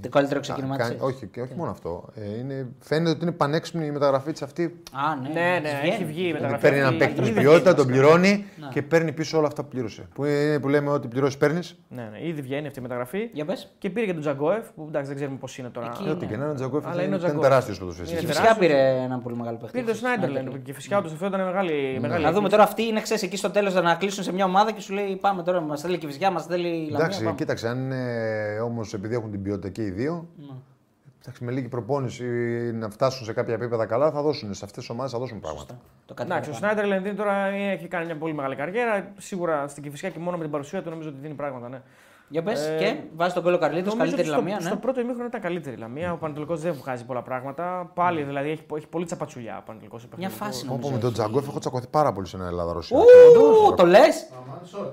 Το καλύτερο ξεκίνημα
Κα-
της.
κα- Όχι, και όχι μόνο αυτό. Ε, είναι, φαίνεται ότι είναι πανέξυπνη η μεταγραφή της αυτή.
Α, ναι,
Ναι, ναι,
βγαίνει.
έχει βγει η
Ότι
μεταγραφή.
παίρνει
αυτή.
έναν παίκτη με
Ήδη-
ποιότητα, τον πληρώνει και παίρνει πίσω όλα αυτά που πλήρωσε. Που, είναι, που λέμε ότι πληρώσεις, παίρνεις.
Ναι, ναι, ήδη βγαίνει αυτή η μεταγραφή.
Για πες.
Και πήρε και τον Τζαγκόεφ, που εντάξει δεν ξέρουμε πώς είναι τώρα.
Εκεί
Ό,τι και να είναι, ο Τζαγκόεφ
Αλλά
ήταν-
είναι ο
ήταν
Τζαγκόεφ.
τεράστιος στο
Και
Είναι
σύστημα.
φυσικά
τεράστιος.
πήρε ένα πολύ μεγάλο παιχνίδι.
Πήρε τον Σνάιντερ, λένε. Και φυσικά του αυτό ήταν μεγάλη. μεγάλη
Να δούμε
έκπληξη.
τώρα αυτοί είναι ξέρεις εκεί στο τέλος να κλείσουν σε μια ομάδα και σου λέει Πάμε τώρα, μας θέλει και βυζιά, μας θέλει η Λαμία.
Εντάξει,
πάμε.
κοίταξε, αν είναι όμως επειδή έχουν την ποιότητα και οι δύο.
Ναι.
Εντάξει, με λίγη προπόνηση να φτάσουν σε κάποια επίπεδα καλά, θα δώσουν σε αυτές τις ομάδες θα δώσουν πράγματα.
Το κατάλαβα.
Εντάξει, ο Σνάιντερ Λενδίν τώρα έχει κάνει μια πολύ μεγάλη καριέρα. Σίγουρα στην Κυφυσιά και μόνο με την παρουσία του νομίζω ότι δίνει πράγματα. Ναι.
Για πες
Ε,
και βάζει τον κόλλο Καρλίτος,
Νομίζω
καλύτερη
ότι στο,
Λαμία.
στο
Ναι.
πρώτο ημίχρονο ήταν καλύτερη η Λαμία. Ο Πανατολικό δεν βγάζει πολλά πράγματα. Πάλι δηλαδή έχει, έχει πολύ τσαπατσουλιά ο Πανατολικό.
Ναι. Μια φάση
Πω, πω,
νομίζω.
με τον Τζαγκόφ έχω τσακωθεί πάρα πολύ σε ένα Ελλάδα-Ρωσία.
Ου, το λες.
Αμάν, short.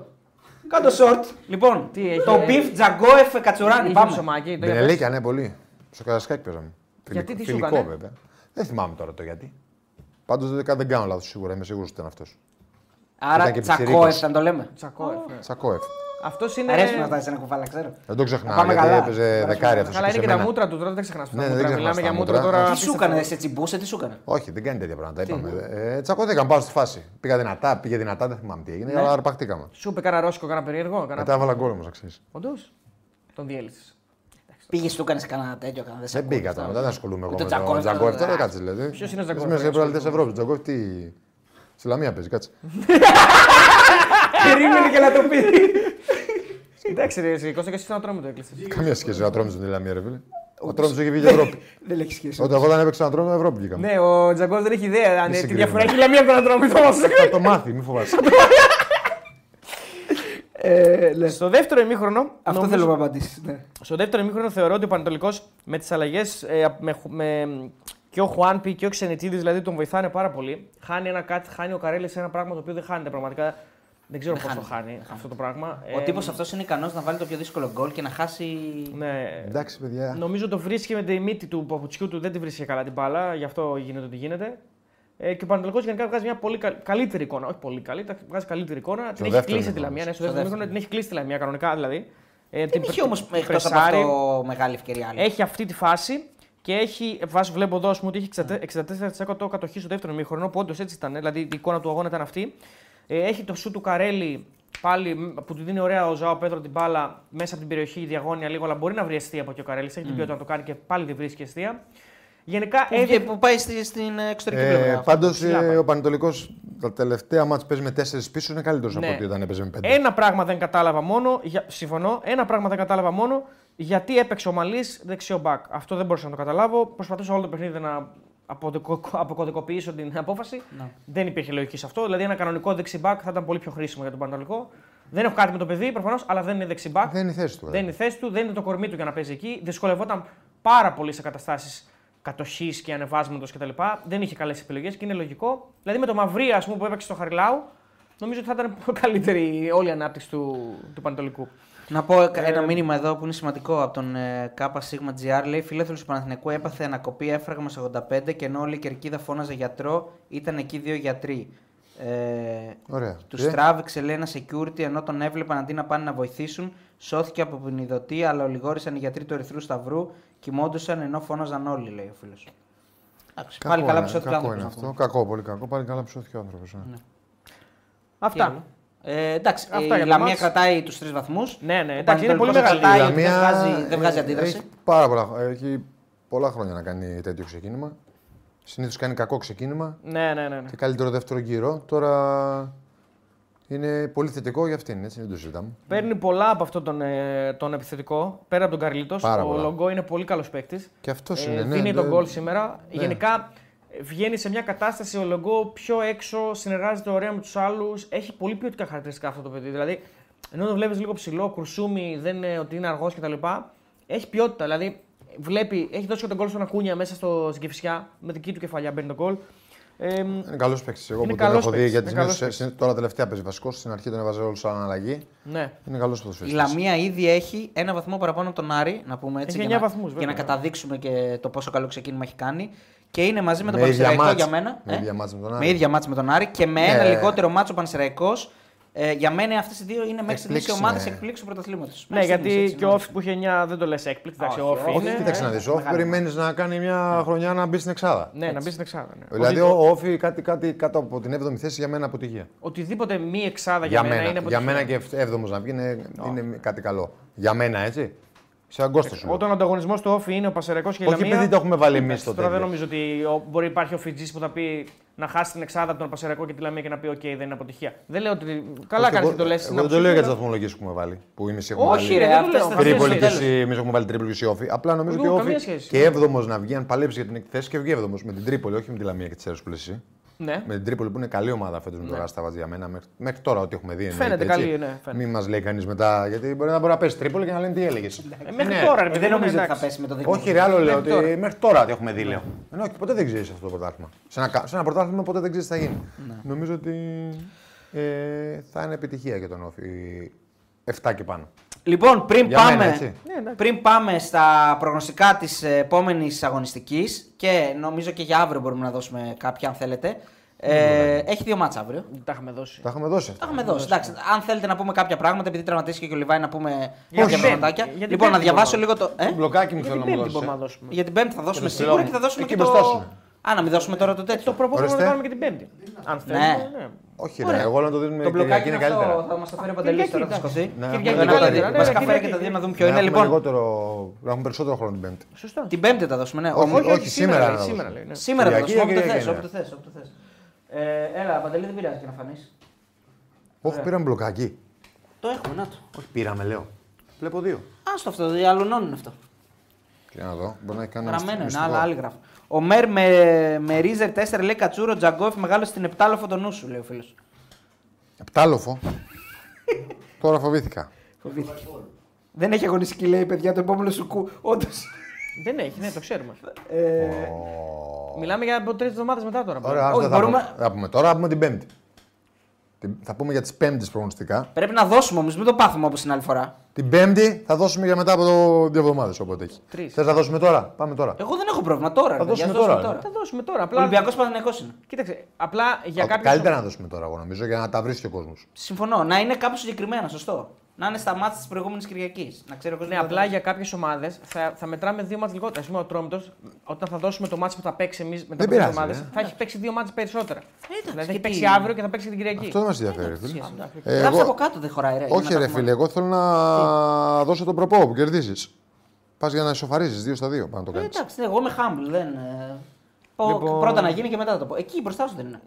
Κάντο short. Λοιπόν,
Τι έχει,
το
ε?
μπιφ τζαγκόεφ κατσουράνι.
Πάμε.
ναι. Πάμε.
Ψωμάκι, το για
Μπενελέκια, ναι, πολύ. Στο Καρασκάκι παίζαμε.
Γιατί,
Φιλικό-
τι σου
Φιλικό,
έκανε?
βέβαια. Δεν θυμάμαι τώρα το γιατί. Πάντως δεν, δεν κάνω λάθος σίγουρα, είμαι σίγουρος ότι ήταν αυτός.
Άρα
Ήταν και
τσακόεφ
πιτσιρίκος.
θα το λέμε.
Τσακόεφ. ναι.
Τσακόεφ.
Αυτός είναι.
Ε.
Αρέσει να βάζεις ένα κουβάλα, ξέρω.
ε. Δεν το ξεχνάω.
πάμε
Γιατί
καλά.
έπαιζε
Περάσουμε
δεκάρι αυτός.
Καλά, είναι
και σε
και τα
μένα.
μούτρα του τώρα, δεν τα ξεχνά. τα
Ναι, δεν
μούτρα.
ξεχνάς
Μιλάμε
τα
για μούτρα
μούτρα.
τώρα.
Τι
Τι σου
απίστευτο.
έκανε, σε τσιμπούσε, τι σου έκανε.
Όχι, δεν κάνει τέτοια πράγματα. Είπαμε. Ε, τσακώθηκαν πάνω στη φάση. Πήγα δυνατά, πήγε δυνατά, δεν θυμάμαι τι έγινε,
Ναι.
αλλά αρπαχτήκαμε.
Σου είπε κανένα ρώσικο, κανένα περίεργο. Κανένα...
Μετά έβαλα γκολ όμως, ξέρεις.
Όντως. Τον διέλυσες.
Πήγε, του έκανες κανένα τέτοιο, κανένα δεν σε
Δεν
ακούω.
πήγα τώρα, δεν ασχολούμαι εγώ
Ούτε
με τον
Τζακόεφ,
Τζακόεφ.
δεν-
Τώρα κάτσε δηλαδή.
Ποιος είναι ο Τζακόεφ,
Είμαι σε
δεν
προαλητέ Ευρώπη. Τζακόεφ τι. Στη Λαμία παίζει, κάτσε.
Περίμενε και να το πει.
Εντάξει, ρε, εσύ, Κώστα και εσύ ήταν τρόμο το έκλεισες.
Καμία σχέση με Ατρόμητο με τη Λαμία, ρε φίλε. Ο Ατρόμητος έχει βγει για Ευρώπη.
Δεν έχει σχέση.
Όταν εγώ όταν έπαιξα Ατρόμητο, Ευρώπη βγήκαμε.
Ναι, ο Τζαγκός δεν έχει ιδέα. Αν,
Μη
ε, τη
συγκρίνουμε.
διαφορά έχει λαμία από τον Ατρόμητο.
Θα το μάθεις, μη φοβάσαι.
Ναι. Στο δεύτερο ημίχρονο.
Αυτό
νομίζω-
θέλω να ναι. απαντήσει.
Στο δεύτερο ημίχρονο θεωρώ ότι ο Πανετολικός με τις αλλαγές με, χου- με, και ο Χουάνπι και ο Ξενετίδη δηλαδή τον βοηθάνε πάρα πολύ. Χάνει ένα κάτι, χάνει ο Καρέλης ένα πράγμα το οποίο δεν χάνεται πραγματικά. Δεν ξέρω πώ το χάνει αυτό το πράγμα.
Ο
Ε,
τύπος αυτός είναι ικανός να βάλει το πιο δύσκολο γκολ και να χάσει.
Ναι.
Εντάξει, παιδιά.
Νομίζω το βρίσκει με τη μύτη του παπουτσιού του, δεν τη βρίσκει καλά την μπάλα, γι' αυτό γίνεται ό,τι γίνεται. Ε, και ο Πανετολικό γενικά βγάζει μια πολύ καλ- καλύτερη εικόνα. Όχι πολύ καλή, τα- βγάζει καλύτερη εικόνα. Την έχει
δεύτερο
κλείσει τη
ημίχρονο.
Λαμία. Ναι, στο δεύτερο ημίχρονο την έχει κλείσει τη Λαμία κανονικά δηλαδή. Ε,
Δεν είχε όμω εκτός από
πρεσάρει.
αυτό μεγάλη ευκαιρία. άλλη.
Έχει αυτή τη φάση και έχει, βάσει βλέπω εδώ, ας πούμε, ότι έχει 64% κατοχή στο δεύτερο μήχρονο, που όντως έτσι ήταν, δηλαδή η εικόνα του αγώνα ήταν αυτή. Ε, Έχει το σου του Καρέλη πάλι μ, που του δίνει ωραία ο Ζάο Πέτρο την μπάλα μέσα από την περιοχή διαγώνια λίγο, αλλά μπορεί να βρει αιστεία από εκεί ο Καρέλης. Έχει την ποιότητα να το κάνει και πάλι δεν βρίσκει αιστεία. Γενικά
Ε,
Που βγε-
έδειξε.
Που πάει στη- στην εξωτερική
Ε,
πλευρά.
Πάντω
ψηλά πάει.
ο Πανετολικός τα τελευταία μάτια παίζει με 4 πίσω είναι καλύτερος από
Ναι.
ότι όταν έπαιζε με 5.
Ένα πράγμα δεν κατάλαβα μόνο, για, συμφωνώ, ένα πράγμα δεν κατάλαβα μόνο, γιατί έπαιξε ο Μαλής δεξιό μπακ. Αυτό δεν μπορούσα να το καταλάβω. Προσπαθούσα όλο το παιχνίδι να αποδικο- αποκωδικοποιήσω την απόφαση. Δεν υπήρχε λογική σε αυτό. Δηλαδή, ένα κανονικό δεξί μπακ θα ήταν πολύ πιο χρήσιμο για τον Πανατολικό. Δεν έχω κάτι με το παιδί προφανώς, αλλά δεν είναι δεξί μπακ.
Δεν είναι η θέση του.
Δεν είναι η θέση του, δεν είναι το κορμί του για να παίζει εκεί. Δυσκολευόταν πάρα πολύ σε καταστάσεις κατοχής και ανεβάσματος κτλ. Δεν είχε καλές επιλογές και είναι λογικό. Δηλαδή με το Μαυρία ας πούμε, που έπαιξε στο Χαριλάου, νομίζω ότι θα ήταν πολύ καλύτερη όλη η ανάπτυξη του, του Πανετολικού.
Να πω ένα
Ε,
μήνυμα εδώ που είναι σημαντικό από τον ε, ΚΣΓ.gr. Λέει: Φιλέθλο του Παναθηνικού έπαθε ανακοπή έφραγμα σε 85 και ενώ όλη η κερκίδα φώναζε γιατρό, ήταν εκεί δύο γιατροί. Ε,
Ωραία.
Τους
Και?
τράβηξε λέει ένα security ενώ τον έβλεπαν αντί να πάνε να βοηθήσουν. Σώθηκε από ποινιδωτή, αλλά ολιγόρησαν οι γιατροί του Ερυθρού Σταυρού. Κοιμόντουσαν ενώ φώναζαν όλοι, λέει ο φίλος. Πάλι καλά που σώθηκε ο
Κακό είναι
άνθρωπο.
αυτό. Κακό, πολύ κακό. Πάλι καλά που σώθηκε ο ε. άνθρωπος.
Ναι. Αυτά.
Ε, εντάξει,
Αυτά
ε,
για
η
το
Λαμία
μάτς.
κρατάει τους τρεις βαθμούς.
Ναι, ναι, εντάξει, είναι πολύ μεγάλη.
Η
Δεν βγάζει, δεν βγάζει
ε,
αντίδραση.
Έχει πάρα πολλά, έχει πολλά χρόνια να κάνει τέτοιο ξεκίνημα. Συνήθως κάνει κακό ξεκίνημα
Ναι, ναι, ναι. ναι.
και καλύτερο δεύτερο γύρο. Τώρα είναι πολύ θετικό για αυτήν, έτσι δεν το συζητάμε.
Παίρνει πολλά από αυτόν τον, ε, τον επιθετικό, πέρα από τον Καρλίτος.
Πάρα
Ο
πολλά.
Λογκό είναι πολύ καλός παίκτης.
Και αυτός
Ε,
είναι. ναι,
δίνει
δεν-
τον γκολ σήμερα.
ναι.
Γενικά ε, βγαίνει σε μια κατάσταση ο Λογκό πιο έξω, συνεργάζεται ωραία με τους άλλους. Έχει πολύ ποιοτικά χαρακτηριστικά αυτό το παιδί. Δηλαδή, ενώ το βλέπεις λίγο ψηλό, κουρσούμι, δεν είναι ότι είναι αργός κτλ. Έχει ποιότητα. Δηλαδή, βλέπει, έχει δώσει και τον γκολ στον Ακούνια μέσα στο, στην Κεφισιά. Με δική του κεφαλιά μπαίνει τον γκολ. Ε, μ,
Είναι καλός παίκτης. Εγώ
Είναι
που τον
καλός
έχω δει
παίκτης,
γιατί
είναι καλός
συνήθως- συνήθως- τώρα τελευταία παίζει βασικός. Στην αρχή τον έβαζε όλο σαν αλλαγή.
ναι.
Είναι καλός
Η
ποδοσφαιριστής.
Λαμία ήδη έχει ένα βαθμό παραπάνω από τον Άρη, να πούμε έτσι.
Έχει
για
εννιά
να-
βαθμούς,
Για να
βέβαια.
καταδείξουμε και το πόσο καλό ξεκίνημα έχει κάνει. Και είναι μαζί με τον
Με ίδια
Πανσεραϊκό
μάτς.
για μένα. ε.
Με ίδια μάτς με τον Άρη.
Με ίδια μάτς με τον Άρη και με
Ναι.
ένα λιγότερο μάτσο ο Πανσεραϊκός. Ε, για μένα αυτές οι δύο είναι μέχρι στιγμή οι
Εκπλήξεις,
ομάδες
ναι.
εκπλήξου πρωταθλήματος.
Ναι, γιατί και ο Όφη που είχε 9 δεν το λες έκπληξη. Εντάξει, ο Όφη
Όχι,
είναι.
κοίταξε να δεις. Όφη περιμένεις να κάνει μια χρονιά να μπει στην Εξάδα.
Ναι, να μπει στην εξάδα. ναι.
Δηλαδή,
Οτι-
ο Όφη κάτι, κάτι κάτω από την 7η θέση για μένα αποτυχία.
Οτιδήποτε μη εξάδα για,
Για μένα,
είναι
για
αποτυχία.
μένα και 7ο να βγει είναι, είναι κάτι καλό. Για μένα, έτσι. Σε αγκόστο σου. λέω.
Όταν ο ανταγωνισμός του όφη είναι ο Πασεραϊκό και η
Όχι
Λαμία.
επειδή το έχουμε βάλει εμεί
εντάξει,
στο
Τώρα δεν
τέλο.
νομίζω ότι ο- μπορεί υπάρχει ο Φιτζής που θα πει να χάσει την εξάδα από τον Πασεραϊκό και τη Λαμία και να πει: Οκ, δεν είναι αποτυχία. Δεν λέω ότι. Καλά κάνει και το λες.
Δεν το λέω για τις βαθμολογίες που έχουμε βάλει. Που εμεί έχουμε
Όχι,
βάλει.
ρε,
Δεν το
αυτές
λέω.
τις
Τρίπολη
Τρίπολη και
στο τέλος.
εσύ, εμείς έχουμε βάλει τρίπολη και εσύ όφη. Απλά νομίζω ότι
Εγώ, καμία
όφη
σχέση.
και έβδομος να βγει, αν παλέψει για την εκθέση και βγει έβδομος. Με την Τρίπολη, όχι με τη Λαμία και τις Αίρε που λες εσύ.
Ναι.
Με την Τρίπολη που είναι καλή ομάδα φέτος με το Ράσταβατ για μένα. Μέχρι, μέχρι τώρα ό,τι έχουμε δει. εννοείται,
Φαίνεται
έτσι.
καλή, ναι, φαίνεται.
Μην μας λέει κανείς μετά, γιατί μπορεί να μπορεί να πέσει Τρίπολη και να λένε τι Ναι. έλεγε.
Ε, Μέχρι τώρα, ρε, παιδί
δεν
μου,
νομίζω ότι Ναι. θα
εντάξει.
πέσει με το Ε, δίκαιο.
Όχι, ρε, άλλο λέω ότι μέχρι τώρα τι έχουμε δει, λέω. Ενώ όχι, ποτέ δεν ξέρεις αυτό το πρωτάθλημα. Σε ένα, κα- σε ένα πρωτάθλημα ποτέ δεν ξέρεις τι θα γίνει.
Ναι.
Νομίζω ότι ε, θα είναι επιτυχία για τον Όφη. 7 και πάνω.
Λοιπόν, πριν
Για μένα,
πάμε,
έτσι.
Ναι, εντάξει.
πριν πάμε στα προγνωστικά της επόμενης αγωνιστικής και νομίζω και για αύριο μπορούμε να δώσουμε κάποια αν θέλετε. ε,
Ναι,
Ε, έχει δύο μάτσα αύριο.
Τα είχαμε δώσει.
Τα είχαμε δώσει.
Τα
αυτά.
είχαμε δώσει. Εντάξει, αν θέλετε να πούμε κάποια πράγματα, επειδή τραυματίστηκε και ο Λιβάη να πούμε κάποια
την Πέμπτη.
πραγματάκια.
Για την
Λοιπόν, να
Πέμπτη
διαβάσω
μπορούμε.
λίγο το. Ε?
Μπλοκάκι μου
Για
θέλω
την
να μου
πέμπτη μπορούμε να
δώσει.
δώσουμε.
Για την Πέμπτη θα δώσουμε
το
σίγουρα
ψηλό.
και θα δώσουμε
Εκεί
και
μπροστά
το.
σου. Ε,
Α, να μην δώσουμε τώρα Ε, το
Το
τέτοιο.
προπό μπορούμε να
Ορίστε.
κάνουμε και την Πέμπτη. Αν θέλουμε. Ναι.
Όχι,
Ωραία.
ρε, εγώ λέω να το δίνουμε
Το
την Κυριακή
μπλοκάκι
είναι
είναι αυτό.
καλύτερα.
Θα μας το φέρει ο Παντελή τώρα, θα
εντάξει.
σκοτθεί.
Ναι,
Κυριακή
έχουμε
καλύτερα.
λιγότερο-
Ναι,
Βασικά
ναι,
φέρει
ναι,
και τα δύο
ναι.
να δούμε ποιο
Ναι,
είναι.
έχουμε
Λοιπόν,
λιγότερο- Να έχουμε περισσότερο χρόνο την Πέμπτη.
Σωστά.
την Πέμπτη θα δώσουμε, ναι.
Όχι,
Όμως-
όχι, σήμερα να
λέει,
δώσουμε.
σήμερα λέει, ναι.
Σήμερα θα
Κυριακή
δώσουμε, όποτε
ή
θες,
Κυριακή
όποτε θες, όποτε θες. Ε, έλα, Παντελή, δεν πειράζει και να φανείς.
Όχι, πήραμε μπλοκάκι.
Το έχουμε, να το.
Όχι, πήραμε, λέω. Βλέπω δύο.
Άστο αυτό, δηλαδή, αλουνών είναι αυτό.
Και να δω, μπορεί να έχει κάνει
Γραμμένο είναι,
μυστικό.
άλλα, άλλοι γράφουν. Ο Μέρ με, με Ρίζερ 4 λέει Κατσούρο Τζαγκόφ μεγάλο στην Επτάλοφο τον νου σου, λέει ο φίλος.
Επτάλοφο. Τώρα φοβήθηκα.
Δεν έχει αγωνιστική, λέει παιδιά, το επόμενο σου κου. Όντως.
Δεν έχει, ναι, το ξέρουμε.
Ε,
Μιλάμε για από τρεις εβδομάδες μετά τώρα.
Ωραία,
Όχι,
άστο, θα,
μπορούμε-
πούμε, θα πούμε τώρα, θα πούμε την Πέμπτη. Την- Θα πούμε για τις Πέμπτες προγνωστικά.
Πρέπει να δώσουμε όμως, μην το πάθουμε όπως την άλλη φορά.
Την Πέμπτη θα δώσουμε για μετά από το δύο εβδομάδες όποτε έχει.
Τρεις.
Θες να δώσουμε τώρα. Πάμε τώρα.
Εγώ δεν έχω πρόβλημα τώρα.
Θα
ρε παιδιά,
δώσουμε
δώσουμε
τώρα, ναι.
τώρα.
Θα δώσουμε τώρα.
Ο
Απλά...
Ολυμπιακός Παναγενικό είναι.
Κοίταξε, απλά για
Α,
κάποιους...
Καλύτερα να δώσουμε τώρα, εγώ νομίζω, για να τα βρει και ο κόσμος.
Συμφωνώ. Να είναι κάπου συγκεκριμένα, σωστό. Να είναι στα μάτια της προηγούμενης Κυριακής. Να ξέρει ο κόσμο.
Ναι, απλά για κάποιες ομάδες θα, θα μετράμε δύο μάτς λιγότερα. Ας πούμε, ο Τρόμπτο, όταν θα δώσουμε το μάτς που θα παίξει εμείς μετά
Δεν
από δύο
πειράζει,
ομάδες,
ε.
θα έχει παίξει δύο μάτς περισσότερα. δηλαδή θα
και
έχει παίξει
τι-
αύριο και θα παίξει την Κυριακή.
Αυτό δεν μας ενδιαφέρει, φίλε. Ε,
Γράψτε από
εγώ...
κάτω, δεν χωράει. Ρε, για να
Όχι,
τα
ρε
πούμε.
φίλε, εγώ θέλω να δώσω τον προπό που κερδίσει. Πας για να ισοφαρίσει δύο στα δύο. Πάνω το
Ε,
κάνεις.
Εντάξει, ναι, εγώ είμαι humble. Δεν, ε, πω,
Λοιπόν-
Πρώτα να γίνει και μετά θα το πω. Εκεί μπροστά σου δεν είναι.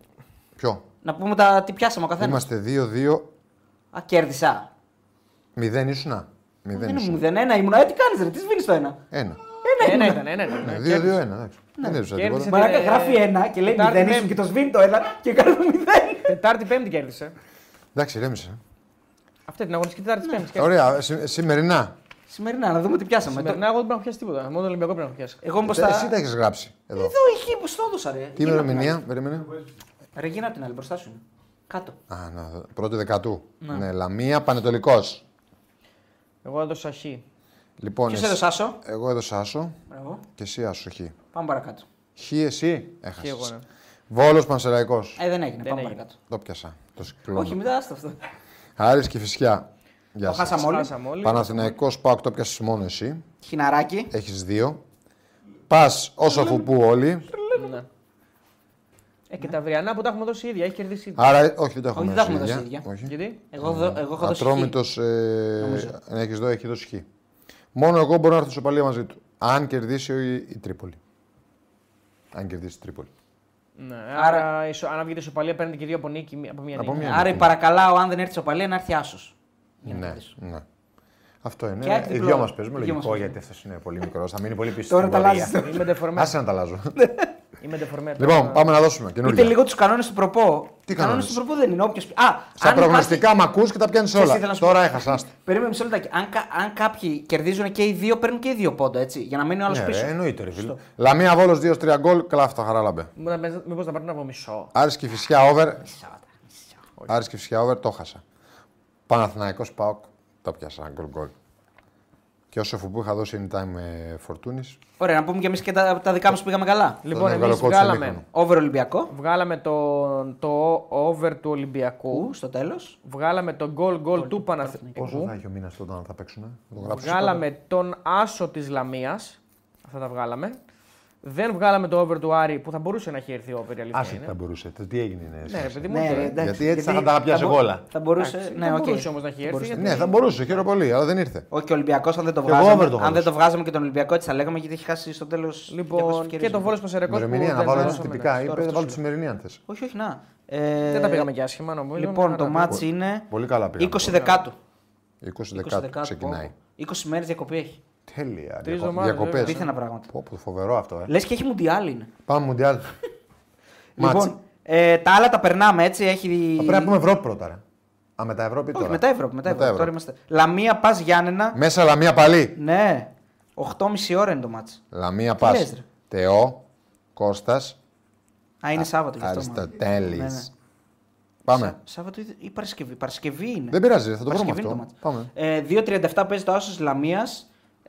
Ποιο.
Να πούμε τα, τι πιάσαμε ο καθένας.
Είμαστε 2-2.
Α, κέρδισα.
Μηδέν ήσουνα. Μηδέν
Δεν ήμουν
ήσουνα.
0-1, ήμουν. Ε, τι κάνεις, ρε, τι σβήνεις το ένα.
Ένα.
Ένα ήταν, ένα ήταν.
Ναι,
ναι.
2-2-1. εντάξει. Δεν έδωσα
Κέρδισε
τίποτα.
την
Μαράκα
Ε,
γράφει ένα και λέει
Τετάρτη,
μηδέν ήσουν
Πέμπτη.
και το σβήνει το ένα και κάνουμε μηδέν.
Τετάρτη Πέμπτη κέρδισε.
Εντάξει, ρέμισε.
Αυτή την αγωνιστική Τετάρτη Πέμπτη κέρδισε.
Ωραία, σι- σημερινά.
Σημερινά, να δούμε τι πιάσαμε.
Σημερινά εγώ δεν πρέπει να έχω πιάσει τίποτα. Μόνο τον Ολυμπιακό πρέπει να έχω πιάσει.
Το- Εγώ μπροστά.
Ε, Εσύ τα έχεις γράψει εδώ.
Ε, Εδώ είχε, πώς το έδωσα, ρε.
Τι
Γύρω απ' την
ημερομηνία, περίμενε.
άλλη. Ρε, γύρω απ' την άλλη, μπροστά σου. είναι. Κάτω.
Α, να, δω. πρώτη δεκατού. Ναι, Λαμία, Πανετολικός.
Εγώ έδωσα χ.
Λοιπόν,
Ποιος
εσύ-
έδωσε άσο.
Εγώ έδωσα άσο
Μπράβο.
και εσύ άσο χ.
Πάμε παρακάτω.
Χ εσύ έχασες.
εγώ, ναι.
Βόλος Πανσεραϊκός.
Ε, δεν έγινε. Πάμε
έγινε.
παρακάτω.
Το πιασα. Το
Όχι,
συγκλώνω.
μετά άστο αυτό.
Άρης και φυσιά. Γεια
Το χάσαμε
σα.
όλοι.
Χάσαμε όλοι.
Παναθηναϊκός Πάοκ το πιασε μόνο εσύ.
Χιναράκι.
Έχεις δύο. Πας όσο φουπού όλοι.
Ναι. Ε,
Ναι.
και τα αυριανά που τα έχουμε δώσει ίδια, έχει κερδίσει ίδια.
Άρα, όχι, δεν τα
Όχι,
έχουμε
δεν τα έχουμε
δώσει
δώσει
ίδια.
ίδια.
Όχι.
Γιατί?
Εγώ, δω, εγώ έχω δώσει. χ.
Ατρόμητος, ε, αν έχεις δω, έχει δώσει χ. Μόνο εγώ μπορώ να έρθω στο παλιό μαζί του. Αν κερδίσει η, η Τρίπολη. Αν κερδίσει η Τρίπολη.
Ναι, άρα, ισο- αν βγείτε στο παλιά παίρνετε και δύο από νίκη, μία- από μία
Από
νίκη.
μία.
Άρα, παρακαλάω, αν δεν έρθει ο παλιά, να έρθει άσος.
Ναι, ναι. Αυτό είναι.
Και άκρη
οι δυο
πλώρη.
μας παίζουμε.
Οι δυο μας
Λογικό
παίζουμε.
γιατί αυτός είναι πολύ μικρός. Θα μείνει πολύ πίσω.
Τώρα
στην
τα
πορεία.
αλλάζεις.
Είμαι ντεφορμέ.
Άσε να τα αλλάζω.
Ναι.
Είμαι ντεφορμέ.
λοιπόν, πάμε να δώσουμε
Πείτε
καινούργια.
λίγο τους κανόνες του προπό.
Τι
κανόνες
κανόνες?
του προπό δεν είναι. Όποιος... πει- Α,
Στα
αν
προγνωστικά μ' ακούς και τα πιάνεις
Ξέρεις τι ήθελα
όλα.
να σου πω.
Τώρα έχασα. άστα.
Περίμενε μισό λεπτάκι. Αν, κα- αν κάποιοι κερδίζουν και οι δύο, παίρνουν και οι δύο πόντο, έτσι. Για να μείνει ο άλλος
Ναι,
πίσω.
ρε, εννοείται. Ρε, φίλε. Λαμία βόλος 2-3 γκολ. Κλαφτα χαράλαμπε.
Μήπως να παίρνω από μισό.
Άρης και φυσιά over. Άρης και φυσιά over το χάσα. Παναθηναϊκός ΠΑΟΚ τα πιάσα γκολ γκολ. Και όσο φουπού είχα δώσει anytime ε, φορτούνης.
Ωραία, να πούμε κι εμείς και τα, τα δικά μας που πήγαμε καλά.
Λοιπόν,
έβγαλε
εμεί
ο κότσος
βγάλαμε,
εμίχρονο.
Over Ολυμπιακό.
βγάλαμε το, το over του Ολυμπιακού.
Ου, στο τέλος.
Βγάλαμε τον goal goal του Παναθηναϊκού.
έχει ο μήνας τότε να τα παίξουν, το γράψω.
Βγάλαμε τον άσο της Λαμίας. Αυτά τα βγάλαμε. Δεν βγάλαμε το over του Άρη που θα μπορούσε να έχει έρθει over η αλήθεια.
Άσε
είναι.
θα μπορούσε. Το τι έγινε είναι.
Ναι, ρε παιδί μου.
Ναι,
οκ.
ρε, εντάξει.
Γιατί έτσι θα τα είχα πιάσει
θα μπο-
εγώ όλα.
Θα μπορούσε.
Εντάξει,
ναι,
θα
οκ.
μπορούσε όμως να έχει
Θα
έρθει,
μπορούσε.
γιατί-
Ναι, θα μπορούσε, χαίρομαι πολύ, αλλά δεν ήρθε.
Όχι, ο Ολυμπιακός, αν δεν το
Και εγώ
βγάζαμε.
over το
αν δεν το
βάζω.
βγάζαμε και τον Ολυμπιακό, έτσι θα λέγαμε γιατί έχει χάσει στο τέλος.
Λοιπόν, και το Βόλο Πασερικό.
Ημερομηνία να βάλω έτσι τυπικά. Είπε να βάλω τη σημερινή αν θες.
Όχι, όχι, να. Ε,
Δεν τα πήγαμε και άσχημα νομίζω.
Λοιπόν, το
Άρα,
μάτς είναι
Πολύ καλά πήγαμε.
20 Δεκάτου.
20
20
Δεκάτου
Δεκάτου.
ξεκινάει.
πω. 20 μέρες διακοπή έχει.
Τέλεια.
Τρεις εβδομάδες,
Διακοπέ.
βέβαια.
Δίθενα πράγματα.
Πω, πω, φοβερό αυτό. ε.
Λες και έχει μουντιάλ είναι.
Πάμε Μουντιάλ. Μάτς.
Λοιπόν, ε, τα άλλα τα περνάμε έτσι. Έχει...
Θα πρέπει να πούμε Ευρώπη πρώτα. Ρε. Α, μετά Ευρώπη
Όχι,
τώρα.
μετά Ευρώπη. Μετά Ευρώπη. Τώρα είμαστε. Λαμία, πας Γιάννενα.
Μέσα Λαμία παλί.
Ναι. 8,5 ώρα είναι το μάτς.
Λαμία
Τι
πας.
λες, ρε.
Τεό. Κώστας.
Α, είναι Σάββατο γι' αυτό. μάλλον.
Αριστοτέλης.
Ναι, ναι.
Πάμε.
Σα- Σάββατο ή- ή Παρασκευή. Παρασκευή είναι.
Δεν πειράζει, θα το βρούμε
Παρασκευή είναι
αυτό.
ναι. το μάτς. Ε,
Πάμε.
2.37 παίζει το Άσο Λαμία.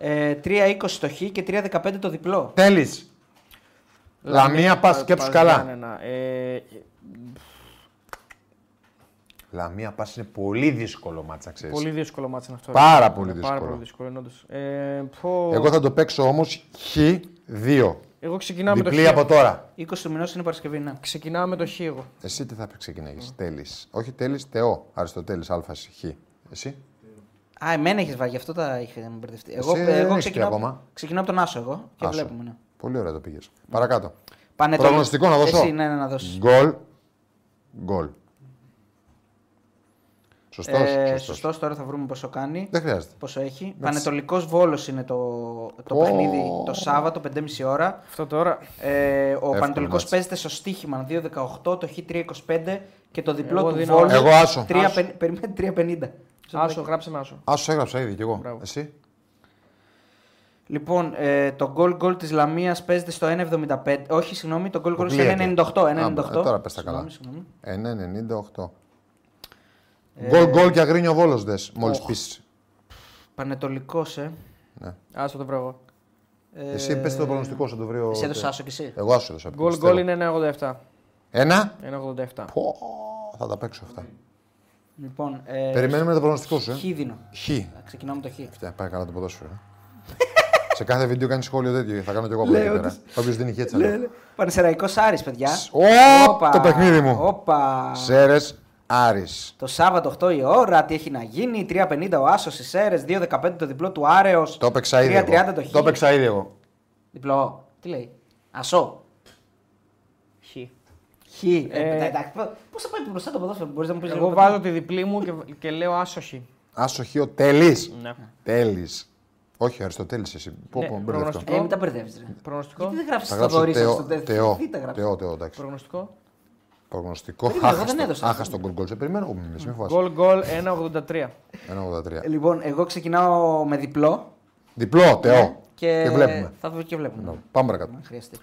Ε, 3.20 το Χ και 3.15 το διπλό.
Τέλη. Λαμία, πας και του καλά.
Γιάννενα. Ε,
Λαμία, πας είναι πολύ δύσκολο μάτσα, ξέρεις.
πολύ δύσκολο μάτς είναι αυτό. ρε.
Πάρα πολύ
Είναι Πάρα
δύσκολο.
πολύ δύσκολο είναι όντως. Ε, πω...
Εγώ θα το παίξω όμως χ2.
Εγώ ξεκινάω με το
Διπλή
χ.
από τώρα.
20 του μηνός είναι Παρασκευή, ναι.
Ξεκινάω με το χ εγώ.
Εσύ τι θα ξεκινάει, Τέλει. Όχι τέλει, Θεό. Αριστοτέλης, Α, Χ. Εσύ.
Α, εμένα έχεις βάλει, γι' αυτό τα είχα μπερδευτεί. Εγώ,
Εσύ δεν έχεις
εγώ
πει
ξεκινάω,
ακόμα.
ξεκινάω από τον Άσο εγώ και
Άσο.
βλέπουμε. Ναι.
Πολύ ωραία το πήγες. Παρακάτω.
Πανετολ-
Προγνωστικό να δώσω.
Εσύ, ναι, ναι, να δώσεις.
Γκολ. Γκολ. Σωστός.
Ε, σωστός, τώρα θα βρούμε πόσο κάνει.
Δεν χρειάζεται.
Πόσο έχει. Πανετολικός Βόλος είναι το, το
Πω.
παιχνίδι το Σάββατο, 5.30 ώρα.
Αυτό τώρα.
Ε, ο Πανετολικός
μάτς.
παίζεται στο στοίχημα 2.18, το Χ3.25 και το διπλό
Εγώ
του
δίνω-
Βόλου.
Εγώ άσο.
3, πεν- Περιμένει 3.50.
Άσο, γράψε με άσο.
Άσο έγραψα ήδη κι εγώ.
Μπράβο.
Εσύ.
Λοιπόν, ε, το goal goal της Λαμίας παίζεται στο 1.75. Όχι, συγγνώμη, το goal goal στο
Αποκλείεται.
1.98. 1.98.
Α, ε, τώρα πες τα καλά.
Συγγνώμη, συγγνώμη.
Ε, 1,98. ναι,
Ε,
Γκολ, γκολ και αγρίνιο βόλο δε. Μόλι πει.
Πανετολικός, ε.
Άσο το βρω εγώ.
Εσύ πες το προγνωστικό σου, το βρει ο.
Εσύ έδωσες άσο και εσύ.
Εγώ άσο έδωσα.
Γκολ
πιστεύω.
γκολ είναι 1,87.
Ένα.
1,87.
Πω, θα τα παίξω αυτά.
Λοιπόν, ε,
Περιμένουμε το προγνωστικό σου. ε.
Χ δίνω.
Χ.
Ξεκινάω με το Χ.
Φτιά, Πάει καλά το ποδόσφαιρο. ε. Σε κάθε βίντεο κάνει σχόλιο τέτοιο. Θα κάνω κι εγώ από εδώ και πέρα. Όποιος δίνει χέτσα. λέω.
Πανεσαιραϊκό Άρης, παιδιά.
Ω,
Όπα,
Το παιχνίδι μου.
Όπα.
Σέρες Άρης.
Το Σάββατο 8 η ώρα, τι έχει να γίνει. 3.50 ο Άσος, οι Σέρες, 2.15 το διπλό του Άρεος.
Το έπαιξα ήδη.
3.30 το
εγώ.
Χ.
Το έπαιξα ήδη εγώ.
Διπλό. Τι λέει. Ασό.
Χ.
Χ. Ε, εντάξει, εντάξει, Πώ θα πάει μπροστά το ποδόσφαιρο, μπορείς να μου πεις
Εγώ βάζω τη διπλή μου και, και λέω άσο χ.
Άσο Χ, ο τέλης.
Ναι.
Τέλης. Όχι, Αριστοτέλης εσύ. Πω,
Ναι,
πω, μπερδευτό.
προγνωστικό.
Ε, μην τα μπερδεύεις. ρε.
Προγνωστικό.
Γιατί δεν
Θα
γράψει το
γράψω
δωρή
Θεό.
στο
Θεό.
τέτοιο. Τι τα γράψεις.
Θεό, Θεό, εντάξει.
Προγνωστικό.
Προγνωστικό.
Περίμενε, εγώ δεν
Άχαστο.
έδωσα.
Άχαστο γκολ γκολ. Σε περιμένω. εγώ, Μη με φοβάσαι.
Γκολ γκολ 1,83.
1,83.
Ε, Λοιπόν, εγώ ξεκινάω με διπλό.
Διπλό, Θεό.
Ναι, Και,
Και βλέπουμε. Ναι.
Θα δω και βλέπουμε.
Πάμε παρακάτω.
Αν χρειαστεί.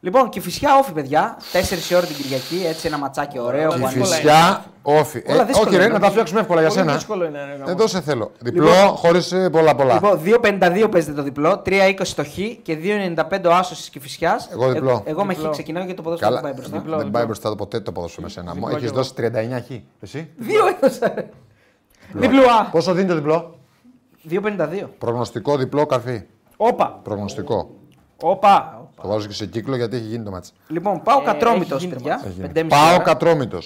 Λοιπόν, και φυσικά όφη, παιδιά. 4 η ώρα την Κυριακή, έτσι ένα ματσάκι ωραίο.
Και
που
η
δύσκολα
ανέβη.
φυσιά, όφη.
Όλα
Ε,
δύσκολα
Όχι, ρε,
είναι,
να τα φτιάξουμε εύκολα για
Πολύ
σένα.
δύσκολο είναι. ρε, γαμώ.
Εδώ σε θέλω. Διπλό, χωρίς πολλά πολλά.
Λοιπόν, 2,52 παίζεται το διπλό, 3,20 το χ και 2,95 ο άσος της κυφυσιά.
Εγώ διπλό.
Ε, Εγώ, με χ
Διπλό.
ξεκινάω για το ποδόσφαιρο
Καλά,
που πάει μπροστά.
διπλό,
δεν
διπλό.
πάει μπροστά το ποτέ το ποδόσφαιρο με σένα.
Διπλό κι
Έχει
εγώ.
δώσει 39 χ. Εσύ.
Δύο έδωσα. ρε.
Διπλό α.
Πόσο δίνει το διπλό.
2,52.
Προγνωστικό διπλό καρφί.
Όπα.
Προγνωστικό.
Όπα.
Το βάζω και σε κύκλο γιατί έχει γίνει το μάτσο.
Λοιπόν, πάω
Ε,
κατρόμητο,
έχει γίνει
παιδιά.
Έχει γίνει.
5,5
Πάω
ώρα.
κατρόμητο.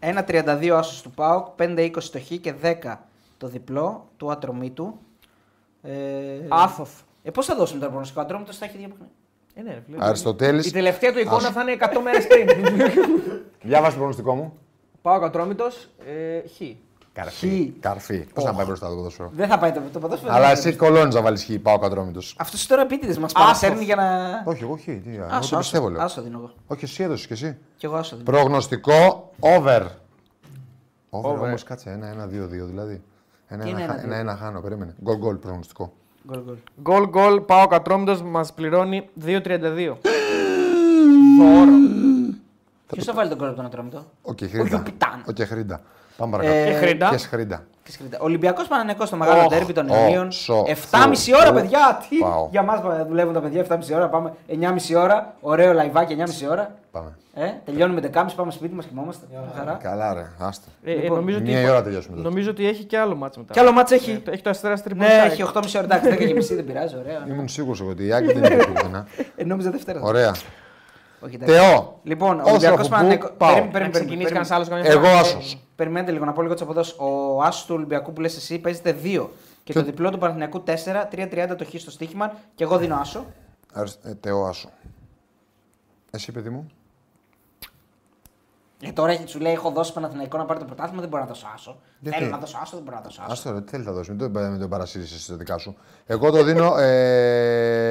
1,32 ο άσος του Πάοκ, 5,20 το χ και 10 το διπλό του ατρομήτου. Ε,
Άθοφ.
ε, πώς θα δώσουμε τώρα προγνωστικό ατρόμητος, θα έχει δύο παιχνίδια.
Ε, ναι, ρε, φίλε. Η
Αριστοτέλη.
τελευταία του εικόνα θα είναι 100 μέρες πριν.
Διάβασε το προγνωστικό μου.
Πάω κατρόμητο. Ε, χ.
Καρφί. Καρφί. Πώς να πάει μπροστά το ποδόσφαιρο.
Δεν θα πάει το, το ποδόσφαιρο.
Αλλά εσύ κολώνεις να βάλεις χ. Πάω κατρόμητος.
Αυτός τώρα επίτηδες μας παρασέρνει για να.
Όχι, εγώ χ. Τι, Εγώ
Άσο,
το πιστεύω
άσο,
λέω.
άσο δίνω εγώ.
Όχι, εσύ έδωσες κι εσύ.
Κι εγώ άσο δίνω.
Προγνωστικό over. Over,
Over.
όμως κάτσε. Ένα-ένα-δύο-δύο δηλαδή.
Τι είναι
Ένα-ένα
ένα-δύο?
ένα, ένα, χάνω, περίμενε. Γκολ γκολ προγνωστικό.
Γκολ, γκολ.
Γκολ γκολ πάω κατρόμητος μας πληρώνει 2,32. Δώρο.
Ποιος θα βάλει τον κόλπο τον Ατρόμητο.
Οκ, χρήντα.
καπιτάν.
Οκ, χρήντα. Πάμε παρακάτω.
Και χρήντα.
Και σχρήντα.
Ολυμπιακό Παναγενικό στο μεγάλο
Οχ,
τέρπι των
οχ,
Ελλήνων.
σο,
7,5
φου,
ώρα,
φου,
παιδιά. Τι.
πάω.
Για μας δουλεύουν τα παιδιά 7,5 ώρα. Πάμε 9,5 ώρα. Ωραίο λαϊβάκι 9,5η ώρα.
Πάμε.
Ε, τελειώνουμε 10,5, πάμε σπίτι μας, κοιμόμαστε. με Χαρά.
Καλά, ρε. Άστα.
Ε, ε, νομίζω, ότι
Μία
υπο-
ώρα τελειώσουμε τότε.
νομίζω ότι έχει και άλλο μάτσο μετά.
Κι άλλο μάτς
Ε,
έχει.
το- Έχει το αστέρα τριπλό.
Ναι, έχει 8,5 ώρα. Εντάξει, 10 και μισή δεν πειράζει. Ωραία.
Ήμουν σίγουρος εγώ ότι η Άκη δεν είναι πουθενά.
Ε, νόμιζα Δευτέρα.
Ωραία.
Όχι, εντάξει.
Θεό.
Λοιπόν, ο
Όσο
Ολυμπιακό
αφού
Παναγενικό.
πάω.
Να ξεκινήσει κανένας άλλο καμιά
Εγώ
φορά.
άσο.
Περιμένετε λίγο να πω λίγο τι αποδόσει. Ο άσο του Ολυμπιακού που λες εσύ παίζεται 2. Και το διπλό του Παναθηναϊκού 4, 3-30 το χ στο στοίχημα και εγώ δίνω άσο.
Θεό Ε, άσο. Εσύ, παιδί μου.
Ε, τώρα έχει- σου λέει: Έχω δώσει Παναθηναϊκό να πάρει το πρωτάθλημα, δεν μπορώ να δώσω άσο.
Γιατί?
Θέλω να δώσω άσο, δεν μπορώ να δώσω άσο.
Άστο, ρε, τι θέλεις να δώσεις. Μην το, μην το παρασύρεις εσύ τα δικά σου. Εγώ το δίνω.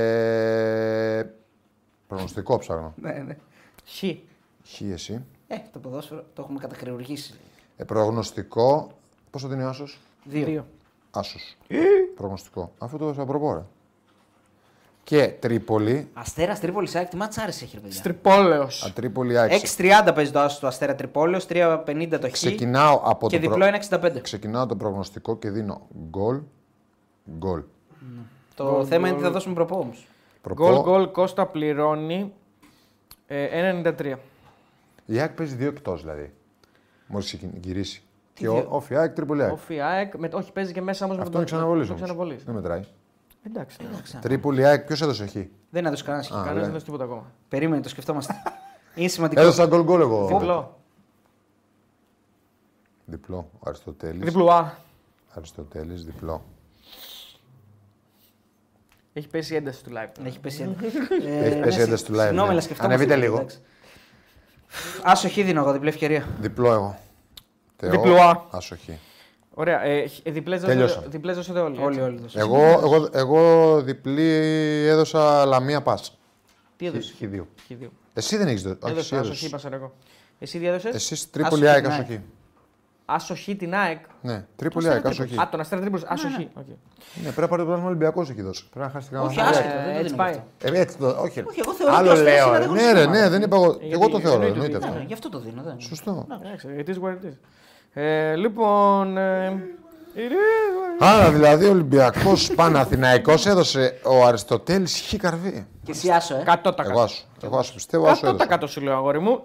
Ε, προγνωστικό ψάχνω.
Ναι, ναι.
Χ.
Χ, εσύ.
Ε, το ποδόσφαιρο το έχουμε κατακριουργήσει.
Ε, προγνωστικό. Πόσο δίνει ο Άσος?
Δύο.
Δύο.
Άσος.
Ε.
προγνωστικό. Αφού το έδωσα προπό, ρε. Και Τρίπολη.
Αστέρας Τρίπολη Σάκη, τι μάτσα άρεσε έχει, ρε παιδιά.
Στριπόλεο.
Ατρίπολη Άξι.
6.30 παίζει το άσος του Αστέρα Τρίπολεος, 3.50 το χ.
Ξεκινάω από
Και
το προ-
διπλό 1.65.
Ξεκινάω το προγνωστικό και δίνω γκολ. Γκολ.
Το θέμα είναι τι θα δώσουμε προπό όμως.
Προπό.
Γκολ γκολ Κώστα πληρώνει Ε, 1,93.
Η ΑΕΚ παίζει δύο εκτός δηλαδή. Μόλις γυρίσει. Και
δύο?
ο όφη ΑΕΚ, τριπολή ΑΕΚ.
Όφι ΑΕΚ, με, όχι παίζει και μέσα όμως με
Αυτό είναι Ναι. ξαναβολή.
το ξαναβολή.
Δεν μετράει.
Εντάξει, εντάξει.
Τριπολή ΑΕΚ, ποιος έδωσε χ.
Δεν έδωσε κανένας χι.
Κανένα
λέει.
δεν δώσει τίποτα ακόμα.
Περίμενε, το σκεφτόμαστε. Είναι σημαντικό.
Έδωσα γκολ γκολ εγώ.
Διπλό.
Διπλό. Ο Αριστοτέλης.
Διπλό Α.
Αριστοτέλης, διπλό.
Έχει πέσει η ένταση του live.
Έχει πέσει Ε,
Έχει πέσει ένταση του live,
Συγγνώμη,
ναι.
αλλά σκεφτόμαστε.
Ανεβείτε
λίγο,
λίγο.
εντάξει. Άσο χι δίνω εγώ διπλή ευκαιρία.
Διπλό εγώ. Θεό,
Διπλό Α.
Άσοχη.
Ωραία. Ε, χ- ε, διπλές δώσατε-
Τελειώσαμε.
Διπλές δώσατε όλοι.
Όλοι,
έτσι.
όλοι. δώσαν.
Εγώ, εγώ, εγώ διπλή έδωσα λαμία πας.
Τι έδωσε.
Χ δύο.
Χ δύο.
Εσύ δεν έχεις δώσει. όχι,
Έδωσε
εσύ
άσοχη,
έδωσες.
είπα σαν εγώ. Εσύ διέδωσες.
Εσύ
Άσοχη,
τρίπολη ΑΕΚ,
ναι.
άσοχη.
Άσοχη την ΑΕΚ.
Ναι, τρίπολη ΑΕΚ, άσοχη.
Α, τον Αστέρα Τρίπολης.
ναι.
Άσοχη. Οκ.
Ναι, πρέπει να πάρει το πράγμα Ολυμπιακός έχει δώσει. Πρέπει να χάσει την
Όχι,
κανονική.
άσχετα,
Ε,
δεν το
Έτσι
δίνω
πάει.
αυτό.
Ε, έτσι το, όχι. ρε.
Όχι, εγώ θεωρώ
Άλλο
ότι ο Αστέρας
λέω.
είναι
ρε.
ανταγωνιστική
Ναι, ρε,
ομάδα.
ναι, δεν είπα εγώ.
Γιατί
Εγώ το θεωρώ.
εννοείται
Εννοείται
ότι-
αυτό.
Ναι, γι' αυτό το δίνω. Δεν.
Σωστό.
Εντάξει, It is what it is. Ε, Λοιπόν. ε, it is what it
Άρα δηλαδή ο Ολυμπιακός Παναθηναϊκός έδωσε ο Αριστοτέλης χ καρβί.
Και εσύ άσο, ε.
is. 100%.
Εγώ άσου. Εγώ άσου πιστεύω. Άσου
Κάτω τα
έδωσε.
κάτω σου λέω, αγόρι μου.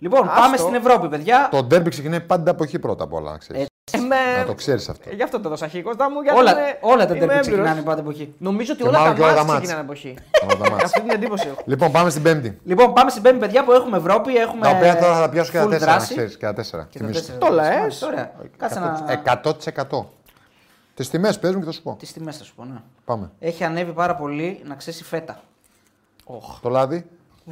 Λοιπόν,
Άστο.
πάμε στην Ευρώπη, παιδιά.
Το ντέρμπι ξεκινάει πάντα από χ πρώτα απ' όλα, να ξέρεις.
Ε, με-
Να το ξέρεις αυτό.
Ε, Γι' αυτό το έδωσα χ, Κώστα μου. γιατί
Όλα,
είμαι-
όλα τα
είμαι
τέρπι
έμπειρος.
ξεκινάνε πάντα από εκεί.
Νομίζω ότι
Και
όλα
μάλλον και όλα
τα
τα
μάτια
μάτς.
ξεκινάνε από χ.
Όλα τα μάτς.
Αυτή την εντύπωση έχω.
Λοιπόν, πάμε στην Πέμπτη.
Λοιπόν, πάμε στην πέμπτη, παιδιά που έχουμε Ευρώπη. Έχουμε
Τα οποία τώρα θα τα πιάσω και τα
full
τέσσερα. να
δράση.
ξέρεις, Και τα τέσσερα.
Και τα
Θυμήσου.
τέσσερα.
Το λες.
Μάλιστα, Ωραία. Κάτσε να.
100%. Τις τιμές παίζουν και θα σου πω.
Τις τιμές θα σου πω, ναι.
Πάμε.
Έχει ανέβει πάρα πολύ να ξέσει φέτα.
Το λάδι.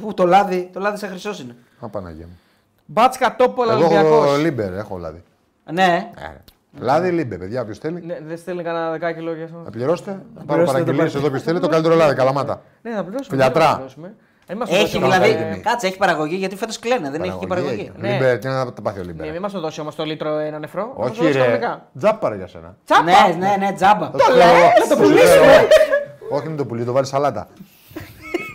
Ου, το λάδι, το λάδι σε χρυσός είναι.
Α, Παναγία μου.
Μπάτσκα τόπολα
Εγώ έχω
Ολυμπιακός.
λίμπερ, έχω λάδι.
Ναι,
Ε, ρε. Λάδι λίμπερ, παιδιά, όποιος θέλει.
Ναι, Δεν στέλνει κανένα δεκάκι λόγια αυτό.
Να πληρώσετε. Να πάρω
πληρώσετε,
παραγγελίες
το
εδώ όποιος θέλει. Το καλύτερο λάδι, καλαμάτα.
Ναι, να πληρώσουμε.
Φιλιατρά.
δεν θα πληρώσουμε. Ε, μην μας το
έχει
δώσει όμως,
δηλαδή.
ε,
Κάτσε, έχει παραγωγή γιατί φέτος κλαίνε, δεν έχει και παραγωγή.
έχει.
Ναι.
Λίμπερ, τι να τα πάθει ο
Ναι,
λίμπερ.
μην μας το δώσει όμως το λίτρο ένα νεφρό. να μας το
Όχι,
δώσει
ρε.
κανονικά.
Τζάπαρα για σένα.
Τσάπα.
Ναι, ναι, ναι, τζάμπα.
Το
λες, να το πουλήσουμε.
Όχι, μην το πουλί, το βάλεις σαλάτα.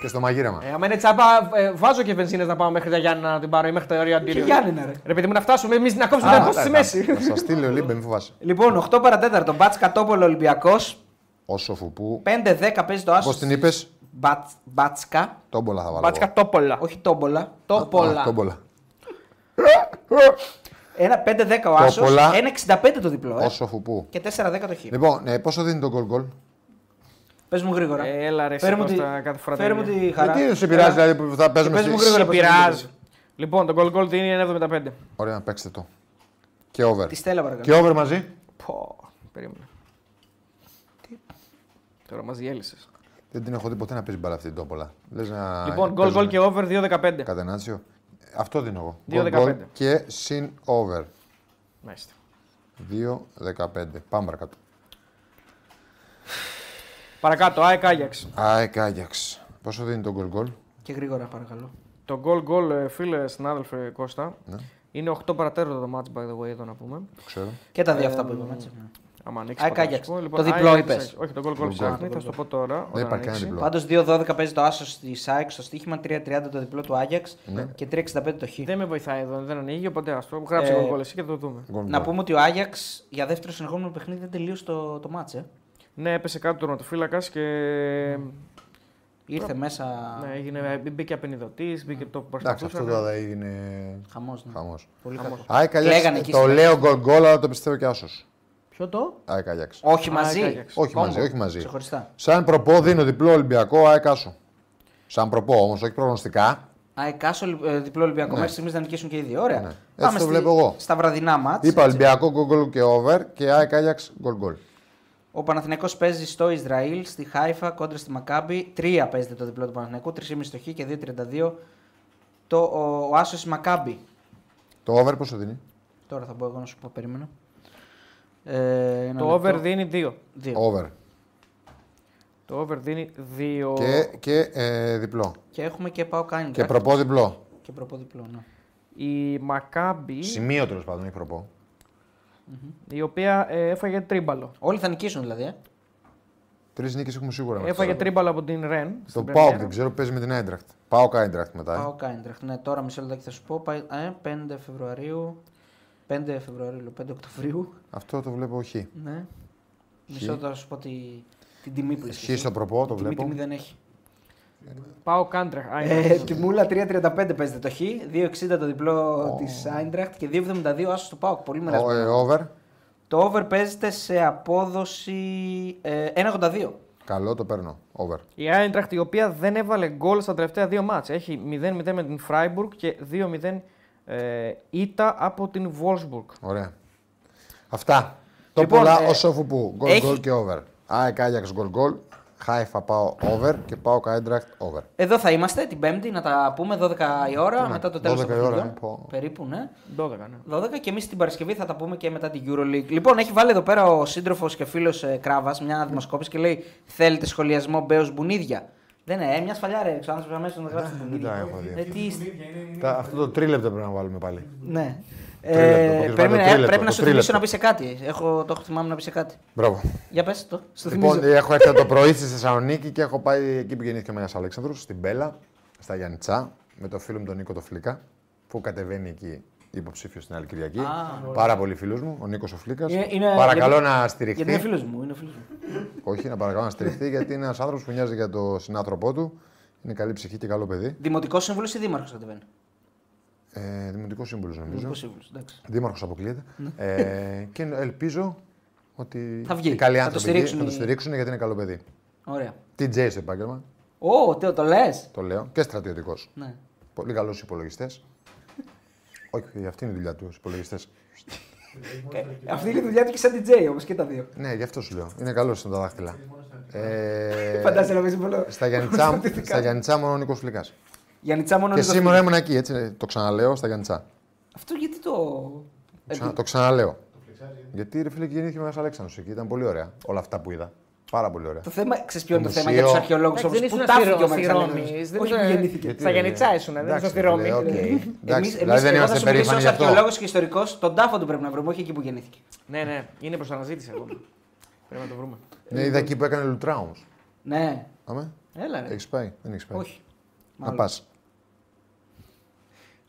Και στο μαγείρεμα.
Ε, άμα είναι τσάπα, ε, βάζω και βενζίνες να πάω μέχρι τα Γιάννη να την πάρω ή μέχρι τα Ρία Αντίλιο.
Γιάννενα, ρε.
Ρε παιδί μου, να φτάσουμε εμείς να κόψουμε τα πόσα στη μέση.
Σας στείλει ο Λίμπερ, μην φοβάσαι.
Λοιπόν, 8 παρατέταρτο, μπατ κατόπολο Ολυμπιακός.
Όσο φουπού.
5-10 παίζει το
Πώς
άσο.
την είπες,
Μπατς- Μπάτσκα,
τόμπολα θα βάλω.
Μπάτσκα
εγώ.
τόπολα.
όχι τόμπολα.
Α,
Τόπολα.
Τόμπολα.
Ένα 5-10 ο άσο.
Τόπολα.
1-65 το διπλό. ε.
Όσο φουπού.
Και 4-10 το χ.
Λοιπόν, ε, πόσο δίνει το γκολ γκολ.
Πες μου γρήγορα.
Ε, έλα, ρε, εσύ,
Φέρε μου
Κώστα,
τη-
κάθε φορά
φέρε
τα
μου
ίδια.
τη
Ε,
χαρά.
Τι σε πειράζει δηλαδή που θα παίζουμε
πες μου
στις-
γρήγορα.
Σε πειράζει. Λοιπόν, το goal goal είναι 75.
Ωραία, παίξτε το. Και over.
Τη Στέλλα παρακαλώ.
Και over μαζί.
Πω, περίμενα. Τώρα μας διέλυσε.
Δεν την έχω δει ποτέ να παίζει μπαλά αυτή την τόπολα. Λες να
Λοιπόν, goal
παίζουμε
goal και over 2-15.
Κατενάτσιο. Αυτό δίνω εγώ.
Δύο
Goal,
δεκαπέντε.
goal και συν over.
Μάλιστα.
2-15. Πάμε παρακάτω.
Παρακάτω, ΑΕΚ Άγιαξ.
ΑΕΚ Άγιαξ. Πόσο δίνει το γκολ γκολ.
Και γρήγορα παρακαλώ.
Το goal goal, ε, φίλε, συνάδελφε Κώστα, είναι 8 παρατέρωτα το match, by the way, εδώ να πούμε.
Ναι, Το ξέρω.
Και τα δύο αυτά που είπαμε. έτσι.
Ε, ναι.
Άμα ανοίξεις.
ΑΕΚ,
πάντα,
Άγιαξ.
θα σου πω.
Το διπλό
Άγιαξ,
είπες.
Άγιαξ. Όχι, το goal goal
goal.
ψάχνει, θα σου το πω τώρα.
Δεν
όταν
υπάρχει κανένα
ανοίξει.
διπλό.
Πάντως 2-12 παίζει το άσο στη ΣΑΕΚ στο στοίχημα, 3-30 το διπλό του Άγιαξ
Ναι.
και 3-65 το Χ.
Δεν με βοηθάει εδώ, δεν ανοίγει, οπότε ας το γράψει
Ε,
goal goal εσύ και το δούμε.
Γκολ
Να
γκολ.
πούμε ότι ο Άγιαξ για δεύτερο συνεχόμενο παιχνίδι δεν τελείωσε το, το μάτς, ε.
Ναι, έπεσε κάτω του τερματοφύλακα και.
Ήρθε μέσα
Ναι, έγινε, μπήκε απενιδωτής, μπήκε το που
Εντάξει, αυτό
προσπαθούσαν.
τώρα θα έγινε
χαμός. Ναι.
χαμός.
Πολύ χαμός.
ΑΕΚ
Κλαίγανε
Άγιαξ.
εκεί
Το
στην
λέω γκολ γκολ, αλλά το πιστεύω και άσος.
Ποιο το?
ΑΕΚ Άγιαξ.
Όχι
Α,
μαζί.
ΑΕΚ, Άγιαξ.
Όχι μαζί,
Κόμπο.
όχι μαζί.
Ξεχωριστά.
Σαν προπό δίνω διπλό Ολυμπιακό, ΑΕΚ Άσο. Σαν προπό όμως, όχι προγνωστικά.
ΑΕΚ άσο, ε, διπλό Ολυμπιακό. Μέχρι στιγμής θα νικήσουν και οι δύο. Ωραία.
Ναι. Έτσι το βλέπω εγώ.
στα βραδινά μάτς.
Είπα Ολυμπιακό γκολ γκολ και over και ΑΕΚ Άγιαξ γκολ γκολ.
Ο Παναθηναϊκός παίζει στο Ισραήλ, στη Χάιφα, κόντρα στη Μακάμπη. 3 παίζεται το διπλό του Παναθηναϊκού, 3,5 το Χ και 2,32 το, ο, ο Άσος Μακάμπη.
Το over πόσο δίνει.
Τώρα θα μπω εγώ να σου πω, περίμενα. Ε, ένα
Το
λεπτό.
over δίνει 2.
Δύο.
Over.
Το over δίνει 2.
Και, και ε, διπλό.
Και έχουμε και πάω κάνει.
Και προπό διπλό.
και προπό διπλό. Ναι.
Η Μακάμπη,
Σημείο τέλος πάντων, έχει προπό.
η οποία ε, έφαγε τρίμπαλο.
Όλοι θα νικήσουν δηλαδή. ε.
Τρεις νίκες έχουμε σίγουρα. μέχρι
Έφαγε
τώρα.
τρίμπαλο από την Ρεν.
Το
στην
Πάοκ
Πρεμιέρα.
δεν ξέρω, παίζει με την Άιντραχτ. Πάοκ Άιντραχτ μετά. ε.
Πάω Κάιντραχτ. Ναι, τώρα μισό λεπτό και θα σου πω. Πάει, ε, 5 Φεβρουαρίου. 5 Φεβρουαρίου, λέω, 5 Οκτωβρίου.
Αυτό το βλέπω χ.
Ναι. Μισό λεπτό θα σου πω τη, την τιμή που λες
Χ
και εσύ.
στο προπό το
Τιμή,
βλέπω.
τιμή δεν έχει.
Πάω κάντρα. Α,
Ε,
είναι.
Τιμούλα 3.35 παίζεται το Χ, 2.60 το διπλό της της Άιντραχτ και 2.72 άσο του Πάουκ. Πολύ
Ο, ε,
μοιρασμένο.
over.
Το over παίζεται σε απόδοση ε, 1.82.
Καλό, το παίρνω. Over.
Η Άιντραχτ η οποία δεν έβαλε γκολ στα τελευταία δύο μάτς. Έχει 0-0 με την Φράιμπουργκ και 2-0 ε, ήττα από την Βόλσμπουργκ.
Ωραία. Αυτά. Το
Λοιπόν,
πολλά
ε,
ε, ως όφου που. Γκολ,
έχει-
γκολ και over. ΑΕΚ, Άγιαξ, γκολ, γκολ. Χάιφα πάω over και πάω Κάιντρακτ over.
Εδώ θα είμαστε την Πέμπτη να τα πούμε 12 η ώρα μετά το τέλος
12
των
Ναι, η ώρα,
παιχνιδιών.
ε, πω.
Περίπου, ναι.
12, ναι.
12 και εμείς την Παρασκευή θα τα πούμε και μετά την Euroleague. Λοιπόν, έχει βάλει εδώ πέρα ο σύντροφος και φίλος ε, Κράβας μια δημοσκόπηση και λέει: Θέλετε σχολιασμό Μπέος Μπουνίδια. Δεν είναι, ε, μια σφαλιά ρε. Ξανά σου αμέσω να γράψει
δεν
Μπουνίδια.
τα έχω δει.
Ε, τι είστε.
Τα, αυτό το τρίλεπτο πρέπει να βάλουμε πάλι.
Ναι.
Τρίλεπτο,
Ε,
έχεις
πρέπει,
βάλει
να,
το τρίλεπτο,
πρέπει να
το
σου θυμίσω
τρίλεπτο.
να πεις σε κάτι. Έχω, το έχω θυμάμαι να πεις σε κάτι.
Μπράβο.
Για πες το. Στο θυμίζω.
Λοιπόν, έχω έρθει από το πρωί στη Θεσσαλονίκη και έχω πάει εκεί που γεννήθηκε ο Μέγας Αλέξανδρος, στην Πέλα, στα Γιάννητσά, με το φίλο μου τον Νίκο το Φλίκα, που κατεβαίνει εκεί υποψήφιος την άλλη Κυριακή. Πάρα πολύ φίλο μου, ο Νίκος ο Φλίκας.
Είναι- Ε, είναι-
Παρακαλώ
γιατί-
να στηριχθεί.
Γιατί είναι φίλος μου. Είναι φίλος μου.
Όχι, να παρακαλώ να στηριχθεί, γιατί είναι ένας άνθρωπος που νοιάζει για τον συνάνθρωπό του. Είναι καλή ψυχή και καλό παιδί.
Δημοτικός σύμβουλος ή δήμαρχος κατεβαίνει.
Ε, Δημοτικός σύμβουλος νομίζω.
Δημοτικός σύμβουλος. εντάξει.
Δήμαρχος αποκλείεται. Ε, και ελπίζω ότι
Ναι. Θα βγει.
οι καλοί
Θα το
άνθρωποι εκεί
στηρίξουν
θα το
οι-
στηρίξουν γιατί είναι καλό παιδί.
Ωραία.
TJ στο επάγγελμα,
Ω, τι το λες.
το λέω, και στρατιωτικός.
Ναι.
Πολύ καλός υπολογιστές. Όχι, αυτή είναι η δουλειά του, υπολογιστές.
Ε, Αυτή είναι η δουλειά του και σαν DJ όμως και τα δύο.
Ναι, γι' αυτό σου λέω. Είναι καλός στα δάχτυλα. Ε,
Φαντάζεσαι να παίζει πολύ.
Στα Γιάννητσά, στα Γιάννητσά μόνο ο Νίκος Φλικά.
Γιάννητσά μόνο
Και
είναι το
σήμερα
φίλο.
ήμουν εκεί, έτσι. Το ξαναλέω στα Γιάννητσά.
Αυτό γιατί το.
Ε, Το, ξανα- το ξαναλέω. Γιατί ρε φίλε και γεννήθηκε ο Μέγας Αλέξανδρος εκεί, ήταν πολύ ωραία όλα αυτά που είδα. Πάρα πολύ ωραία.
Το θέμα, ξέρεις ποιο είναι το
Το
θέμα για
μουσείο.
τους αρχαιολόγους
Εντάξει,
όμως.
δεν
Πού τάφηκε
ήσουν Ε,
ο
στη Ρώμη.
Μαξαλέδωνος.
Δεν
Όχι
ήταν-
που γεννήθηκε.
Γιατί,
Στα
ρε,
Γιάννητσά ήσουν, δεν
εντάξει,
ήσουν στη
ρε
Ρώμη.
φίλε, οκ. Εντάξει,
Εμείς-
δηλαδή
εμείς-
δεν
εγώ θα
είμαστε
σου μιλήσω
περήφανοι
ως
γι' αυτό.
αρχαιολόγος και ιστορικός, τον τάφο του πρέπει να βρούμε, όχι εκεί που γεννήθηκε.
Ναι, ναι, είναι προς αναζήτηση ακόμα. Πρέπει να το βρούμε.
Ναι, είδα εκεί που έκανε Λουτρά όμως.
Ναι,
Αμέ.
έλα ρε.
Έχεις πάει, δεν έχεις πάει.
Όχι.
Να
μάλλον.
πας.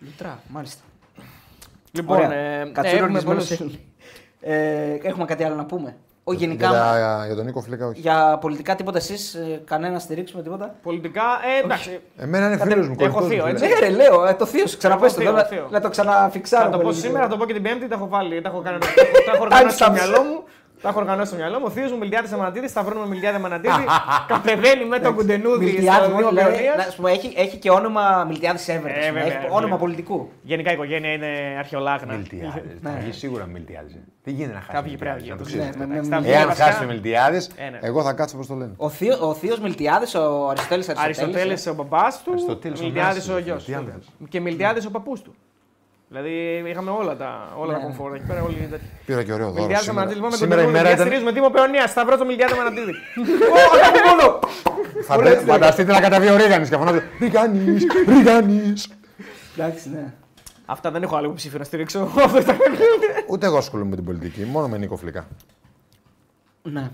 Λουτρά, μάλιστα.
Λοιπόν,
Ωραία.
ε,
Κατσούρα
ναι, έχουμε
οργισμένος.
πολλούς-
Ε, Έχουμε κάτι άλλο να πούμε. Ο γενικά
Ε, Για, για, για τον Νίκο Φλίκα, όχι.
για πολιτικά τίποτα εσείς, κανένα στηρίξουμε τίποτα.
Πολιτικά, ε, εντάξει.
Εμένα είναι
Κατε-
φίλος μου.
έχω
κολλητός μου,
θείο,
φίλε.
έτσι.
Ναι, ρε, λέω, ε, το θείο σου, ξαναπέστε
θείο,
το. να-
θείο.
Να το ξαναφιξάρω.
Θα το πω
πολύ
σήμερα, θα
γρήγορα.
το πω και την Πέμπτη. Τα έχω βάλει, τα έχω, κάνει, τα έχω- τα έχω οργανώσει στο
Timestamps.
μυαλό μου. Τα έχω οργανώσει στο μυαλό μου. Ο θείος μου Μιλτιάδης Αμανατίδης, σταυρώνουμε Μιλτιάδη Αμανατίδη. κατεβαίνει με τον Κουντενούδη
Μιλτιάδη,
στο
μόνο
Δήμο
λέει, να
Περονία.
σου πω, έχει, έχει και όνομα Μιλτιάδης Εύερ.
Ε,
ας πούμε,
βέβαια,
έχει
ε,
όνομα
βέβαια.
πολιτικού.
Γενικά η οικογένεια είναι αρχαιολάγνα.
Μιλτιάδε. Θα βγει Ναι. σίγουρα Μιλτιάδε. Τι γίνεται να
Θα
χάσει.
βγει
Μιλτιάδες,
πρέπει
να
να
το
βγει.
ξέρεις.
Ναι, με- με-
Εντάξει, θα βγει
Εάν
βασικά.
χάσει ο Μιλτιάδε,
Ε, ναι.
εγώ θα κάτσω όπως το λένε.
Ο, θείο, ο θείος Μιλτιάδης, ο Αριστοτέλης
Αριστοτέλης
Αριστοτέλης. ε.
ο μπαμπάς του,
Αριστοτέλης, ο
Μιλτιάδης ο
Νάσης,
γιο.
Μιλτιάδης.
Και Μιλτιάδης ο παππούς του. Δηλαδή είχαμε όλα τα, όλα τα
Ναι, ναι.
κομφόρ εκεί πέρα. Όλοι οι τέτοιοι.
Πήρα και ωραίο δώρο.
Μιλτιάδη Αμανατίδη, λοιπόν, με τον
σήμερα η
Κουντενούδη.
μέρα ήταν.
Διαστηρίζουμε Δήμο Περονία. Σταυρό τον Μιλτιάδη Αμανατίδη.
Θα πρέπει- Φανταστείτε να καταβεί ο Ρίγανης και φωνάζει. Ρίγανης, Ρίγανης.
Εντάξει, ναι.
Αυτά δεν έχω άλλο υποψήφιο να στηρίξω. Αυτό ήταν.
Ούτε εγώ ασχολούμαι με την πολιτική, μόνο με Νίκο Φλικά.
ναι.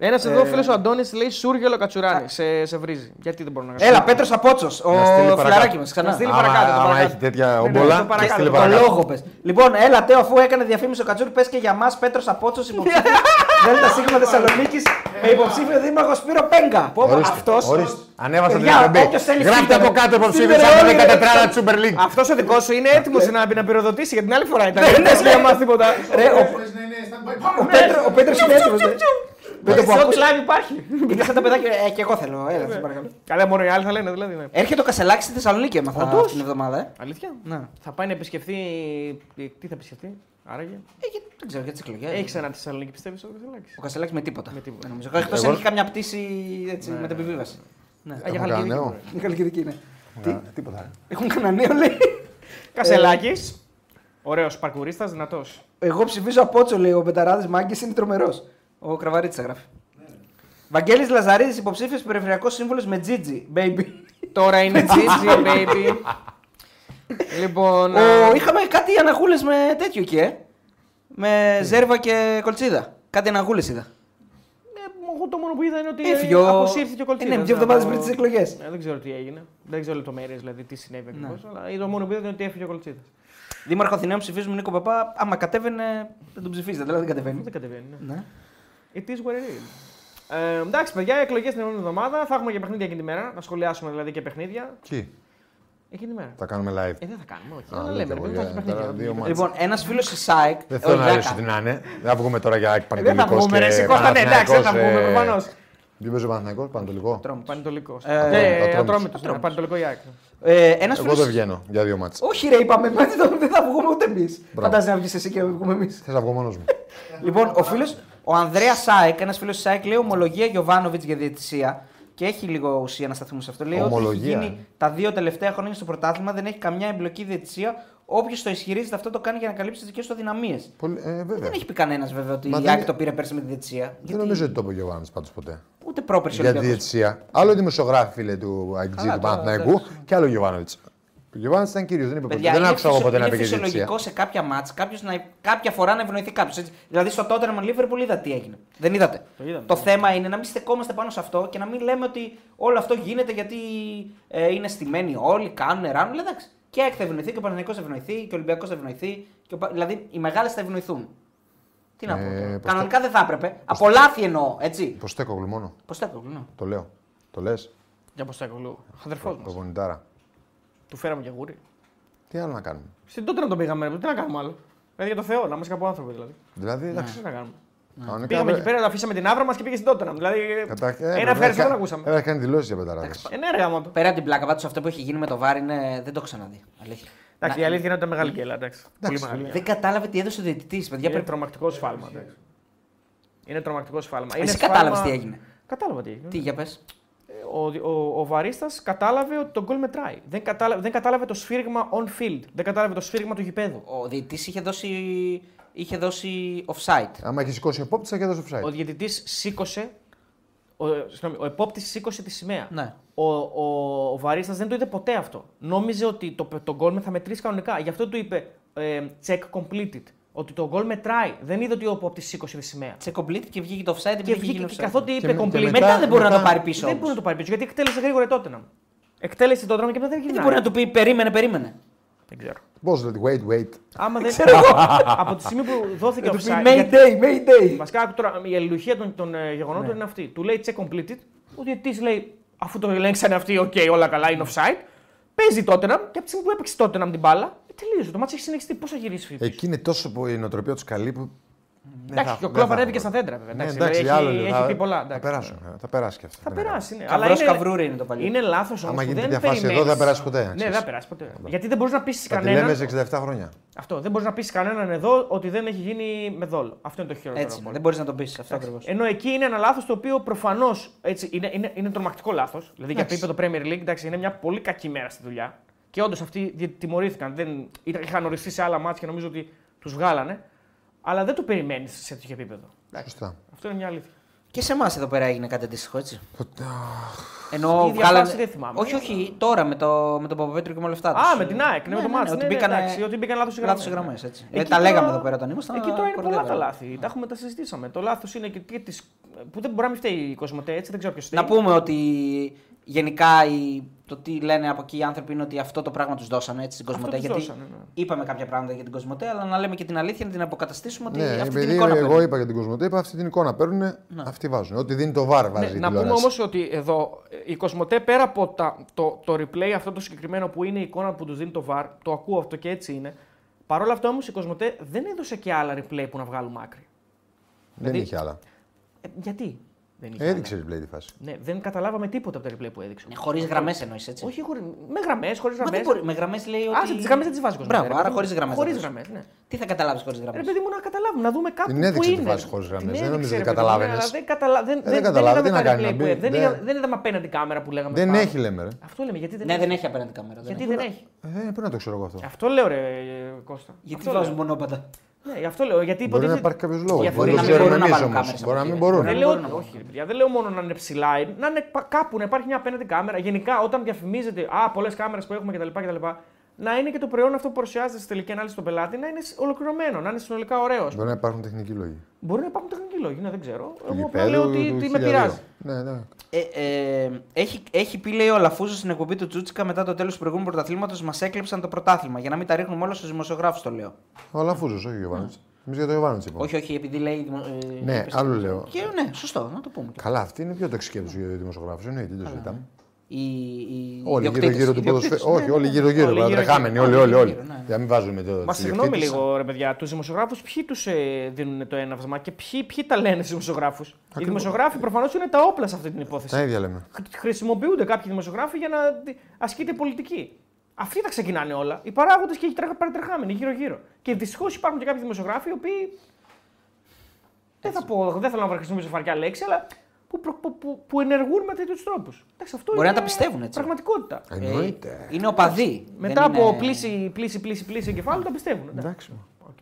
Ένας εδώ φίλος ο Αντώνης λέει Σούργελο Κατσουράνη. Σε, σε βρίζει. Γιατί δεν μπορώ να κάνω.
Έλα, Πέτρος Απότσος, ο
Να στείλει
φιλαράκι
παρακάτω.
μα.
Να
Ξανά.
στείλει παρακάτω, το
Άμα
παρακάτω.
έχει τέτοια
Ναι, ναι, το
ομπολά,
παρακάτω,
και στείλε
το
Το
παρακάτω.
λόγο πες. Λοιπόν, έλα, Τέο, αφού έκανε διαφήμιση ο Κατσούρ, πες και για μας Πέτρος Απότσος, υποψήφιος. Δέλτα Σίγμα Θεσσαλονίκης με υποψήφιο δήμαρχο Σπύρο Πέγκα.
Ορίστε,
Αυτός.
ορίστε. Ανέβασα την
Παιδιά,
εκπομπή.
όποιος θέλει
Γράφτε
στείλτε
από
με.
κάτω υποψήφιο
Στείλτε
από
όλοι,
τα 14
ρε.
τη Super League.
Αυτός ο δικός σου είναι έτοιμος να, να πυροδοτήσει για την άλλη φορά. Ήταν. Δεν
Ε. ναι,
θε για
ναι.
μα τίποτα.
Ρε, ο-
Ναι, ναι, stand by.
ο Πέτρο- Ο Πέτρος είναι έτοιμο. Με το που
Σε Ό,τι
ακούσα.
live υπάρχει.
Είναι σαν τα παιδάκια. Ε, και εγώ θέλω. Έλα, σε παρακαλώ.
Καλά, μόνο οι άλλοι θα λένε δηλαδή. ναι.
Έρχεται ο Κασελάκης στη Θεσσαλονίκη, έμαθα
Όντως.
αυτήν την εβδομάδα. Ε.
Αλήθεια.
Να.
Ναι. Θα πάει να επισκεφθεί. Τι θα επισκεφθεί, άραγε.
Ε, και- δεν ξέρω για τις εκλογές.
Έχεις ένα τη Θεσσαλονίκη, πιστεύεις ο Κασελάκης.
Ο Κασελάκης με τίποτα. Ε,
Με τίποτα.
Δεν Νομίζω. Εκτό αν
Εγώ-
έχει κάμια πτήση έτσι, με την επιβίβαση. Ναι.
Έχω κανένα νέο.
Είναι καλλιτεχνική, ναι.
Ε, Τίποτα. Ε,
Έχουν κανένα νέο, λέει. Ε,
Κασελάκης. Ωραίος παρκουρίστας, δυνατός.
Εγώ ψηφίζω από ότσο, λέει ο Μπεταράδε Μάγκης, είναι τρομερός. Ο Κραβαρίτη θα γράφει. Βαγγέλης Λαζαρίδης, υποψήφιος περιφερειακός σύμβολο με Gigi, baby.
Τώρα είναι GG, baby. Λοιπόν.
Ο, είχαμε κάτι αναγούλες με τέτοιο εκεί, ε. Με Ζέρβα και Κολτσίδα. Κάτι αναγούλες είδα.
Ναι, εγώ το μόνο που είδα είναι ότι
Έφυγε ο-
αποσύρθηκε ο Κολτσίδας.
Ε, ναι, δύο
Δεν
εβδομάδες
θα
πριν
το-
τις εκλογές. Ναι.
Ναι, δεν ξέρω τι έγινε. Δεν ξέρω λεπτομέρειες δηλαδή τι συνέβη ακριβώς. Αλλά το μόνο που είδα είναι ότι έφυγε ο Κολτσίδας.
Δήμαρχο Αθηναίων ψηφίζουμε Νίκο Παπά. Άμα κατέβαινε, δεν τον ψηφίζετε, δηλαδή δεν κατεβαίνει.
Δεν κατεβαίνει. ναι.
Ναι.
It is what it is. Ε, εντάξει, παιδιά, εκλογές την επόμενη εβδομάδα. Θα έχουμε και παιχνίδια εκείνη τη μέρα. Να σχολιάσουμε δηλαδή και παιχνίδια.
Τι,
Εκείνη τη μέρα.
θα κάνουμε live.
Ε, δεν θα κάνουμε, όχι.
Α,
Αλλά
λέτε
λέμε, ρε παιδί μου, θα
εγώ,
έχει
ε,
παιχνίδια.
τώρα δύο
Δεν
μάτς.
Λοιπόν, ένας φίλος της ΣΑΕΚ.
Δεν θέλω
ο
να ρίξω
Γιάκα.
τι να είναι. Δεν θα βγούμε τώρα για
ε, δεν θα
πανεπιστημιακό.
βγούμε, ρε, σηκώτα, ναι, εντάξει, δεν θα βγούμε,
ε,
προφανώς.
Δεν παίζει ο Παναθηναϊκός, Πανατολικό.
Πανετολικός.
ε, Ατρόμητος.
Ατρόμητος. Ε, ναι, Πανετολικό ή ΑΕΚ.
Ε, ένας
Εγώ δεν
φίλο.
βγαίνω για δύο μάτς.
Όχι, ρε, είπαμε, πάτε το, δεν θα βγούμε ούτε εμείς. Φαντάζεσαι να βγεις εσύ και να βγούμε εμείς.
Θες να βγω μόνος μου.
Λοιπόν,
Ο φίλος, ο Ανδρέας Σάικ, ένας φίλος της Σάικ, λέει ομολογία Γιωβάνοβιτ για διαιτησία. Και έχει λίγο ουσία να σταθούμε σε αυτό. Λέει ότι
Ομολογία,
έχει
ε.
γίνει τα δύο τελευταία χρόνια στο πρωτάθλημα, δεν έχει καμιά εμπλοκή διαιτησία. Όποιος το ισχυρίζεται αυτό το κάνει για να καλύψει τις δικές του αδυναμίες.
Πολύ- ε, Βέβαια.
Δεν έχει πει κανένας βέβαια ότι
Μα
η
δεν-
Άκη το πήρε πέρσι με τη διαιτησία.
Δεν νομίζω ότι το είπε ο Γιωβάνης πάντως ποτέ.
Ούτε πρόπερσι ο
Για τη
Ολυμπιακός.
διαιτησία. Άλλο οι δημοσιογράφοι φίλε, του Αγγλί του Παναθηναϊκού και άλλο ο Γιωβάνοβιτ. Ο Γιωβάνοβιτ ήταν κύριος, δεν είπε ποτέ.
Παιδιά,
Δεν
είναι
άκουσα εγώ
φυσιο-
ποτέ να
είναι
πει για διαιτησία.
φυσιολογικό σε κάποια μάτς κάποιος να, κάποια φορά να ευνοηθεί κάποιος. Δηλαδή στο Tottenham Liverpool είδα τι έγινε. Δεν είδατε.
Το είδαμε.
θέμα είναι να μην στεκόμαστε πάνω σε αυτό και να μην λέμε ότι όλο αυτό γίνεται γιατί ε, είναι στημένοι όλοι, κάνουν, ράνουν. Λέει, εντάξει. Και η ΑΕΚ θα ευνοηθεί και ο Παναγενικό θα ευνοηθεί και ο Ολυμπιακός θα ευνοηθεί. Και ο Πα- Δηλαδή οι μεγάλες θα ευνοηθούν. Τι να πω.
Ε,
τώρα.
πως το-
Κανονικά δεν θα έπρεπε. Από λάθη εννοώ, έτσι.
Ποστέκογλου μόνο.
Πώ τα έκανα, ναι.
Το λέω. Το λες.
Για Ποστέκογλου. Αδερφό μα.
Προπονητάρα.
Του φέραμε και γούρι.
Τι άλλο να κάνουμε.
Στην τότε να τον πήγαμε, ρε, τι να κάνουμε άλλο. Δηλαδή για το Θεό, να είμαστε κάπου άνθρωποι δηλαδή.
Δηλαδή,
Τι
εντάξει.
να κάνουμε.
κανονικά,
ναι. Πήγαμε
ε,
εκεί πέρα, αφήσαμε την άβρα μας και πήγε στην τότε. Δηλαδή.
κατά- ε,
Ένα
έπρεπε να
ευχαριστώ
κα-
δεν ακούσαμε.
Έπρεπε να κάνει δηλώσεις για πεταράδες.
Ε, ναι, ρε γάμο το.
Πέρα από την πλάκα, πάντως αυτό που έχει γίνει με το βάρ είναι... δεν το έχω ξαναδεί. Αλήθεια.
Εντάξει, η
Να-
αλήθεια είναι ότι ήταν μεγάλη γκέλα. Εντάξει. Πολύ μεγάλη γκέλα.
Δεν κατάλαβε τι έδωσε ο διαιτητής. Παιδιά,
Είναι
πρέπει
τρομακτικό σφάλμα. εντάξει. Είναι τρομακτικό σφάλμα.
ε, Εσύ
σφάλμα-
κατάλαβες τι έγινε.
Κατάλαβα τι έγινε. Ε,
Τι για πες.
Ο, ο, ο βαρίστας κατάλαβε ότι το γκολ μετράει. Δεν κατάλαβε, δεν κατάλαβε το σφύριγμα on field. Δεν κατάλαβε το σφύριγμα του γηπέδου.
Ο διαιτητή είχε δώσει, είχε δώσει offside.
Άμα έχει σηκώσει επόπτης, θα και δώσει
Ο
Ε.
offside.
διαιτητής σήκωσε. Ο, ε, συγγνώμη, ο επόπτης σήκωσε τη σημαία.
Ναι.
Ο, ο, ο Βαρίστας δεν το είδε ποτέ αυτό. Νόμιζε ότι το, το γκολ θα μετρήσει κανονικά. Γι' αυτό του είπε ε, check completed. Ότι το γκολ μετράει. Δεν είδε ότι ο επόπτη σήκωσε τη σημαία.
Σε complete και βγήκε το offside. επειδή
Και
είχε
βγήκε
γίνει
και
offside.
καθότι είπε
με- και
complete.
μετά-
Μετά δεν μπορεί να
μετά-
το πάρει πίσω.
Δεν
όμως.
μπορεί να το πάρει πίσω γιατί εκτέλεσε γρήγορα τότε να Εκτέλεσε το δρόμο και μετά δεν
Δεν
γυρνάει.
μπορεί να του πει περίμενε, περίμενε.
Δεν ξέρω.
Πώς δηλαδή, wait, wait.
Άμα δεν από τη στιγμή που
Ε,
δόθηκε offside. γιατί-
Mayday, Mayday.
Βασικά άκου τώρα, η αλληλουχία των, των ε, γεγονότων
Ναι.
είναι αυτή. Του λέει check completed, ο διαιτητής λέει αφού το ελέγξανε αυτοί, οκ, όλα καλά, είναι offside. Παίζει τότε να, και από τη στιγμή που έπαιξε τότε να την μπάλα, ε, τελείωσε. Το μάτι έχει συνεχιστεί. Πώς θα γυρίσει φίλο.
Εκεί είναι τόσο που η νοοτροπία του καλή που. δεν
Εντάξει,
θα-
και ο
δεν
Κλόπ
θα
ανέβηκε στα
βρω.
δέντρα, βέβαια.
Ναι,
Εντάξει,
εντάξει,
δηλαδή,
άλλο
έχει,
είναι,
έχει
θα-
πει πολλά.
Θα
εντάξει.
περάσουν. Θα περάσει και αυτό.
Θα
δεν είναι
περάσει, ναι.
Καβρός καβρούρι είναι το παλιό.
Είναι λάθος όμως.
Άμα γίνεται
δεν
διαφάση εδώ,
περιμένεις.
δεν περάσει ποτέ,
Ναι, δεν
ξέρεις.
θα περάσει ποτέ. Γιατί δεν μπορείς να πείσει
Θα τη λέμε
κανέναν.
σε 67 χρόνια.
Αυτό. Δεν μπορείς να πείσει κανέναν εδώ ότι δεν έχει γίνει με δόλο. Αυτό είναι το χειρότερο.
Έτσι,
απ'
είναι,
όλα.
δεν μπορείς να το πεις αυτό ακριβώς.
Ενώ εκεί είναι ένα λάθος το οποίο προφανώς είναι, είναι, είναι τρομακτικό λάθος. Δηλαδή για το επίπεδο Premier League εντάξει, είναι μια πολύ κακή μέρα στη δουλειά. Και όντως αυτοί δι- τιμωρήθηκαν. Δεν, ήταν- είχαν οριστεί σε άλλα μάτια και νομίζω ότι τους βγάλανε. Αλλά δεν το περιμένεις σε τέτοιο επίπεδο.
Σωστά.
Αυτό είναι μια αλήθεια.
Και σε εμάς εδώ πέρα έγινε κάτι αντίστοιχο, έτσι.
Στη
Ενώ
διαφάση
βγάλανε.
δεν θυμάμαι.
Όχι, όχι, τώρα με, το, με τον Παπαπέτρου και με όλα αυτά.
Α,
τους.
με την ΑΕΚ, ναι, με το μάτς,
ότι
ναι, ναι,
μπήκανε-
εντάξει, ότι μπήκαν λάθος οι
λάθος οι
γραμμές,
γραμμές, έτσι.
ναι.
Δηλαδή,
Εκεί
τα
τώρα-
λέγαμε εδώ πέρα όταν ήμασταν.
Εκεί τώρα είναι πολλά τα
κορυδεύαμε.
λάθη. Τα έχουμε, τα συζητήσαμε. Το λάθος είναι και, και της, που δεν μπορεί να μην φταίει η Κοσμοτέ, έτσι δεν ξέρω ποιος
Να πούμε ότι γενικά η- το τι λένε από εκεί οι άνθρωποι είναι ότι αυτό το πράγμα τους δώσανε έτσι, στην
Αυτό
Κοσμοτέ.
τους
Γιατί
δώσανε, ναι.
είπαμε κάποια πράγματα για την Κοσμοτέ, αλλά να λέμε και την αλήθεια να την αποκαταστήσουμε ότι
Ναι,
αυτή
επειδή
την εικόνα
εγώ
παίρνει.
είπα για την Κοσμοτέ, είπα αυτή την εικόνα παίρνουν, αυτοί βάζουν. Ό,τι δίνει το βαρ βάζει. η
Ναι, να πούμε
τηλεόραση.
όμως ότι εδώ ε, η Κοσμοτέ πέρα από τα, το, το replay αυτό το συγκεκριμένο που είναι η εικόνα που τους δίνει το VAR, το ακούω αυτό και έτσι είναι. Παρ' όλα αυτά όμως η Κοσμοτέ δεν έδωσε και άλλα replay που να βγάλουμε άκρη.
Δεν
δηλαδή-
είχε άλλα.
Ε, γιατί δεν είχε.
Έδειξε replay τη φάση.
άλλα. Ναι, δεν καταλάβαμε τίποτα από τα replay που έδειξε.
Ναι, Χωρίς γραμμές εννοείς έτσι.
Όχι, χωρίς, με γραμμές, χωρίς
Μα
γραμμέ.
δεν μπορεί. Με γραμμές λέει ότι.
Άσε τις γραμμές δεν τις βάζεις η Κοσμοτέ.
Μπράβο, άρα χωρίς γραμμές.
Χωρί γραμμές, ναι.
Τι θα καταλάβεις χωρίς
Ρε
γραμμέ.
παιδί μου να καταλάβουμε, να δούμε κάπου
Την
που
έδειξε τη
είναι.
φάση χωρίς γραμμές,
Την
δεν
έδειξε,
νομίζω
ρε
ότι
παιδί μου,
καταλάβαινες. Ε,
αλλά Δεν, καταλα... δεν,
δεν
δεν, δεν,
καταλάβαινε,
είδαμε
τι να
τα
κάνει να
replay που
μπει,
έ- δεν,
δεν-
είδα- δεν είδαμε απέναντι κάμερα που λέγαμε
Δεν
πάνω.
έχει λέμε ρε.
Αυτό λέμε, γιατί δεν
Ναι,
έχει.
δεν έχει απέναντι κάμερα. δεν
Γιατί
έχει.
δεν έχει.
Ε, πρέπει να το ξέρω εγώ αυτό.
Αυτό λέω, ρε ε, Κώστα.
Γιατί
αυτό
βάζουν
λέω.
μονόπατα.
Ναι, γι' αυτό λέω. Γιατί
Μπορεί να
υποτίθεται-
υπάρχει κάποιος λόγος.
Διαφορεί
Δεν
να μην
το ξέρουμε
μπορούν να
εμεί
βάλουν
όμω.
κάμερες
Μπορεί να
από
μην
εκεί.
μπορούν.
Δεν
να
λέω,
μπορούν να
όχι, ρε παιδιά, δεν λέω μόνο να είναι ψηλά, να είναι πα- κάπου να υπάρχει μια απέναντι κάμερα. Γενικά, όταν διαφημίζεται Α, πολλές κάμερες που έχουμε κτλ. κτλ να είναι και το προϊόν αυτό που παρουσιάζεται στη τελική ανάλυση στον πελάτη να είναι ολοκληρωμένο, να είναι συνολικά ωραίος. ας πούμε.
Μπορεί να υπάρχουν τεχνικοί λόγοι.
Μπορεί να υπάρχουν τεχνικοί λόγοι, ναι, δεν ξέρω.
Του
Εγώ απλά
γηπέδου,
λέω
του
ότι τι με
1002.
πειράζει.
Ναι, ναι.
Ε, ε, έχει, έχει πει, λέει ο Αλαφούζος στην εκπομπή του Τσούτσικα μετά το τέλος του προηγούμενου πρωταθλήματος, μας έκλεψαν το πρωτάθλημα. Για να μην τα ρίχνουμε όλα στους δημοσιογράφους, το λέω.
Ναι.
Ο Αλαφούζος, όχι ο Γιωβάνης. Εμείς για το λοιπόν. Ιωβάνοβιτ είπαμε.
Όχι, όχι, επειδή λέει. δημο- ε,
Ναι,
επιστήμη.
άλλο λέω.
Και ναι, σωστό, να το πούμε. και.
Καλά, αυτή είναι πιο τοξική από τους δημοσιογράφους. Εννοείται, δεν το συζητάμε.
Οι, οι
Όλοι
ιδιοκτήτες,
γύρω-γύρω του
οι ιδιοκτήτες,
ποδοσφαίρου. Όχι,
ναι,
όλοι
ναι.
γύρω-γύρω.
Όλοι γύρω-γύρω.
Τρεχάμενοι, όλοι, όλοι.
Όλοι
όλοι.
γύρω, ναι, ναι.
Για να μην βάζουμε το.
Μα
τους
συγγνώμη
ιδιοκτήτες.
λίγο, ρε παιδιά. Τους δημοσιογράφους ποιοι τους ε, δίνουν το έναυσμα και ποιοι, ποιοι τα λένε στους δημοσιογράφους. Οι δημοσιογράφοι προφανώς είναι τα όπλα σε αυτή την υπόθεση.
Τα ίδια λέμε.
Χρ- Χρησιμοποιούνται κάποιοι δημοσιογράφοι για να δι- ασκείται πολιτική. Αυτοί τα ξεκινάνε όλα. Οι παράγοντες και οι τρέχα- παρατρεχάμενοι γύρω-γύρω. Και δυστυχώς υπάρχουν και κάποιοι δημοσιογράφοι οι οποίοι. Δεν θα πω, δεν θέλω να χρησιμοποιήσω φαρκιά λέξη, αλλά που, προ- που, που, που ενεργούν με τέτοιους τρόπους.
Μπορεί να τα πιστεύουν, έτσι.
Πραγματικότητα.
Ε,
Εννοείται.
Είναι οπαδοί.
Μετά
δεν
από
είναι-
πλήση, πλήση, πλήση, πλήση εγκεφάλου τα πιστεύουν. ναι. Οκ.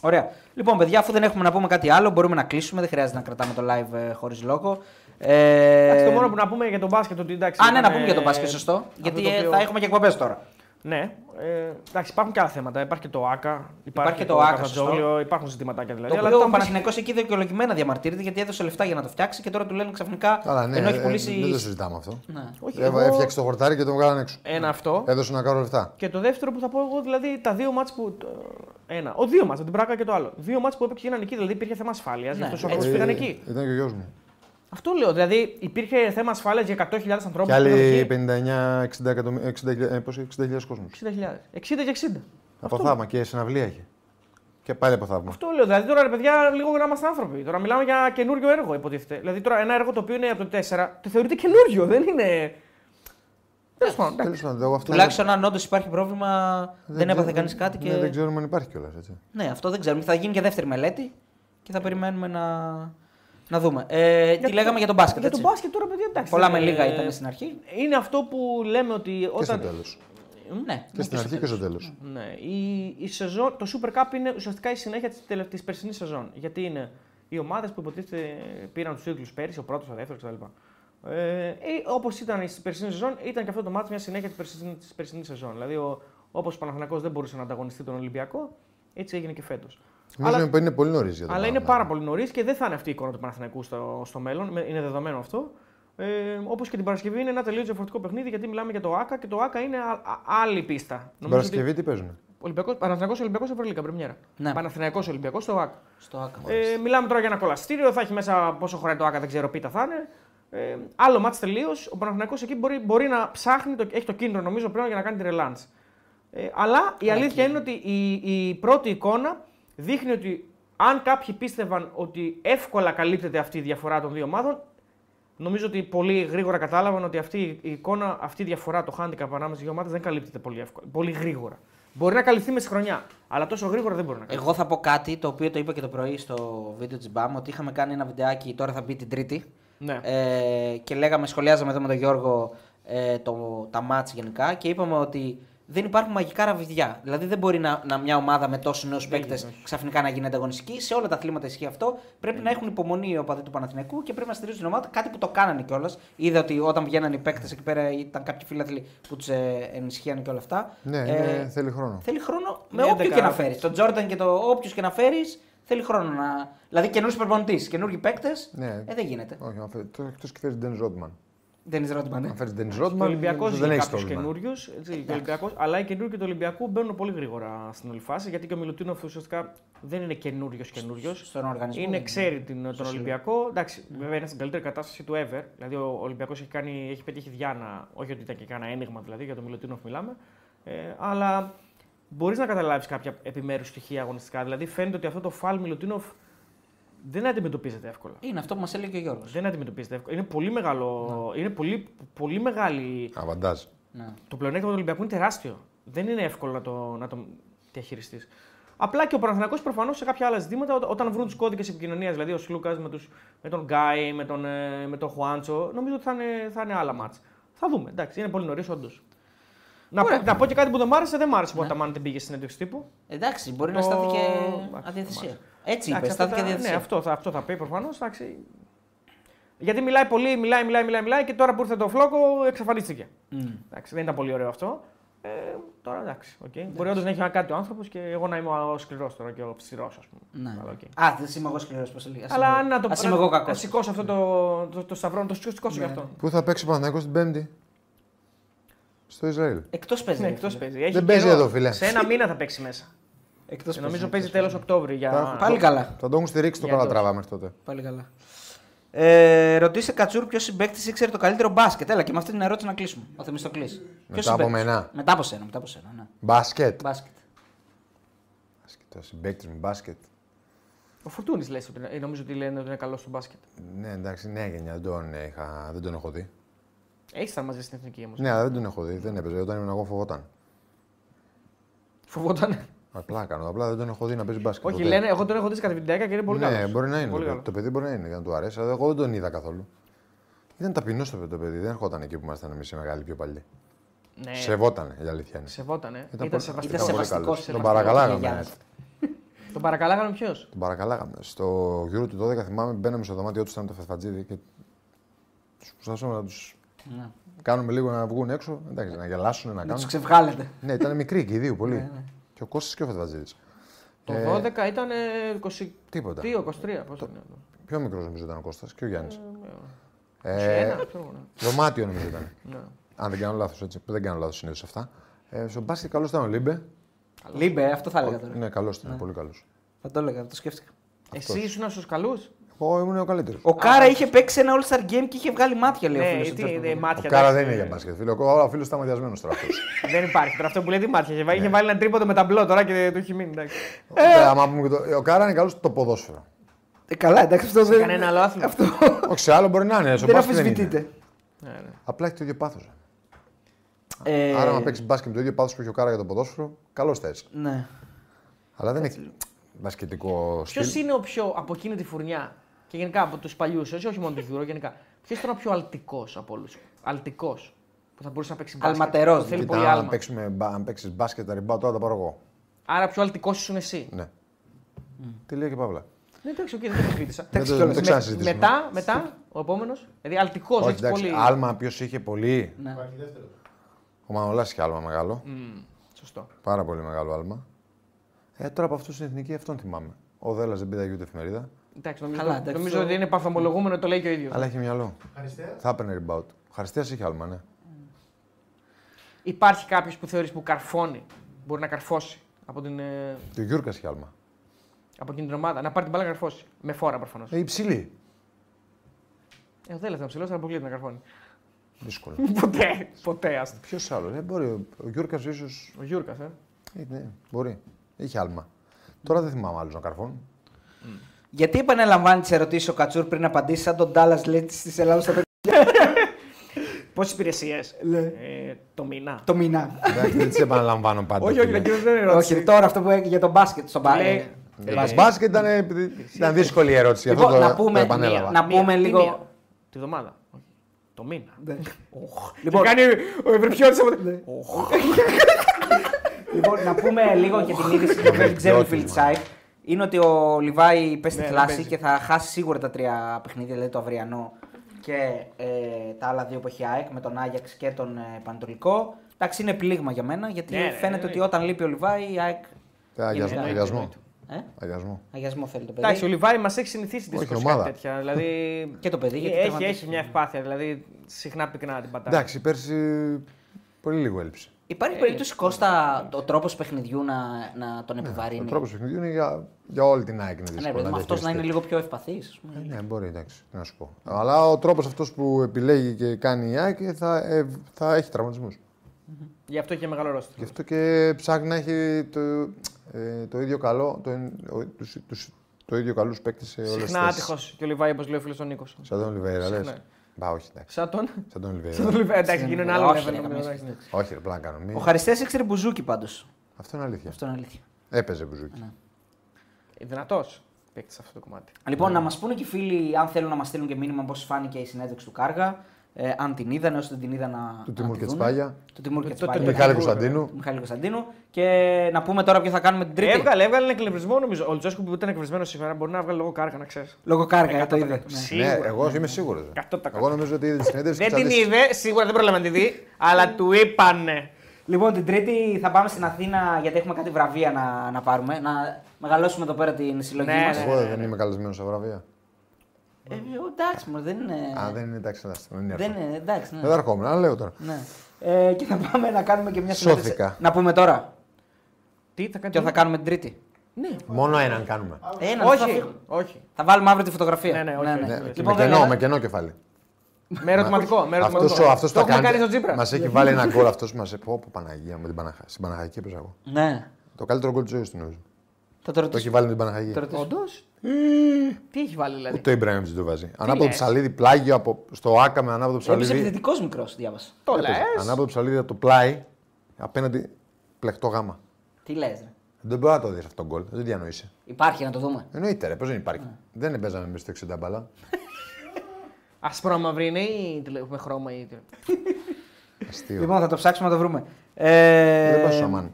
Ωραία. Λοιπόν, παιδιά, αφού δεν έχουμε να πούμε κάτι άλλο, μπορούμε να κλείσουμε. Δεν χρειάζεται να κρατάμε το live χωρίς λόγο. Ε,
Εντάξει, το μόνο που να πούμε για τον μπάσκετ ότι εντάξει.
Α, ναι, να
ήταν,
πούμε για τον
ε,
μπάσκετ, σωστό.
αυτό
Γιατί
το
ε,
οποίο-
θα έχουμε και εκπομπές τώρα.
Ναι. Ε, εντάξει, υπάρχουν και άλλα θέματα. Υπάρχει και το ΑΚΑ. Υπάρχει,
Υπάρχει και το ΆΚΑ,
Καφατζόγλιο, Υπάρχουν ζητηματάκια δηλαδή.
το
αλλά
οποίο ο
ήταν-
Παναθηναϊκός εκεί δικαιολογημένα διαμαρτύρεται γιατί έδωσε λεφτά για να το φτιάξει και τώρα του λένε ξαφνικά
Καλά, ναι,
ενώ έχει
ε,
πουλήσει.
δεν το συζητάμε αυτό.
Ναι.
Όχι,
Ε,
εγώ-
Έφτιαξε το χορτάρι και τον βγάλανε έξω.
Ένα
Ε,
αυτό.
Έδωσε να κάνω λεφτά.
Και το δεύτερο που θα πω εγώ, δηλαδή τα δύο μάτς που. το- Ένα. Ο δύο μάτς, από την Πράκα και το άλλο. Δύο μάτς που έπαιξε γίνανε εκεί, δηλαδή υπήρχε θέμα ασφάλειας.
Ναι,
Ναι,
έτσι.
αυτού πήγαν εκεί.
Ε, Ήταν και ο γιος μου.
Αυτό λέω. Δηλαδή υπήρχε θέμα ασφάλειας για 100.000 ανθρώπους.
Και άλλοι 59-60 εκατομμύρια. ε, κόσμου.
60.000. 60 και 60.
Από
Αυτό-
θαύμα και συναυλία είχε. Και πάλι από θαύμα.
Αυτό λέω. Δηλαδή τώρα, ρε παιδιά, λίγο να είμαστε άνθρωποι. Τώρα μιλάμε για καινούριο έργο, υποτίθεται. Δηλαδή τώρα ένα έργο το οποίο είναι από το 4, το θεωρείται καινούριο, δεν είναι. Τέλος πάντων. εντάξει.
Τέλο πάντων, εγώ αυτό.
Τουλάχιστον αν όντως υπάρχει πρόβλημα, δεν, έπαθε
ξέρω-
κανείς κάτι. Και...
Ναι, δεν ξέρουμε αν υπάρχει κιόλας.
Ναι, αυτό δεν ξέρουμε. Θα γίνει και δεύτερη μελέτη και θα περιμένουμε να, να δούμε. Ε, τι
Γιατί-
λέγαμε για τον μπάσκετ.
Για τον
έτσι.
μπάσκετ ε, τώρα, παιδιά, εντάξει.
Πολλά
δεν
με
είναι-
λίγα ήταν στην αρχή.
Είναι αυτό που λέμε ότι
Και στο
όταν.
τέλος.
ε,
Ναι,
Και στην αρχή και στο τέλος.
Ναι, η, η σεζόν, το Super Cup είναι ουσιαστικά η συνέχεια της τελευταία περσινής σεζόν. Γιατί είναι οι ομάδες που υποτίθεται πήραν τους τίτλου πέρυσι, ο πρώτος, ο δεύτερος κτλ. Ε, ε, Όπως ήταν στην περσινή σεζόν, ήταν και αυτό το μάτι μια συνέχεια της περσινή, της περσινής σεζόν. Δηλαδή, όπως ο Παναθηνακός δεν μπορούσε να ανταγωνιστεί τον Ολυμπιακό, έτσι έγινε και φέτος.
Νομίζω είναι- είναι πολύ νωρίς για το
Αλλά είναι
πράγμα. ναι.
πάρα πολύ νωρίς και δεν θα είναι αυτή η εικόνα του Παναθηναϊκού στο, στο μέλλον. με- Είναι δεδομένο αυτό. Ε, Όπως και την Παρασκευή είναι ένα τελείως διαφορετικό παιχνίδι γιατί μιλάμε για το ΑΚΑ και το ΑΚΑ είναι α- α- άλλη πίστα.
Την
Νομίζω ότι-
Παρασκευή τι παίζουν.
Ολυμπιακός, Παναθηναϊκός Ολυμπιακός Ευρωλίγκα, πρεμιέρα.
Ναι.
Παναθηναϊκός Ολυμπιακός στο ΑΚ.
στο άκρο.
Ε, μιλάμε τώρα για ένα κολαστήριο, θα έχει μέσα πόσο χωράει το ΑΚΑ, δεν ξέρω πίτα θα είναι. Ε, άλλο μάτς τελείως. Ο Παναθηναϊκός εκεί μπορεί, μπορεί να ψάχνει, το, έχει το κίνητρο νομίζω πλέον για να κάνει τη ρελάντ. Ε, αλλά η αλήθεια είναι ότι η, η πρώτη εικόνα δείχνει ότι αν κάποιοι πίστευαν ότι εύκολα καλύπτεται αυτή η διαφορά των δύο ομάδων, νομίζω ότι πολύ γρήγορα κατάλαβαν ότι αυτή η εικόνα, αυτή η διαφορά, το handicap ανάμεσα στις δύο ομάδες δεν καλύπτεται πολύ, εύκολα, πολύ γρήγορα. Μπορεί να καλυφθεί μέσα στη χρονιά, αλλά τόσο γρήγορα δεν μπορεί να καλυφθεί.
Ναι. Εγώ θα πω κάτι το οποίο το είπα και το πρωί στο βίντεο της Μπαμ ότι είχαμε κάνει ένα βιντεάκι, τώρα θα μπει την Τρίτη.
Ναι.
Ε, και λέγαμε, σχολιάζαμε εδώ με τον Γιώργο ε, το, τα μάτς γενικά και είπαμε ότι δεν υπάρχουν μαγικά ραβδιά. Δηλαδή δεν μπορεί να, να μια ομάδα με τόσους νέους παίκτε ξαφνικά να γίνει ανταγωνιστική. Σε όλα τα αθλήματα ισχύει αυτό. Πρέπει να έχουν υπομονή οι οπαδοί του Παναθηναϊκού και πρέπει να στηρίζουν την ομάδα. Κάτι που το κάνανε κιόλας. Είδα ότι όταν βγαίνανε οι παίκτες εκεί πέρα ήταν κάποιοι φίλαθλοι που τους ε, ενισχύαν και όλα αυτά.
Ναι,
Ε,
είναι- θέλει χρόνο.
Θέλει χρόνο με
Ναι,
όποιον και
δεκάρα.
να φέρεις. Τον Τζόρνταν και το όποιος και να φέρεις, θέλει χρόνο να. Δηλαδή καινούριο προπονητής, καινούργιοι παίκτες.
Ναι.
Ε, δεν γίνεται.
Όχι, αν φέρει- το- εκτός και φέρεις Ντένι Ρότμαν.
Δεν είναι ρώτημα, ναι.
Αν φέρει Ντένι
Ο
Ρότμαν,
Ολυμπιακός
δεν
έχεις κάποιους
έχει πρόβλημα.
καινούριους. Αλλά οι καινούριοι και του Ολυμπιακού μπαίνουν πολύ γρήγορα στην όλη φάση. Γιατί και ο Μιλουτίνοφ ουσιαστικά δεν είναι καινούριος καινούριος.
Στον οργανισμό.
Είναι,
δεν
ξέρει την, τον Ολυμπιακό. Εντάξει, βέβαια είναι στην καλύτερη κατάσταση του ever. Δηλαδή ο Ολυμπιακός έχει, κάνει- έχει πετύχει διάνα. Όχι ότι ήταν και κανένα ένιγμα δηλαδή, για τον Μιλουτίνοφ μιλάμε. Ε, αλλά μπορείς να καταλάβεις κάποια επιμέρους στοιχεία αγωνιστικά. Δηλαδή φαίνεται ότι αυτό το φαλ Μιλουτίνοφ δεν αντιμετωπίζεται εύκολα.
Είναι αυτό που μας έλεγε και ο Γιώργος.
Δεν αντιμετωπίζεται εύκολα. Είναι πολύ, μεγάλο,
Ναι.
είναι πολύ, πολύ μεγάλη
Αβαντάζ.
Ναι.
το πλεονέκτημα του Ολυμπιακού είναι τεράστιο. Δεν είναι εύκολο να το, να το διαχειριστείς. Απλά και ο Παναθηναϊκός προφανώς σε κάποια άλλα ζητήματα, ό- όταν βρουν τους κώδικες επικοινωνίας, δηλαδή ο Σλούκας με, τους- με τον Γκάι, με τον, ε, με τον Χουάντσο, νομίζω ότι θα είναι, θα είναι άλλα μάτσα. Θα δούμε. Εντάξει, είναι πολύ νωρίς, όντως. Να, πω- να πω και κάτι που δεν μ' άρεσε, δεν μ' άρεσε που ο Αταμάν δεν πήγε στην συνέντευξη τύπου.
Εντάξει, μπορεί να
Το-
στάθηκε
Εντάξει,
αδιαθυσία.
εντάξει.
Έτσι είπε,
Εντάξει, αυτά
στάθηκε
τα-
αδιαθυσία.
Ναι, αυτό, θα, αυτό θα πει προφανώς. Γιατί μιλάει πολύ, μιλάει, μιλάει, μιλάει, μιλάει και τώρα που ήρθε το φλόκο εξαφανίστηκε. Εντάξει, δεν ήταν πολύ ωραίο αυτό. Ε, τώρα εντάξει. οκ. Μπορεί όντως να έχει κάτι ο άνθρωπος και εγώ να είμαι ο σκληρός τώρα και ο ψηρό, ας πούμε.
Ναι.
Αλλά, οκ.
Α, δεν είμαι εγώ σκληρός, πώς λέει. Ας
Αλλά
είμαι-
να το
ας είμαι εγώ
να-
κακός.
να σηκώσω αυτό το, το, το σταυρό, να το σηκώσω σηκώσω γι' αυτό.
Πού θα παίξει ο Παναθηναϊκός την Πέμπτη. Στο Ισραήλ.
Εκτός παίζει.
Ναι,
ρε
εκτό
φίλε.
Ναι, παίζει. Έχει
Δεν παίζει
καιρό.
εδώ, φίλε.
Σε ένα μήνα θα παίξει μέσα.
Εκτός
Ε, Νομίζω παίζει τέλος Οκτώβρη. Για...
Πάλι καλά.
Θα τον έχουν στηρίξει το
Για το-
Καλατράβα μέχρι τότε.
Πάλι καλά. Ε, ρωτήσε Κατσούρ ποιος συμπέκτη ήξερε το καλύτερο μπάσκετ. Έλα και με αυτή την ερώτηση να κλείσουμε. Ο Θεμή το κλείσει. Ποιος
από
συμπαίκτης?
μένα.
Μετά από σένα. Μετά από σένα ναι.
Μπάσκετ.
Μπάσκετ.
Μπάσκετ, Ο συμπαίκτης μου, μπάσκετ.
Ο Φουρτούνη λέει ότι ε, νομίζω ότι λένε ότι είναι καλός στο μπάσκετ.
Ναι, εντάξει, νέα γενιά. Δεν τον, είχα, δεν τον έχω δει.
Έχεις τα μαζί στην εθνική όμως.
Ναι, αλλά δεν τον έχω δει. Δεν έπαιζε. Όταν ήμουν εγώ φοβόταν.
Φοβόταν.
Απλά κάνω. Απλά δεν τον έχω δει να παίζει μπάσκετ.
Όχι,
ποτέ.
λένε, εγώ τον έχω δει κατά βιντεάκια και είναι πολύ
ναι,
καλός.
μπορεί να είναι.
Πολύ
το,
καλός.
το παιδί μπορεί να είναι και να του αρέσει, αλλά εγώ δεν τον είδα καθόλου. Ήταν ταπεινός το παιδί, το παιδί. Δεν ερχόταν εκεί που ήμασταν εμείς οι μεγάλοι πιο παλιοί.
Ναι,
Σεβόταν, η αλήθεια είναι.
σεβότανε. Ήταν,
πολύ-
σεβαστικό.
ήταν πολύ
σεβαστικός,
καλός. Τον
σεβαστικός,
παρακαλάγαμε.
γιαγιάς.
έτσι.
Τον παρακαλάγανε ποιος.
Τον παρακαλάγαμε. Στο γύρο του 12 θυμάμαι μπαίναμε στο δωμάτιό τους, ήταν το φεφατζίδι και τους προσπαθούσαμε να τους
Ναι.
κάνουμε λίγο να βγουν έξω. Εντάξει, να γελάσουν, να
Να του
κάνουν.
ξεβγάλετε.
ναι, ήταν μικροί και οι δύο πολύ. και ο Κώστας και ο Φεφατζίδη.
Το
Ε,
12 ήταν 22,
Τίποτα.
23. Πώς το...
Πιο μικρός νομίζω ήταν ο Κώστας και ο Γιάννης.
Ε, 21, ξέρω εγώ, ναι.
δωμάτιο νομίζω ήταν.
Ναι.
Αν δεν κάνω λάθος, έτσι. που Δεν κάνω λάθος συνήθως αυτά. Ε, στο μπάσκετ καλός ήταν ο Λίμπε.
Λίμπε, αυτό θα έλεγα τώρα.
Ναι, καλός ήταν, πολύ καλός.
Θα το έλεγα, το σκέφτηκα.
Εσύ ήσουν στου καλού.
Εγώ ήμουν ο καλύτερος.
Ο Κάρα είχε παίξει ένα All Star Game και είχε βγάλει μάτια, λέει ο
Ναι,
φίλος του
τι-
Τζορτζ
ε,
Μπούγκα.
Ο
μάτια.
Κάρα
εντάξει,
δεν είναι
ε,
για μπάσκετ. Φίλο, ο άλλο φίλος ήταν μαδιασμένο τώρα αυτός.
Δεν υπάρχει. Τώρα αυτό που λέει τι μάτια.
Ναι.
Είχε βάλει- Είχε βάλει ένα τρίποντο με ταμπλό τώρα και του έχει μείνει. εντάξει. ε.
Ο Κάρα είναι καλός στο ποδόσφαιρο.
Ε, Καλά, εντάξει, αυτό δεν.
Κανένα άλλο άθλημα.
Αυτό
Όχι σε άλλο μπορεί να είναι. στο
δεν
μπάσκετ είναι.
αφισβητείται.
Ναι, ναι.
Απλά έχει το ίδιο πάθος.
Ε,
Άρα, να παίξεις μπάσκετ με το ίδιο πάθος που έχει ο Κάρα για το ποδόσφαιρο, καλό θα έτσι.
Ναι.
Αλλά δεν έχει μπασκετικό στυλ.
Ποιο είναι ο πιο από εκείνη τη φουρνιά και γενικά από τους παλιούς, όχι, όχι μόνο τους Γιούρο, γενικά. Ποιος ήταν ο πιο αλτικός από όλους. Αλτικός. Που θα μπορούσε να παίξει μπάσκετ.
Αλματερός,
που Θέλει
Κοίτα,
πολύ
αν
άλμα.
παίξουμε μπα- αν παίξεις μπάσκετ, τα ριμπά τώρα τα πάρω εγώ.
Άρα πιο αλτικός ήσουν εσύ.
Ναι. Τελεία και παύλα.
Ναι, εντάξει, οκ, δεν το συζήτησα.
Δεν το- δεν το ξανασυζητήσουμε.
Μετά, μετά, ο επόμενος. Δηλαδή αλτικός,
Όχι,
έχει
εντάξει.
πολύ.
Άλμα ποιος είχε πολύ.
Ναι.
Υπάρχει δεύτερο.
Ο Μανολάς είχε άλμα μεγάλο.
Μμμ, Σωστό.
Πάρα πολύ μεγάλο άλμα. Ε, τώρα από αυτούς στην εθνική αυτόν θυμάμαι. Ο Δέλλα δεν πήρε ούτε εφημερίδα,
Εντάξει, νομίζω,
Καλά, εντάξει,
νομίζω
το-
ότι είναι παθομολογούμενο, το λέει και ο ίδιος.
αλλά είχε μυαλό.
Αριστεία.
Θα έπαιρνε rebound. Χαριστέα είχε άλμα, ναι.
Υπάρχει κάποιος που θεωρείς που καρφώνει, μπορεί να καρφώσει από, την, ε,
Και ο Γιούρκας είχε άλμα.
από εκείνη την ομάδα, να πάρει την μπάλα να καρφώσει. Με φόρα προφανώς.
Ε, υψηλή.
Ε, δεν ήταν ψηλό, αλλά αποκλείεται να καρφώνει.
Δύσκολο.
ποτέ, ποτέ άστα.
Ποιος άλλος, ε, μπορεί. Ο Γιούρκας ίσως.
Ο Γιούρκας, ε.
ναι, μπορεί. Είχε άλμα. Τώρα δεν θυμάμαι άλλους να καρφώνουν.
Γιατί επαναλαμβάνει τι ερωτήσει ο Κατσούρ πριν απαντήσεις, σαν τον Ντάλλα Λέιτ τη Ελλάδα στα παιδιά
Πόσες υπηρεσίες
Λέει.
Ε, το μήνα.
το μήνα.
Εντάξει, δεν τις επαναλαμβάνω πάντα.
Όχι, όχι, δεν δεν είναι ερώτηση.
Όχι, τώρα αυτό που έγινε για τον μπάσκετ στον ε,
Λέει,
μπάσκετ.
Το Ε, μπάσκετ ήταν, ε, ήταν δύσκολη η ερώτηση. γι' αυτό
Λοιπόν,
το-
να
το
πούμε-
επανέλαβα.
να
μία,
πούμε
τι
λίγο-
μία? Τη βδομάδα.
Ναι.
Όχι. Το μήνα.
Λοιπόν,
Και κάνει ο Ευρυπιώτη από.
Λοιπόν, να πούμε λίγο για την είδηση που δεν ξέρουν οι φίλοι της ΑΕΚ. Είναι ότι ο Λιβάη πέσει στη
Ναι,
θλάση
παίζει.
και θα χάσει σίγουρα τα τρία παιχνίδια, δηλαδή το αυριανό και ε, τα άλλα δύο που έχει η ΑΕΚ με τον Άγιαξ και τον ε, Πανατολικό. Εντάξει, είναι πλήγμα για μένα γιατί
Ναι, ναι,
φαίνεται
ναι,
ότι
ναι.
όταν λείπει ο Λιβάη η ΑΕΚ.
Ε, αγιασμό-
Γενικά,
Αγιασμό.
Ε?
Αγιασμό.
Αγιασμό θέλει το παιδί.
Εντάξει, ο Λιβάη μας έχει συνηθίσει
Όχι,
δυστυχώ κάτι
ομάδα.
τέτοια. Δηλαδή...
Και το παιδί, γιατί
έχει,
τραυματίστηκε.
έχει μια ευπάθεια. Δηλαδή συχνά πυκνά την πατάει.
Εντάξει, πέρσι πολύ λίγο έλειψε.
ε,
Υπάρχει περίπτωση Κώστα ο τρόπος παιχνιδιού να, να τον επιβαρύνει.
Ναι, Ο τρόπος παιχνιδιού είναι για, για όλη την ΑΕΚ. είναι
ναι,
δύσκολο
παιδί
να
αυτός να είναι
διαχειριστεί.
λίγο πιο ευπαθής.
Ε, Ναι, μπορεί, εντάξει, τι να σου πω. Αλλά ο τρόπος αυτός που επιλέγει και κάνει η ΑΕΚ θα, ε, θα έχει τραυματισμούς.
Γι' αυτό έχει μεγάλο
Γι'
ρόλο.
αυτό και ψάχνει να έχει το, ε, το ίδιο καλό, το, ε, ο- τους- τους- το ίδιο καλούς παίκτες σε όλες τι
Συχνά άτυχος και ο Λιβάη, όπως λέει ο φίλος ο Νίκος.
Σαν τον Λιβέρα, λε.
Συχνά.
Μπα, όχι, εντάξει.
Σαν τον.
Σαν τον
Σαν τον
Λιβέρα.
Λιβάη. Εντάξει, γίνει ένα άλλο level, νομίζω, εντάξει.
όχι, ρε, πλάκα κάνω. Μη-
Ο Χαριστές ήξερε μπουζούκι πάντως.
Αυτό είναι αλήθεια.
Αυτό είναι αλήθεια.
Έπαιζε μπουζούκι.
Δυνατός παίκτης αυτό το κομμάτι.
Λοιπόν, να μας πούνε και οι φίλοι, αν θέλουν να μας στείλουν και μήνυμα, πώς φάνηκε η συνέντευξη του Κάργα. Ε, αν την είδαν, όσοι δεν την είδαν να.
Του
να
Τιμούρ
τη
και
δούνε.
Τσπάγια.
Του Τιμούρ
Το-
και
το- το-
Τσπάγια.
Του Μιχάλη
Του
Κωνσταντίνου.
Μιχάλη Κωνσταντίνου. Και να πούμε τώρα ποιο θα κάνουμε την Τρίτη.
Έβγαλε, έβγαλε ένα κλεβρισμό νομίζω. Ο Λουτσέσκου που ήταν κλεβρισμένο σήμερα μπορεί να βγάλει λόγω κάργα, να ξέρεις.
Λόγω
Ε,
Κάργα, το είδε. Ναι.
Ναι,
Σίγουρα.
εγώ είμαι σίγουρος.
100%.
Εγώ νομίζω ότι είδε τη συνέντευξη.
Δεν
και θα
την
δεις-
είδε, σίγουρα δεν πρόλαβε να τη δει, αλλά του είπανε.
Λοιπόν, την Τρίτη θα πάμε στην Αθήνα γιατί έχουμε κάτι βραβεία να, να πάρουμε. Να μεγαλώσουμε εδώ πέρα την συλλογή
Ναι,
μας.
ναι.
Εγώ δεν είμαι καλεσμένος σε βραβεία.
Ε, εντάξει, μωρέ, δεν είναι.
Α, δεν είναι εντάξει, εντάξει, δεν είναι.
Ναι. δεν
έρθω.
είναι, εντάξει. ναι.
Δεν θα ερχόμουν, αλλά λέω τώρα.
Ναι. Ε, και θα πάμε να κάνουμε και μια
Σώθηκα.
συνέντευξη. Να πούμε τώρα.
Τι θα κάνει.
Και θα κάνουμε την Τρίτη.
Ναι.
Μόνο έναν κάνουμε.
Ένα, θα,
Όχι.
φύγω.
Όχι.
θα βάλουμε αύριο τη φωτογραφία.
Ναι, ναι, όχι, όχι,
Ναι,
όχι.
Λοιπόν,
με, κενό, με κενό κεφάλι.
Με ερωτηματικό. Με ερωτηματικό.
Αυτός, ο, αυτός
το
τα
έχουμε
κάνει,
κάνει στο Τζίπρα.
Μας έχει βάλει ένα γκολ αυτός που μας είπε. Πω, πω, Παναγία με την Παναχα... Στην Παναχαϊκή έπαιζα εγώ.
Ναι.
Το καλύτερο γκολ της ζωής του νομίζω.
Θα το
Το έχει
ρωτήσω.
βάλει με την Παναχαϊκή.
Θα το ρωτήσω.
Όντως. Τι έχει βάλει δηλαδή.
Ούτε ο Ιμπραήμ δεν το βάζει. Ανάποδο
λες?
ψαλίδι, πλάγιο από... στο άκα με ανάποδο
Έπαιζε
ψαλίδι.
επιθετικός μικρός, διάβασα.
Το λες.
Έπαιζε. Ανάποδο ψαλίδι από το πλάι απέναντι πλεκτό γάμα.
Τι λες.
Δεν μπορεί να το δεις αυτό το γκολ. Δεν το διανοείσαι.
Υπάρχει να το δούμε.
Εννοείται, ρε, πώς δεν υπάρχει. Δεν παίζαμε εμείς το 60 μπαλά.
Ασπρό μαυρί είναι ναι, ή τηλε- με χρώμα ή. τηλε-
Αστείο.
Λοιπόν, θα το ψάξουμε να το βρούμε.
Δεν πας
Ε,
στο αμάν.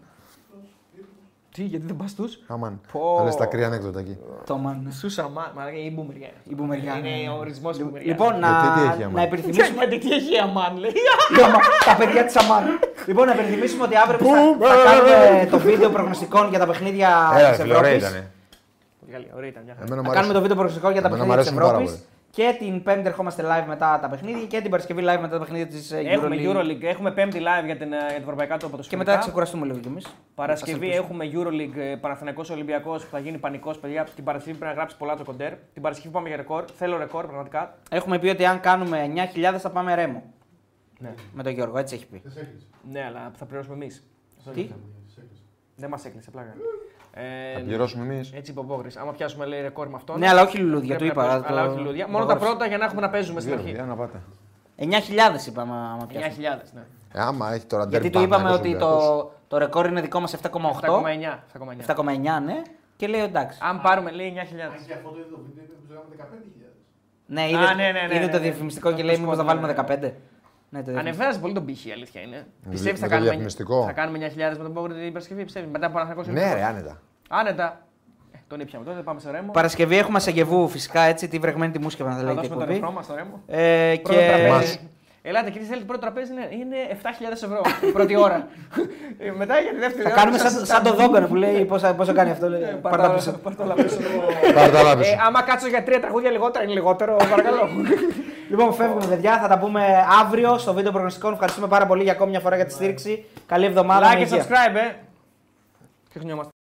Τι, γιατί δεν πας του.
Αμάν.
Πω.
Θα λες τα κρύα ανέκδοτα εκεί.
Το
ναι.
μαν.
Σούσα, μα, μα η μπουμεριά.
Η μπουμεριά, ναι, ναι.
Είναι ο ορισμός τη μπουμεριά.
Λοιπόν,
Γιατί τι
να,
έχει αμάν?
να υπενθυμίσουμε
Γιατί τι έχει η αμάν, λέει.
τα μα- τα παιδιά της Αμάν. λοιπόν, να υπενθυμίσουμε ότι αύριο θα, θα κάνουμε το βίντeo προγνωστικών για τα παιχνίδια
Έλα,
της
φίλε, ωραία
Ευρώπης.
ήταν.
Πολύ καλή, ωραία ήταν μια χαρά.
Εμένα μου
Θα κάνουμε το
άρεσε.
βίντεο προγνωστικό για τα
Εμένα μου
παιχνίδια της
αρέσουν πάρα
Ευρώπης. Και την Πέμπτη ερχόμαστε live μετά τα παιχνίδια και την Παρασκευή live μετά τα παιχνίδια της
Έχουμε
Euroleague.
Euroleague, έχουμε πέμπτη live για, την, ε, για τα ευρωπαϊκά του
ε, Και
αποτελεσματικά.
μετά ξεκουραστούμε λίγο κι εμείς.
Παρασκευή έχουμε Euroleague ε, Παναθηναϊκός Ολυμπιακός που θα γίνει πανικός παιδιά. Την Παρασκευή πρέπει να γράψει πολλά το κοντέρ. Την Παρασκευή πάμε για ρεκόρ. Θέλω ρεκόρ πραγματικά.
Έχουμε πει ότι αν κάνουμε 9.000 θα πάμε ρέμο.
Ναι,
Με τον Γιώργο, έτσι έχει πει.
Σε έκλεισε.
ναι αλλά θα πληρώσουμε εμείς.
Τι?
σε έκλεισε.
Δεν μας έκλεισε πλάκα. Ε,
Θα πληρώσουμε εμείς.
Έτσι είπε ο Μπόγρης. Άμα πιάσουμε λέει ρεκόρ με αυτόν.
Ναι, αλλά όχι λουλούδια,
πρέπει
το
να
είπα.
πιάσουμε-
το-
Αλλά όχι λουλούδια. Μόνο τα
αγόρασα.
πρώτα για να έχουμε να παίζουμε στην αρχή.
Για να πάτε.
9.000 είπαμε άμα πιάσουμε.
9.000, ναι.
Ε, άμα έχει τώρα
Γιατί
ντέρμπι
του είπαμε
Παναθηναϊκός
ότι
Ολυμπιακός.
το, το ρεκόρ είναι δικό μας 7,8.
7,9. 7,9.
7,9 ναι. Και λέει εντάξει.
Αν πάρουμε λέει 9.000.
Αν και αυτό το είδε το βίντεο, είπε που ζεγάμε 15.000.
Ναι, είδε,
Α, ναι, ναι, ναι,
είδε
ναι,
το
ναι.
διαφημιστικό
Το-
και
το
λέει
spot,
μήπως θα
ναι,
βάλουμε
ναι.
15. Ναι, το διαφημιστικό.
Ανεβάζει πολύ τον πύχη, η αλήθεια είναι. Πιστεύει
με
θα
το
κάνουμε.
διαφημιστικό.
Θα κάνουμε 9.000 με τον Πόγκο την Παρασκευή, πιστεύεις. Μετά από Παναθηναϊκός.
Ναι,
Ολυμπιακός.
ρε, άνετα.
Άνετα. Ε, τον ήπιαμε τότε, πάμε στο ρέμο.
Παρασκευή έχουμε Σαγεβού φυσικά έτσι, τη βρεγμένη τη μουσική να
θα
λέει την
δώσουμε τον
εκπομπή.
ευρώ μας στο ρέμο.
Ε,
Πρώτο
και...
Μας.
τραπέζι. Ελάτε, κύριε, θέλετε πρώτο τραπέζι είναι, είναι 7.000 ευρώ πρώτη ώρα. Ε, Μετά για τη δεύτερη
Θα
ώρα.
κάνουμε
σας-
σαν, σαν το δόγκανο που λέει πόσο, πόσο κάνει αυτό.
Ε,
Λέει,
πάρ'
πάρ' τα πίσω.
πάρ' τα όλα πίσω.
Πάρε τα
Ε,
λάπη.
Άμα κάτσω για τρία τραγούδια λιγότερα, είναι λιγότερο, παρακαλώ.
Λοιπόν, φεύγουμε, παιδιά. Θα τα πούμε αύριο στο βίντεο προγνωστικών. Ευχαριστούμε πάρα πολύ για ακόμη μια φορά για τη στήριξη. Καλή εβδομάδα. με
Like και
υγεία.
subscribe, ε. Ξεχνιόμαστε.